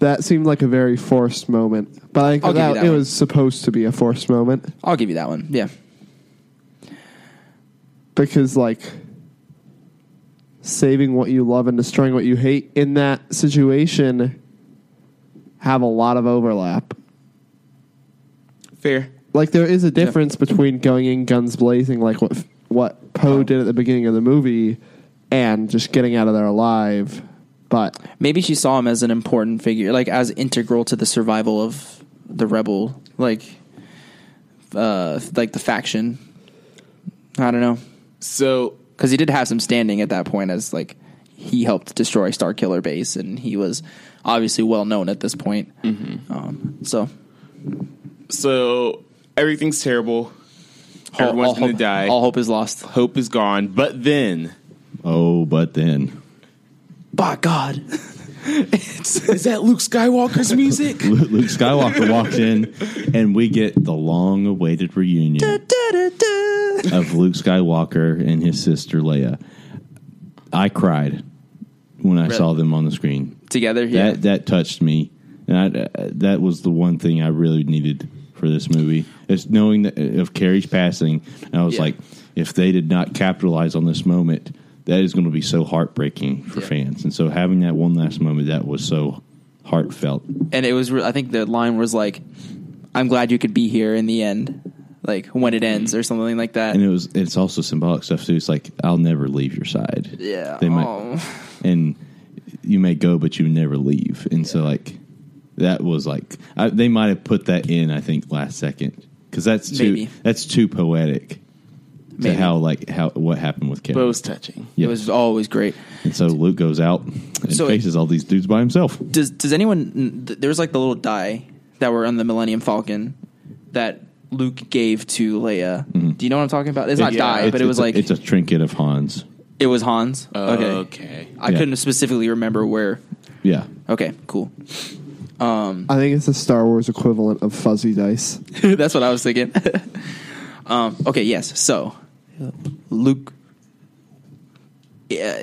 Speaker 2: that seemed like a very forced moment, but I think
Speaker 1: I'll give you
Speaker 2: that,
Speaker 1: that
Speaker 2: it
Speaker 1: one.
Speaker 2: was supposed to be a forced moment
Speaker 1: I'll give you that one. Yeah,
Speaker 2: because like saving what you love and destroying what you hate in that situation have a lot of overlap.
Speaker 4: Fair.
Speaker 2: Like there is a difference between going in guns blazing, like what what Poe did at the beginning of the movie, and just getting out of there alive. But
Speaker 1: maybe she saw him as an important figure, like as integral to the survival of the rebel, like uh, like the faction. I don't know
Speaker 4: So
Speaker 1: because he did have some standing at that point as like he helped destroy Star Killer Base, and he was obviously well known at this point.
Speaker 4: Mm-hmm.
Speaker 1: Um, so
Speaker 4: so everything's terrible. Everyone's
Speaker 1: all
Speaker 4: gonna
Speaker 1: hope,
Speaker 4: die.
Speaker 1: all hope is lost.
Speaker 4: Hope is gone. But then
Speaker 3: Oh, but then
Speaker 1: By God,
Speaker 4: is that Luke Skywalker's music?
Speaker 3: Lu- Luke Skywalker walks in, and we get the long-awaited reunion of Luke Skywalker and his sister Leia. I cried when I saw them on the screen.
Speaker 1: together, yeah.
Speaker 3: That that touched me, and I, uh, that was the one thing I really needed for this movie. Is knowing that uh, of Carrie's passing, and I was
Speaker 1: Yeah.
Speaker 3: like, if they did not capitalize on this moment, that is going to be so heartbreaking for
Speaker 1: Yeah.
Speaker 3: fans. And so having that one last moment, that was so heartfelt.
Speaker 1: and it was re- i think the line was like i'm glad you could be here in the end like when it ends or something like that
Speaker 3: and it was it's also symbolic stuff too. It's like I'll never leave your side.
Speaker 1: yeah
Speaker 3: they might,
Speaker 1: oh.
Speaker 3: and you may go, but you never leave. And so like that was like I, they might have put that in. I think last second because that's too
Speaker 1: Maybe.
Speaker 3: that's too poetic
Speaker 1: Maybe.
Speaker 3: to how like how what happened with Kevin.
Speaker 4: But it was touching.
Speaker 1: it was always great
Speaker 3: and so Luke goes out and
Speaker 1: So it-
Speaker 3: faces all these dudes by himself.
Speaker 1: does does anyone th- there's like the little die that were on the millennium falcon that luke gave to leia do you know what i'm talking about it's not
Speaker 3: Mm-hmm. It-
Speaker 1: die
Speaker 3: it's-
Speaker 1: but it
Speaker 3: it's
Speaker 1: was
Speaker 3: a-
Speaker 1: like
Speaker 3: it's a trinket of Hans.
Speaker 1: it was hans
Speaker 4: okay.
Speaker 1: i
Speaker 3: Yeah.
Speaker 1: couldn't specifically remember where
Speaker 3: Yeah,
Speaker 1: okay cool
Speaker 2: I think it's the Star Wars equivalent of fuzzy dice.
Speaker 1: That's what I was thinking. um, okay, yes. So, Luke. Yeah,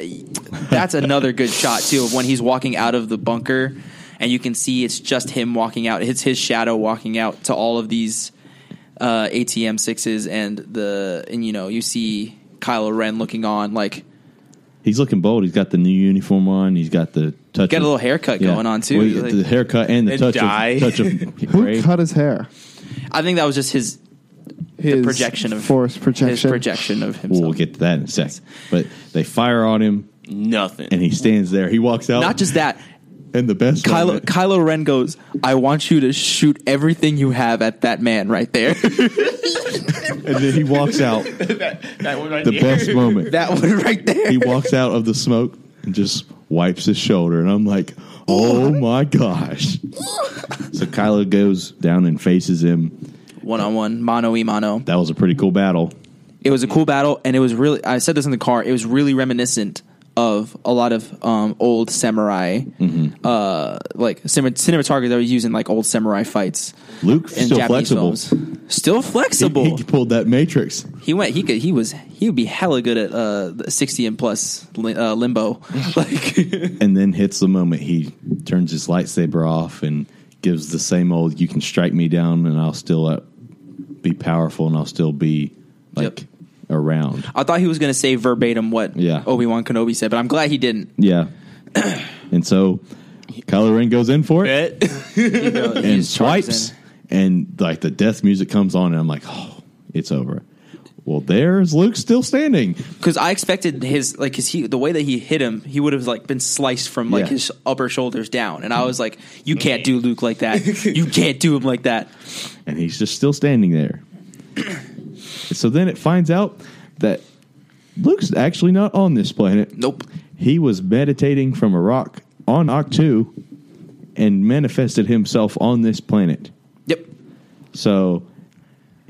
Speaker 1: that's another good shot too of when he's walking out of the bunker, and you can see it's just him walking out. It's his shadow walking out to all of these uh, ATM sixes, and the and you know you see Kylo Ren looking on like
Speaker 3: He's looking bold. He's got the new uniform on. He's got the touch.
Speaker 1: Got a
Speaker 3: of-
Speaker 1: little haircut going on, too.
Speaker 3: Well, he-
Speaker 1: Like-
Speaker 3: the haircut and the
Speaker 4: And
Speaker 3: touch
Speaker 4: dye.
Speaker 3: of touch of
Speaker 2: Who
Speaker 3: gray.
Speaker 2: cut his hair?
Speaker 1: I think that was just his
Speaker 2: His
Speaker 1: the projection of
Speaker 2: force projection.
Speaker 1: His projection of himself.
Speaker 3: We'll get to that in a sec. But they fire on him,
Speaker 4: Nothing.
Speaker 3: and he stands there. He walks out.
Speaker 1: Not just that.
Speaker 3: and the best.
Speaker 1: Kylo
Speaker 3: moment-
Speaker 1: Kylo Ren goes, "I want you to shoot everything you have at that man right there."
Speaker 3: and then he walks out.
Speaker 4: that one right
Speaker 3: The best moment.
Speaker 1: that one right there.
Speaker 3: he walks out of the smoke and just wipes his shoulder, and I'm like, "Oh my gosh!" So Kylo goes down and faces him.
Speaker 1: One on one, mano e mano.
Speaker 3: That was a pretty cool battle.
Speaker 1: It was a cool battle, and it was really. I said this in the car. It was really reminiscent of a lot of um, old samurai,
Speaker 3: Mm-hmm.
Speaker 1: uh, like cinem- cinematography that was using like old samurai fights
Speaker 3: Luke
Speaker 1: in
Speaker 3: still
Speaker 1: Japanese
Speaker 3: flexible.
Speaker 1: films. Still
Speaker 3: He,
Speaker 1: flexible.
Speaker 3: he
Speaker 1: He,
Speaker 3: pulled that Matrix.
Speaker 1: went. He could. He was. He would be hella good at uh, the sixty and plus li- uh, limbo. like
Speaker 3: and then hits the moment he turns his lightsaber off and gives the same old you can strike me down and i'll still uh, be powerful and i'll still be like
Speaker 1: Yep.
Speaker 3: around
Speaker 1: I thought he was going to say verbatim what
Speaker 3: Yeah.
Speaker 1: Obi Wan Kenobi said, but I'm glad he didn't.
Speaker 3: yeah and so Kylo Ren goes in for it
Speaker 4: Bet.
Speaker 1: You know, he
Speaker 3: and
Speaker 1: just charges
Speaker 3: swipes
Speaker 1: in.
Speaker 3: and like the death music comes on and i'm like oh it's over well there's luke still standing
Speaker 1: because I expected his like his he the way that he hit him, he would have like been sliced from like
Speaker 3: Yeah. Mm.
Speaker 1: his upper shoulders down, and I was like, you can't do Luke like that. you can't do him like that.
Speaker 3: and he's just still standing there. so then it finds out that Luke's actually not on this planet.
Speaker 1: Nope.
Speaker 3: He was meditating from a rock on Octu and manifested himself on this planet.
Speaker 1: Yep.
Speaker 3: So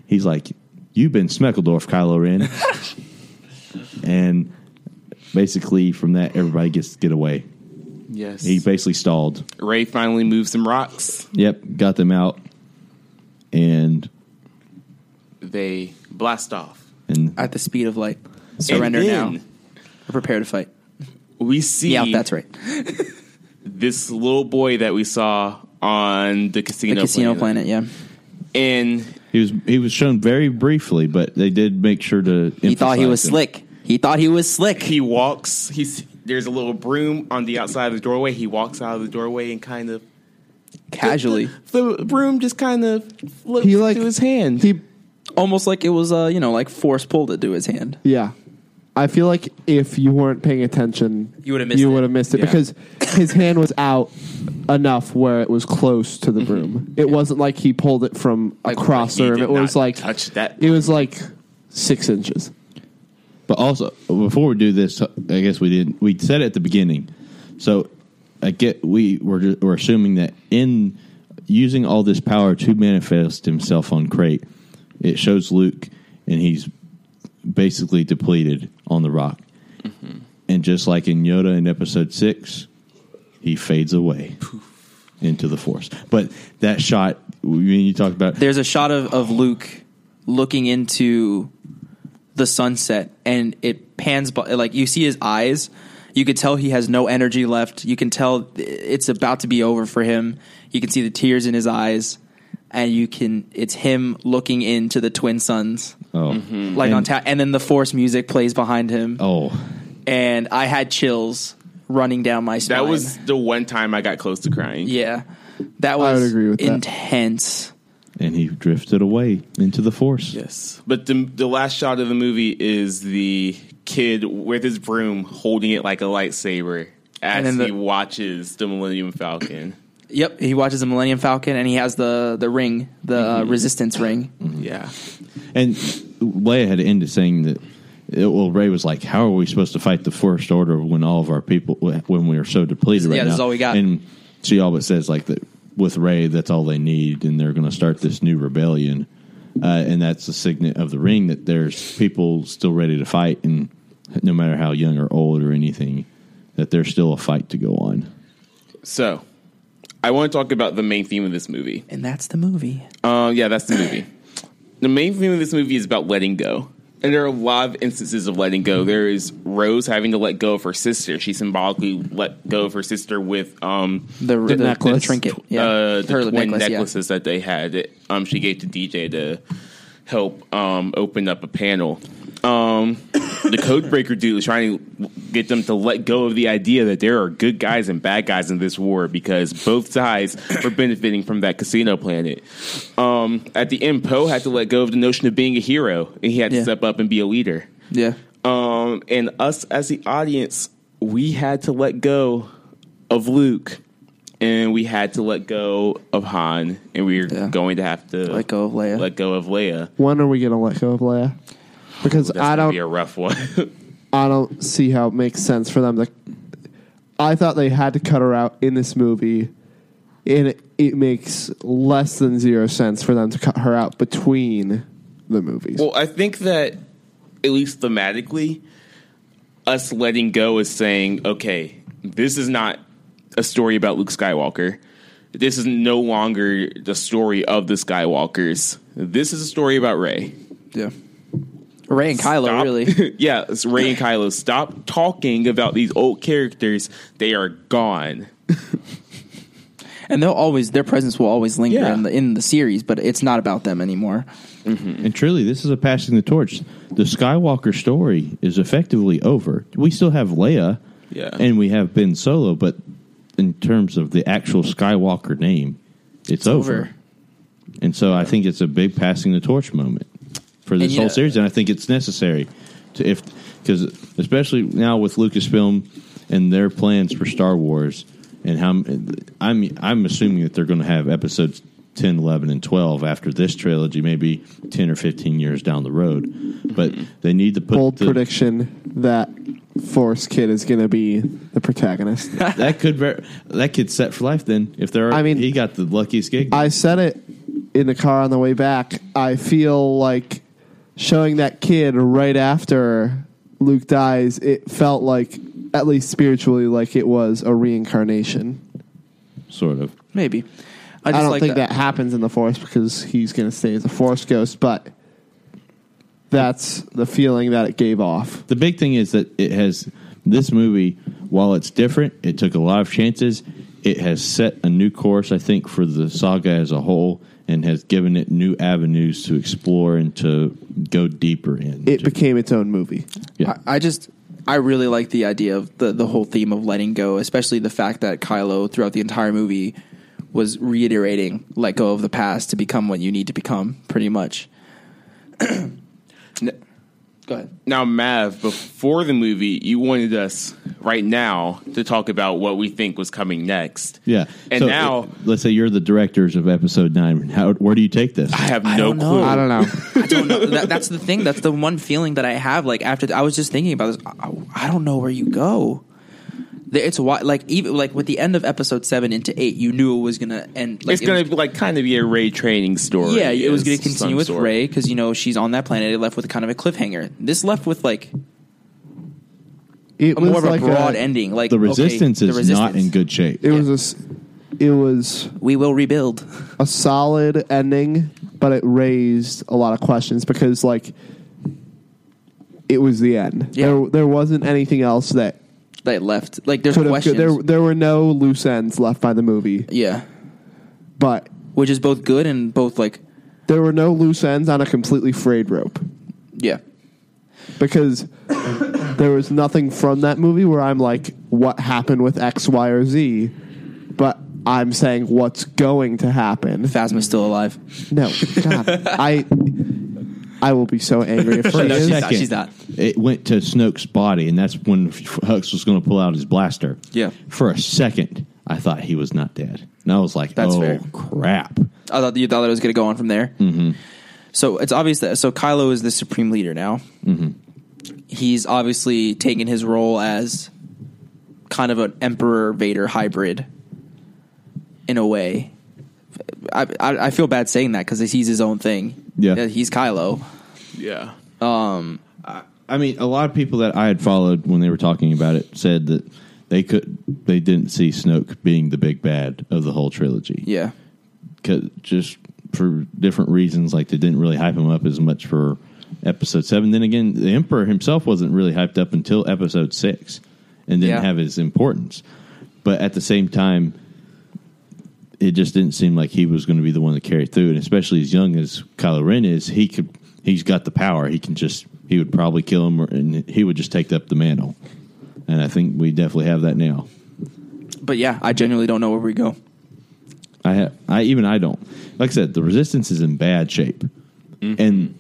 Speaker 3: he's like, You've been Smeckledorf, Kylo Ren. and basically, from that, everybody gets to get away.
Speaker 4: Yes.
Speaker 3: He basically stalled.
Speaker 4: Ray finally moves some rocks.
Speaker 3: Yep, got them out. And,
Speaker 4: They blast off.
Speaker 3: and
Speaker 1: At the speed of light, surrender
Speaker 4: And
Speaker 1: now.
Speaker 4: then
Speaker 1: We're prepared to fight.
Speaker 4: We see
Speaker 1: Yeah, that's right.
Speaker 4: this little boy that we saw on
Speaker 1: The
Speaker 4: the casino
Speaker 1: casino planet. Yeah,
Speaker 4: And
Speaker 3: He was he was shown very briefly, but they did make sure to.
Speaker 1: he thought he
Speaker 3: emphasize
Speaker 1: was
Speaker 3: him.
Speaker 1: slick. He thought he was slick.
Speaker 4: he walks. He's there's a little broom on the outside of the doorway. He walks out of the doorway and kind of
Speaker 1: Casually,
Speaker 4: the broom just kind of floats
Speaker 2: He like
Speaker 4: to his hand.
Speaker 2: He
Speaker 1: almost like it was uh you know like force pulled it to his hand.
Speaker 2: yeah. I feel like if you weren't paying attention,
Speaker 1: You would've missed
Speaker 2: You
Speaker 1: it.
Speaker 2: would have missed it
Speaker 4: Yeah.
Speaker 2: because his hand was out enough where it was close to the broom. It wasn't like he pulled it from
Speaker 4: Like,
Speaker 2: across
Speaker 4: he
Speaker 2: the room. It
Speaker 4: did
Speaker 2: was
Speaker 4: not
Speaker 2: like
Speaker 4: touch that.
Speaker 2: It was like six inches.
Speaker 3: But also, before we do this, I guess we didn't. We said at the beginning, so I get we were ju- we're assuming that in using all this power to manifest himself on crate, it shows Luke and he's basically depleted on the rock, and just like in Yoda in Episode Six, he fades away into the Force. But that shot, when you talk about
Speaker 1: there's a shot of, of Luke looking into the sunset and it pans by like you see his eyes you could tell he has no energy left you can tell it's about to be over for him you can see the tears in his eyes and you can it's him looking into the twin suns
Speaker 3: oh
Speaker 1: like
Speaker 3: And-
Speaker 1: on ta- and then the force music plays behind him
Speaker 3: oh
Speaker 1: and i had chills running down my spine
Speaker 4: that was the one time I got close to crying.
Speaker 1: yeah that was
Speaker 2: would agree with that.
Speaker 1: intense
Speaker 3: and he drifted away into the force.
Speaker 4: Yes. But the the last shot of the movie is the kid with his broom holding it like a lightsaber
Speaker 1: And
Speaker 4: as
Speaker 1: then the-
Speaker 4: he watches the Millennium Falcon.
Speaker 1: Yep, he watches the Millennium Falcon and he has the the ring, the uh, resistance ring.
Speaker 2: Mm-hmm.
Speaker 4: yeah.
Speaker 3: And Leia had ended saying that. Well, Ray was like, "How are we supposed to fight the First Order when all of our people when we are so depleted right
Speaker 1: Yeah,
Speaker 3: now?"
Speaker 1: this is all we got.
Speaker 3: And she all but says like that with Ray, that's all they need, and they're going to start this new rebellion. Uh, and that's the signet of the ring that there's people still ready to fight, and no matter how young or old or anything, that there's still a fight to go on.
Speaker 4: So I want to talk about the main theme of this movie.
Speaker 1: And that's the movie.
Speaker 4: Uh, yeah, that's the movie. The main theme of this movie is about letting go. And there are a lot of instances of letting go. There is Rose having to let go of her sister. She symbolically let go of her sister with um,
Speaker 1: The- the- the trinket, yeah.
Speaker 4: uh, the
Speaker 1: Her
Speaker 4: twin
Speaker 1: necklace, yeah.
Speaker 4: necklaces that they had. that, um, she gave to DJ to help um, open up a panel. Um, the codebreaker dude was trying to get them to let go of the idea that there are good guys and bad guys in this war because both sides were benefiting from that casino planet. Um, at the end, Poe had to let go of the notion of being a hero and he had to
Speaker 1: Yeah.
Speaker 4: step up and be a leader.
Speaker 1: Yeah.
Speaker 4: Um, and us as the audience, we had to let go of Luke and we had to let go of Han and we are
Speaker 1: Yeah.
Speaker 4: going to have to
Speaker 1: Let go of Leia.
Speaker 4: Let go of Leia.
Speaker 2: When are we gonna let go of Leia? Because
Speaker 4: That's
Speaker 2: I
Speaker 4: gonna
Speaker 2: don't,
Speaker 4: be a rough one.
Speaker 2: I don't see how it makes sense for them to. I thought they had to cut her out in this movie, and it, it makes less than zero sense for them to cut her out between the movies.
Speaker 4: well, I think that at least thematically, us letting go is saying, okay, this is not a story about Luke Skywalker. This is no longer the story of the Skywalkers. This is a story about Ray.
Speaker 1: Yeah. Ray and Kylo,
Speaker 4: Stop-
Speaker 1: really.
Speaker 4: yeah, it's Ray and Kylo. Stop talking about these old characters. They are gone.
Speaker 1: And they'll always, their presence will always linger
Speaker 4: Yeah.
Speaker 1: in, the, in the series, but it's not about them anymore.
Speaker 3: And truly, this is a passing the torch. The Skywalker story is effectively over. We still have Leia,
Speaker 4: Yeah.
Speaker 3: and we have Ben Solo, but in terms of the actual Skywalker name, it's, over.
Speaker 1: over.
Speaker 3: And so I think it's a big passing the torch moment for this
Speaker 1: you
Speaker 3: whole
Speaker 1: know-
Speaker 3: series, and I think it's necessary to if because especially now with Lucasfilm and their plans for Star Wars and how I'm I'm assuming that they're going to have episodes 10, 11, and 12 after this trilogy, maybe 10 or 15 years down the road. But they need to put
Speaker 2: Bold
Speaker 3: the,
Speaker 2: prediction that Force Kid is gonna be the protagonist.
Speaker 3: that could ver- that could set for life then if there are
Speaker 2: I mean-
Speaker 3: he got the luckiest gig.
Speaker 2: I said it in the car on the way back. I feel like showing that kid right after Luke dies, it felt like, at least spiritually, like it was a reincarnation.
Speaker 3: sort of.
Speaker 1: Maybe. I
Speaker 2: I,
Speaker 1: just
Speaker 2: don't
Speaker 1: like
Speaker 2: think
Speaker 1: that.
Speaker 2: that. happens in the Force because he's going to stay as a Force ghost, but that's the feeling that it gave off.
Speaker 3: the big thing is that it has this movie while it's different it took a lot of chances it has set a new course i think for the saga as a whole and has given it new avenues to explore and to go deeper in
Speaker 2: It became its own movie.
Speaker 3: yeah.
Speaker 1: I, I just I really like the idea of the the whole theme of letting go, especially the fact that Kylo throughout the entire movie was reiterating let go of the past to become what you need to become, pretty much. N- go ahead.
Speaker 4: Now, Mav, before the movie, you wanted us right now to talk about what we think was coming next.
Speaker 3: yeah
Speaker 4: And
Speaker 3: So,
Speaker 4: now-
Speaker 3: it- let's say you're the directors of episode 9 how where do you take this
Speaker 4: I have
Speaker 1: I
Speaker 4: no
Speaker 1: don't know.
Speaker 4: clue.
Speaker 2: I don't know.
Speaker 1: I don't know. That, that's the thing. That's the one feeling that I have. Like after I was just thinking about this. I, I don't know where you go. There- It's why, like even like with the end of episode seven into eight, you knew it was gonna end. Like,
Speaker 4: it's
Speaker 1: it
Speaker 4: going
Speaker 1: was-
Speaker 4: to like kind of be a Ray training story.
Speaker 1: Yeah, it was
Speaker 4: of
Speaker 1: going to continue
Speaker 4: some
Speaker 1: with
Speaker 4: sort.
Speaker 1: Ray because you know she's on that planet. It left with kind of a cliffhanger. This left with like
Speaker 2: It
Speaker 1: a more
Speaker 2: was
Speaker 1: of a
Speaker 2: like
Speaker 1: broad
Speaker 2: a-
Speaker 1: ending. Like
Speaker 3: uh, the
Speaker 1: okay,
Speaker 3: resistance
Speaker 1: the
Speaker 3: is not
Speaker 1: resistance.
Speaker 3: in good shape
Speaker 2: It was a s It was
Speaker 1: We will rebuild.
Speaker 2: a solid ending, but it raised a lot of questions because like it was the end.
Speaker 1: Yeah.
Speaker 2: There there wasn't anything else that
Speaker 1: They left. Like there's
Speaker 2: could have
Speaker 1: questions.
Speaker 2: there there were no loose ends left by the movie,
Speaker 1: yeah,
Speaker 2: but
Speaker 1: which is both good and both like
Speaker 2: there were no loose ends on a completely frayed rope
Speaker 1: yeah.
Speaker 2: because there was nothing from that movie where I'm like what happened with X Y or Z, but I'm saying what's going to happen.
Speaker 1: Phasma's still alive.
Speaker 2: No, God, I I will be so angry if she
Speaker 3: For a
Speaker 2: is.
Speaker 1: she's not-
Speaker 3: second,
Speaker 1: she's not.
Speaker 3: It went to Snoke's body, and that's when Hux was going to pull out his blaster.
Speaker 1: Yeah.
Speaker 3: For a second, I thought he was not dead, and I was like,
Speaker 1: That's
Speaker 3: "Oh
Speaker 1: fair.
Speaker 3: crap!"
Speaker 1: I thought you thought that it was going to go on from there. Mm-hmm. So it's obvious that so Kylo is the supreme leader now. Mm-hmm. He's obviously taken his role as kind of an Emperor Vader hybrid in a way. I I, I feel bad saying that because he's his own thing.
Speaker 3: Yeah.
Speaker 1: he's Kylo.
Speaker 4: Yeah.
Speaker 3: I mean, a lot of people that I had followed when they were talking about it said that they could they didn't see Snoke being the big bad of the whole trilogy.
Speaker 1: Yeah,
Speaker 3: 'Cause- just for different reasons, like they didn't really hype him up as much for Episode Seven. Then again, the Emperor himself wasn't really hyped up until Episode Six, and didn't
Speaker 1: Yeah.
Speaker 3: have his importance. But at the same time, it just didn't seem like he was going to be the one to carry it through. And especially as young as Kylo Ren is, he could he's got the power. He can just he would probably kill him, or, and he would just take up the mantle. and I think we definitely have that now.
Speaker 1: But yeah, I genuinely don't know where we go.
Speaker 3: I ha- I even I don't. Like I said, the resistance is in bad shape, and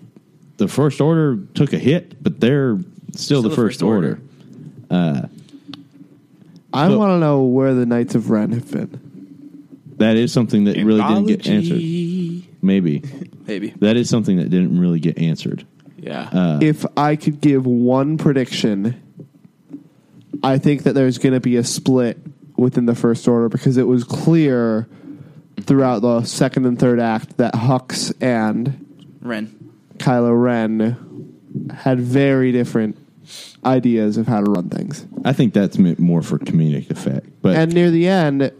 Speaker 3: the first order took a hit, but they're still, the, first, order.
Speaker 2: I
Speaker 3: Look.
Speaker 2: want to know where the Knights of Ren have been.
Speaker 3: That is something that really didn't get answered.
Speaker 4: Anthology.
Speaker 3: Maybe
Speaker 1: Maybe.
Speaker 3: that is something that didn't really get answered.
Speaker 4: Yeah.
Speaker 3: Uh,
Speaker 2: if I could give one prediction, I think that there's going to be a split within the first order because it was clear throughout the second and third act that Hux and
Speaker 1: Ren.
Speaker 2: Kylo Ren had very different ideas of how to run things.
Speaker 3: I think that's meant more for comedic effect, but
Speaker 2: And near the end,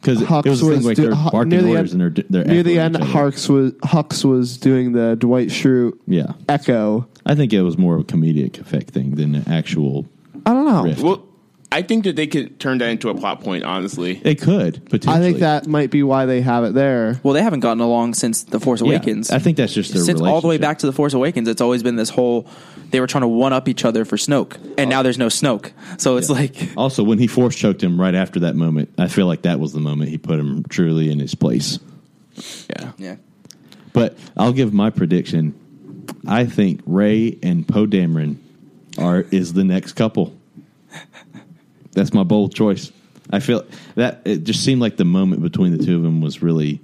Speaker 3: because it
Speaker 2: Hux
Speaker 3: was,
Speaker 2: was,
Speaker 3: things like
Speaker 2: do-
Speaker 3: they're
Speaker 2: Hu-
Speaker 3: barking
Speaker 2: near the
Speaker 3: orders
Speaker 2: end,
Speaker 3: and they're they're
Speaker 2: near the
Speaker 3: echoing
Speaker 2: end.
Speaker 3: each other.
Speaker 2: Hux was Hux was doing the Dwight Schrute
Speaker 3: Yeah,
Speaker 2: echo.
Speaker 3: I think it was more of a comedic effect thing than an actual.
Speaker 2: I don't know.
Speaker 3: Riff.
Speaker 4: well, I think that they could turn that into a plot point. Honestly,
Speaker 3: It could potentially.
Speaker 2: I think that might be why they have it there.
Speaker 1: Well, they haven't gotten along since The Force
Speaker 3: Yeah,
Speaker 1: Awakens.
Speaker 3: I think that's just their
Speaker 1: since all the way
Speaker 3: relationship.
Speaker 1: back to The Force Awakens, it's always been this whole they were trying to one up each other for Snoke, and now there's no Snoke. So it's like
Speaker 3: Also, when he force choked him right after that moment, I feel like that was the moment he put him truly in his place.
Speaker 4: yeah.
Speaker 1: yeah.
Speaker 3: But I'll give my prediction. I think Ray and Poe Dameron are is the next couple. That's my bold choice. I feel that it just seemed like the moment between the two of them was really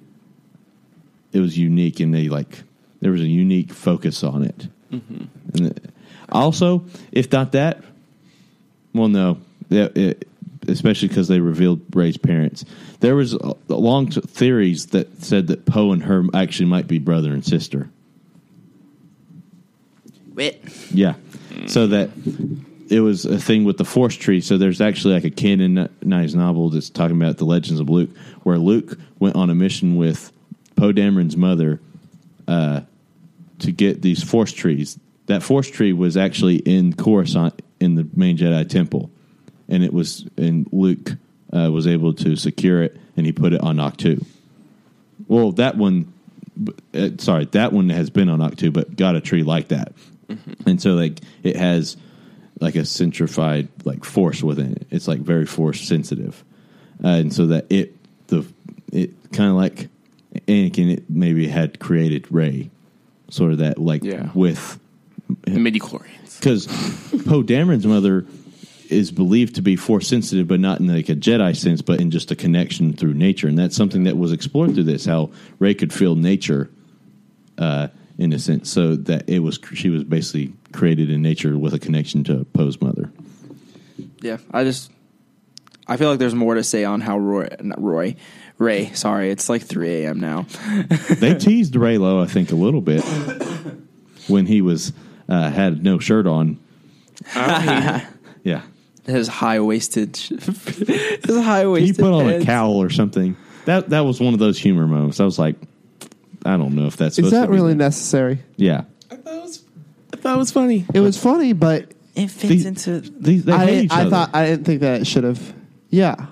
Speaker 3: it was unique and they like there was a unique focus on it. And it- also, if not that, well, no, Yeah, it, especially because they revealed Ray's parents. There was a, a long t- theories that said that Poe and her actually might be brother and sister.
Speaker 1: Wit.
Speaker 3: Yeah, so that it was a thing with the Force tree. So there's actually like a canonized novel that's talking about the Legends of Luke, where Luke went on a mission with Poe Dameron's mother to get these force trees. That force tree was actually in Coruscant in the main Jedi temple, and it was and Luke uh, was able to secure it, and he put it on Noctu. Well, that one, b- uh, sorry, that one has been on Noctu, but got a tree like that, and so like it has like a centrified like force within it. It's like very force sensitive, uh, and so that it the it kind of like Anakin it maybe had created Ray sort of that like
Speaker 4: Yeah.
Speaker 3: with
Speaker 4: The midi chlorians.
Speaker 3: because Poe Dameron's mother is believed to be force sensitive, but not in like a Jedi sense, but in just a connection through nature, and that's something that was explored through this. How Ray could feel nature, uh, in a sense, so that it was she was basically created in nature with a connection to Poe's mother.
Speaker 1: Yeah, I just I feel like there's more to say on how Roy, not Roy, Ray. Sorry, it's like 3 a.m. now.
Speaker 3: they teased Raylo, I think, a little bit when he was uh, had no shirt on. yeah,
Speaker 1: His high waisted, his high
Speaker 3: he
Speaker 1: waisted.
Speaker 3: put on a cowl or something. That that was one of those humor moments. I was like, I don't know if that's
Speaker 2: Is
Speaker 3: supposed
Speaker 2: that
Speaker 3: to be
Speaker 2: really
Speaker 3: that.
Speaker 2: necessary?
Speaker 3: Yeah,
Speaker 4: I thought it was. I thought it was funny.
Speaker 2: It was funny, but
Speaker 1: It fits
Speaker 3: These-
Speaker 1: into.
Speaker 3: these- they hate
Speaker 2: I,
Speaker 3: each
Speaker 2: I
Speaker 3: other.
Speaker 2: thought I didn't think that it should have. Yeah,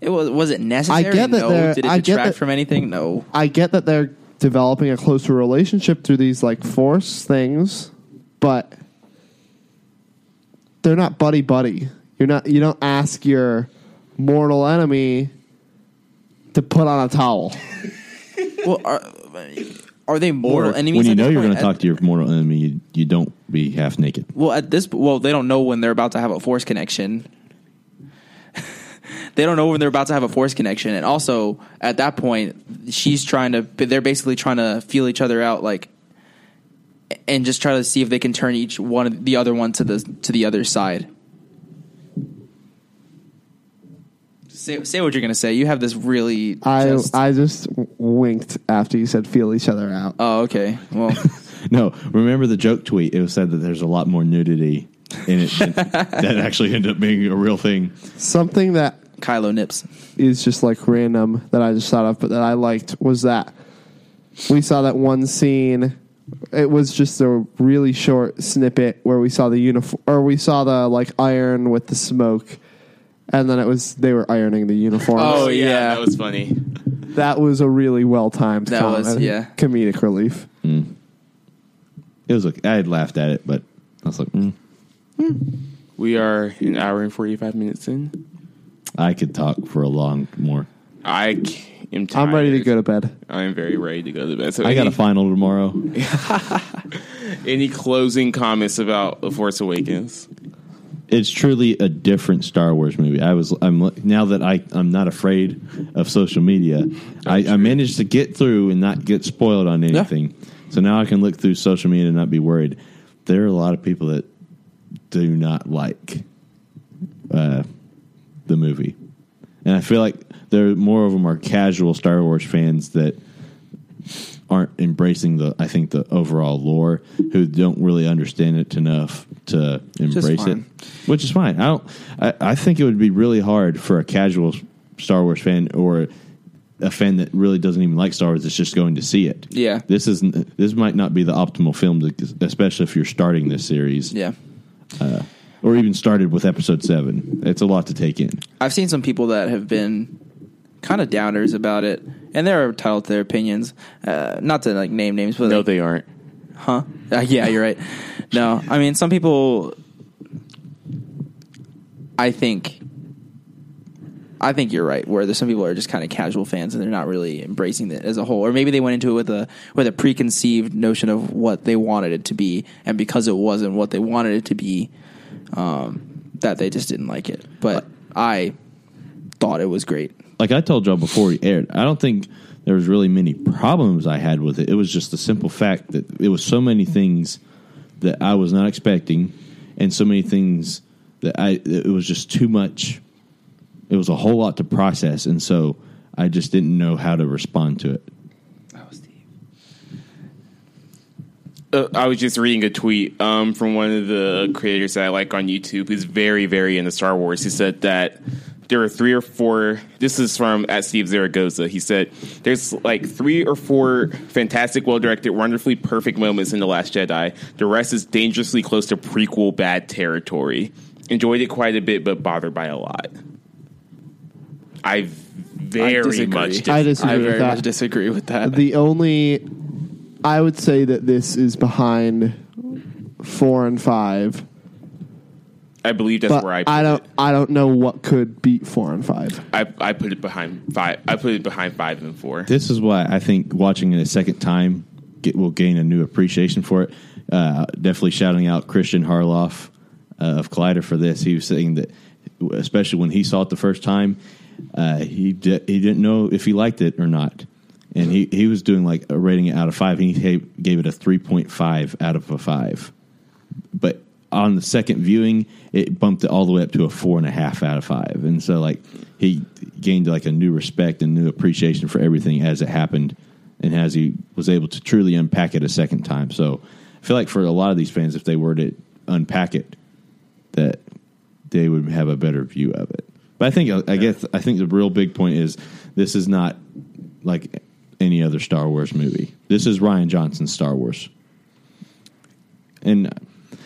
Speaker 1: It was was it necessary?
Speaker 2: I get that
Speaker 1: no.
Speaker 2: there-
Speaker 1: Did it
Speaker 2: I get
Speaker 1: detract
Speaker 2: that-
Speaker 1: from anything? No.
Speaker 2: I get that they're developing a closer relationship through these like force things, but they're not buddy buddy. You're not. You don't ask your mortal enemy to put on a towel.
Speaker 1: Well, are, are they mortal
Speaker 3: Or
Speaker 1: enemies?
Speaker 3: when you
Speaker 1: at
Speaker 3: know
Speaker 1: this
Speaker 3: you're going
Speaker 1: point?
Speaker 3: to talk to your mortal enemy, you, you don't be half naked.
Speaker 1: Well, at this, well, they don't know when they're about to have a force connection. they don't know when they're about to have a force connection, and also at that point, she's trying to. They're basically trying to feel each other out, like, and just try to see if they can turn each one, of the other one, to the to the other side. Say, say what you're gonna say. You have this really.
Speaker 2: I
Speaker 1: just-
Speaker 2: I just winked after you said feel each other out.
Speaker 1: oh, okay. Well,
Speaker 3: No, remember the joke tweet? It was said that there's a lot more nudity in it. than- that actually ended up being a real thing.
Speaker 2: Something that
Speaker 1: Kylo nips.
Speaker 2: is just like random that I just thought of, but that I liked was that we saw that one scene. It was just a really short snippet where we saw the uniform, or we saw the like iron with the smoke, and then it was they were ironing the uniforms.
Speaker 1: Oh, yeah.
Speaker 4: that was funny.
Speaker 2: That was a really well timed.
Speaker 1: That was- yeah.
Speaker 2: comedic relief.
Speaker 3: It was like I had laughed at it, but I was like, mm.
Speaker 4: We are an hour and 45 minutes in.
Speaker 3: I could talk for a long more.
Speaker 4: I c- am tired.
Speaker 2: I'm ready to go to bed.
Speaker 4: I'm very ready to go to bed. So
Speaker 3: I got a
Speaker 4: any,
Speaker 3: final tomorrow.
Speaker 4: any closing comments about The Force Awakens?
Speaker 3: It's truly a different Star Wars movie. I was I'm now that I I'm not afraid of social media. I, I managed to get through and not get spoiled on anything. So now I can look through social media and not be worried. There are a lot of people that do not like uh, the movie, and I feel like there more of them are casual Star Wars fans that aren't embracing the I think the overall lore who don't really understand it enough to embrace it,
Speaker 1: fine.
Speaker 3: which is fine. I don't. I, I think it would be really hard for a casual Star Wars fan or a fan that really doesn't even like Star Wars that's just going to see it.
Speaker 1: Yeah.
Speaker 3: this is not this might not be the optimal film, to, especially if you're starting this series.
Speaker 1: Yeah.
Speaker 3: or even started with episode seven. It's a lot to take in.
Speaker 1: I've seen some people that have been kind of downers about it, and they're entitled to their opinions. Uh, not to like name names, but
Speaker 4: No,
Speaker 1: like,
Speaker 4: they aren't.
Speaker 1: huh? Uh, yeah, you're right. No, I mean some people. I think. I think you're right. Where there's some people are just kind of casual fans and they're not really embracing it as a whole, or maybe they went into it with a with a preconceived notion of what they wanted it to be, and because it wasn't what they wanted it to be, um, that they just didn't like it. But I thought it was great.
Speaker 3: Like I told y'all before it aired, I don't think there was really many problems I had with it. It was just the simple fact that it was so many things that I was not expecting, and so many things that I it was just too much. It was a whole lot to process, and so I just didn't know how to respond to it.
Speaker 4: uh, I was just reading a tweet um, from one of the creators that I like on YouTube who's very, very into Star Wars. He said that there are three or four. This is from at Steve Zaragoza. He said there's like three or four fantastic, well directed, wonderfully perfect moments in The Last Jedi. The rest is dangerously close to prequel bad territory. Enjoyed it quite a bit, but bothered by a lot. I very
Speaker 1: disagree.
Speaker 4: much
Speaker 2: I
Speaker 4: dis-
Speaker 2: disagree
Speaker 1: I
Speaker 2: with
Speaker 1: very
Speaker 2: that.
Speaker 1: much disagree with that.
Speaker 2: The only, I would say that this is behind four and five,
Speaker 4: I believe that's
Speaker 2: but
Speaker 4: where I.
Speaker 2: I,
Speaker 4: put
Speaker 2: don't,
Speaker 4: it.
Speaker 2: I don't know what could beat four and five.
Speaker 4: I, I put it behind five. I put it behind five and four.
Speaker 3: This is why I think watching it a second time get, will gain a new appreciation for it. Uh, definitely shouting out Christian Harloff uh, of Collider for this. He was saying that, especially when he saw it the first time, uh, he di- he didn't know if he liked it or not, and he, he was doing like a rating out of five. And he gave, gave it a three point five out of a five, but on the second viewing, it bumped it all the way up to a four and a half out of five. And so, like, he gained like a new respect and new appreciation for everything as it happened, and as he was able to truly unpack it a second time. So, I feel like for a lot of these fans, if they were to unpack it, that they would have a better view of it. But I think uh, I guess I think the real big point is this is not like any other Star Wars movie. This is Ryan Johnson's Star Wars, and uh,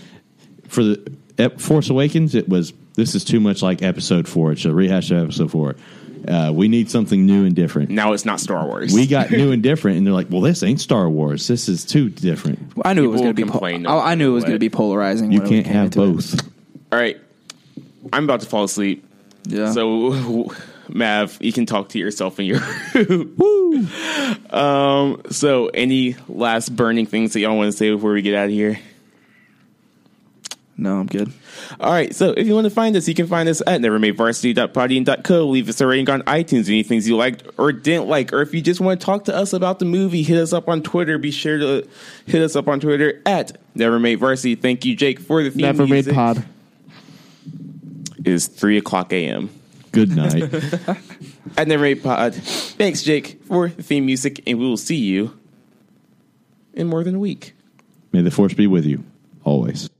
Speaker 3: for the Ep- Force Awakens, it was this is too much like Episode Four. It's a rehash of Episode Four. Uh, we need something new and different.
Speaker 4: Now it's not Star Wars.
Speaker 3: We got new and different, and they're like, "Well, this ain't Star Wars. This is too different.
Speaker 1: I knew it was
Speaker 4: People
Speaker 1: going to be.
Speaker 4: complain
Speaker 1: Po- I, I knew it was
Speaker 4: about
Speaker 1: going to
Speaker 4: it.
Speaker 1: be polarizing.
Speaker 3: You
Speaker 1: when we
Speaker 3: can't
Speaker 1: came
Speaker 3: have
Speaker 1: into it.
Speaker 3: both."
Speaker 4: All right, I'm about to fall asleep.
Speaker 1: Yeah.
Speaker 4: So, Mav, you can talk to yourself in your Um. So, any last burning things that y'all want to say before we get out of here?
Speaker 1: no, I'm good.
Speaker 4: All right, so if you want to find us, you can find us at nevermadevarsity.podium.co. Leave us a rating on iTunes, any things you liked or didn't like, or if you just want to talk to us about the movie, hit us up on Twitter. Be sure to hit us up on Twitter at nevermadevarsity. Thank you, Jake, for the theme
Speaker 2: Never made
Speaker 4: music.
Speaker 2: pod.
Speaker 4: It is 3 o'clock a.m.
Speaker 3: Good night.
Speaker 4: at Never Made Pod. Thanks, Jake, for the theme music, and we will see you in more than a week.
Speaker 3: May the force be with you always.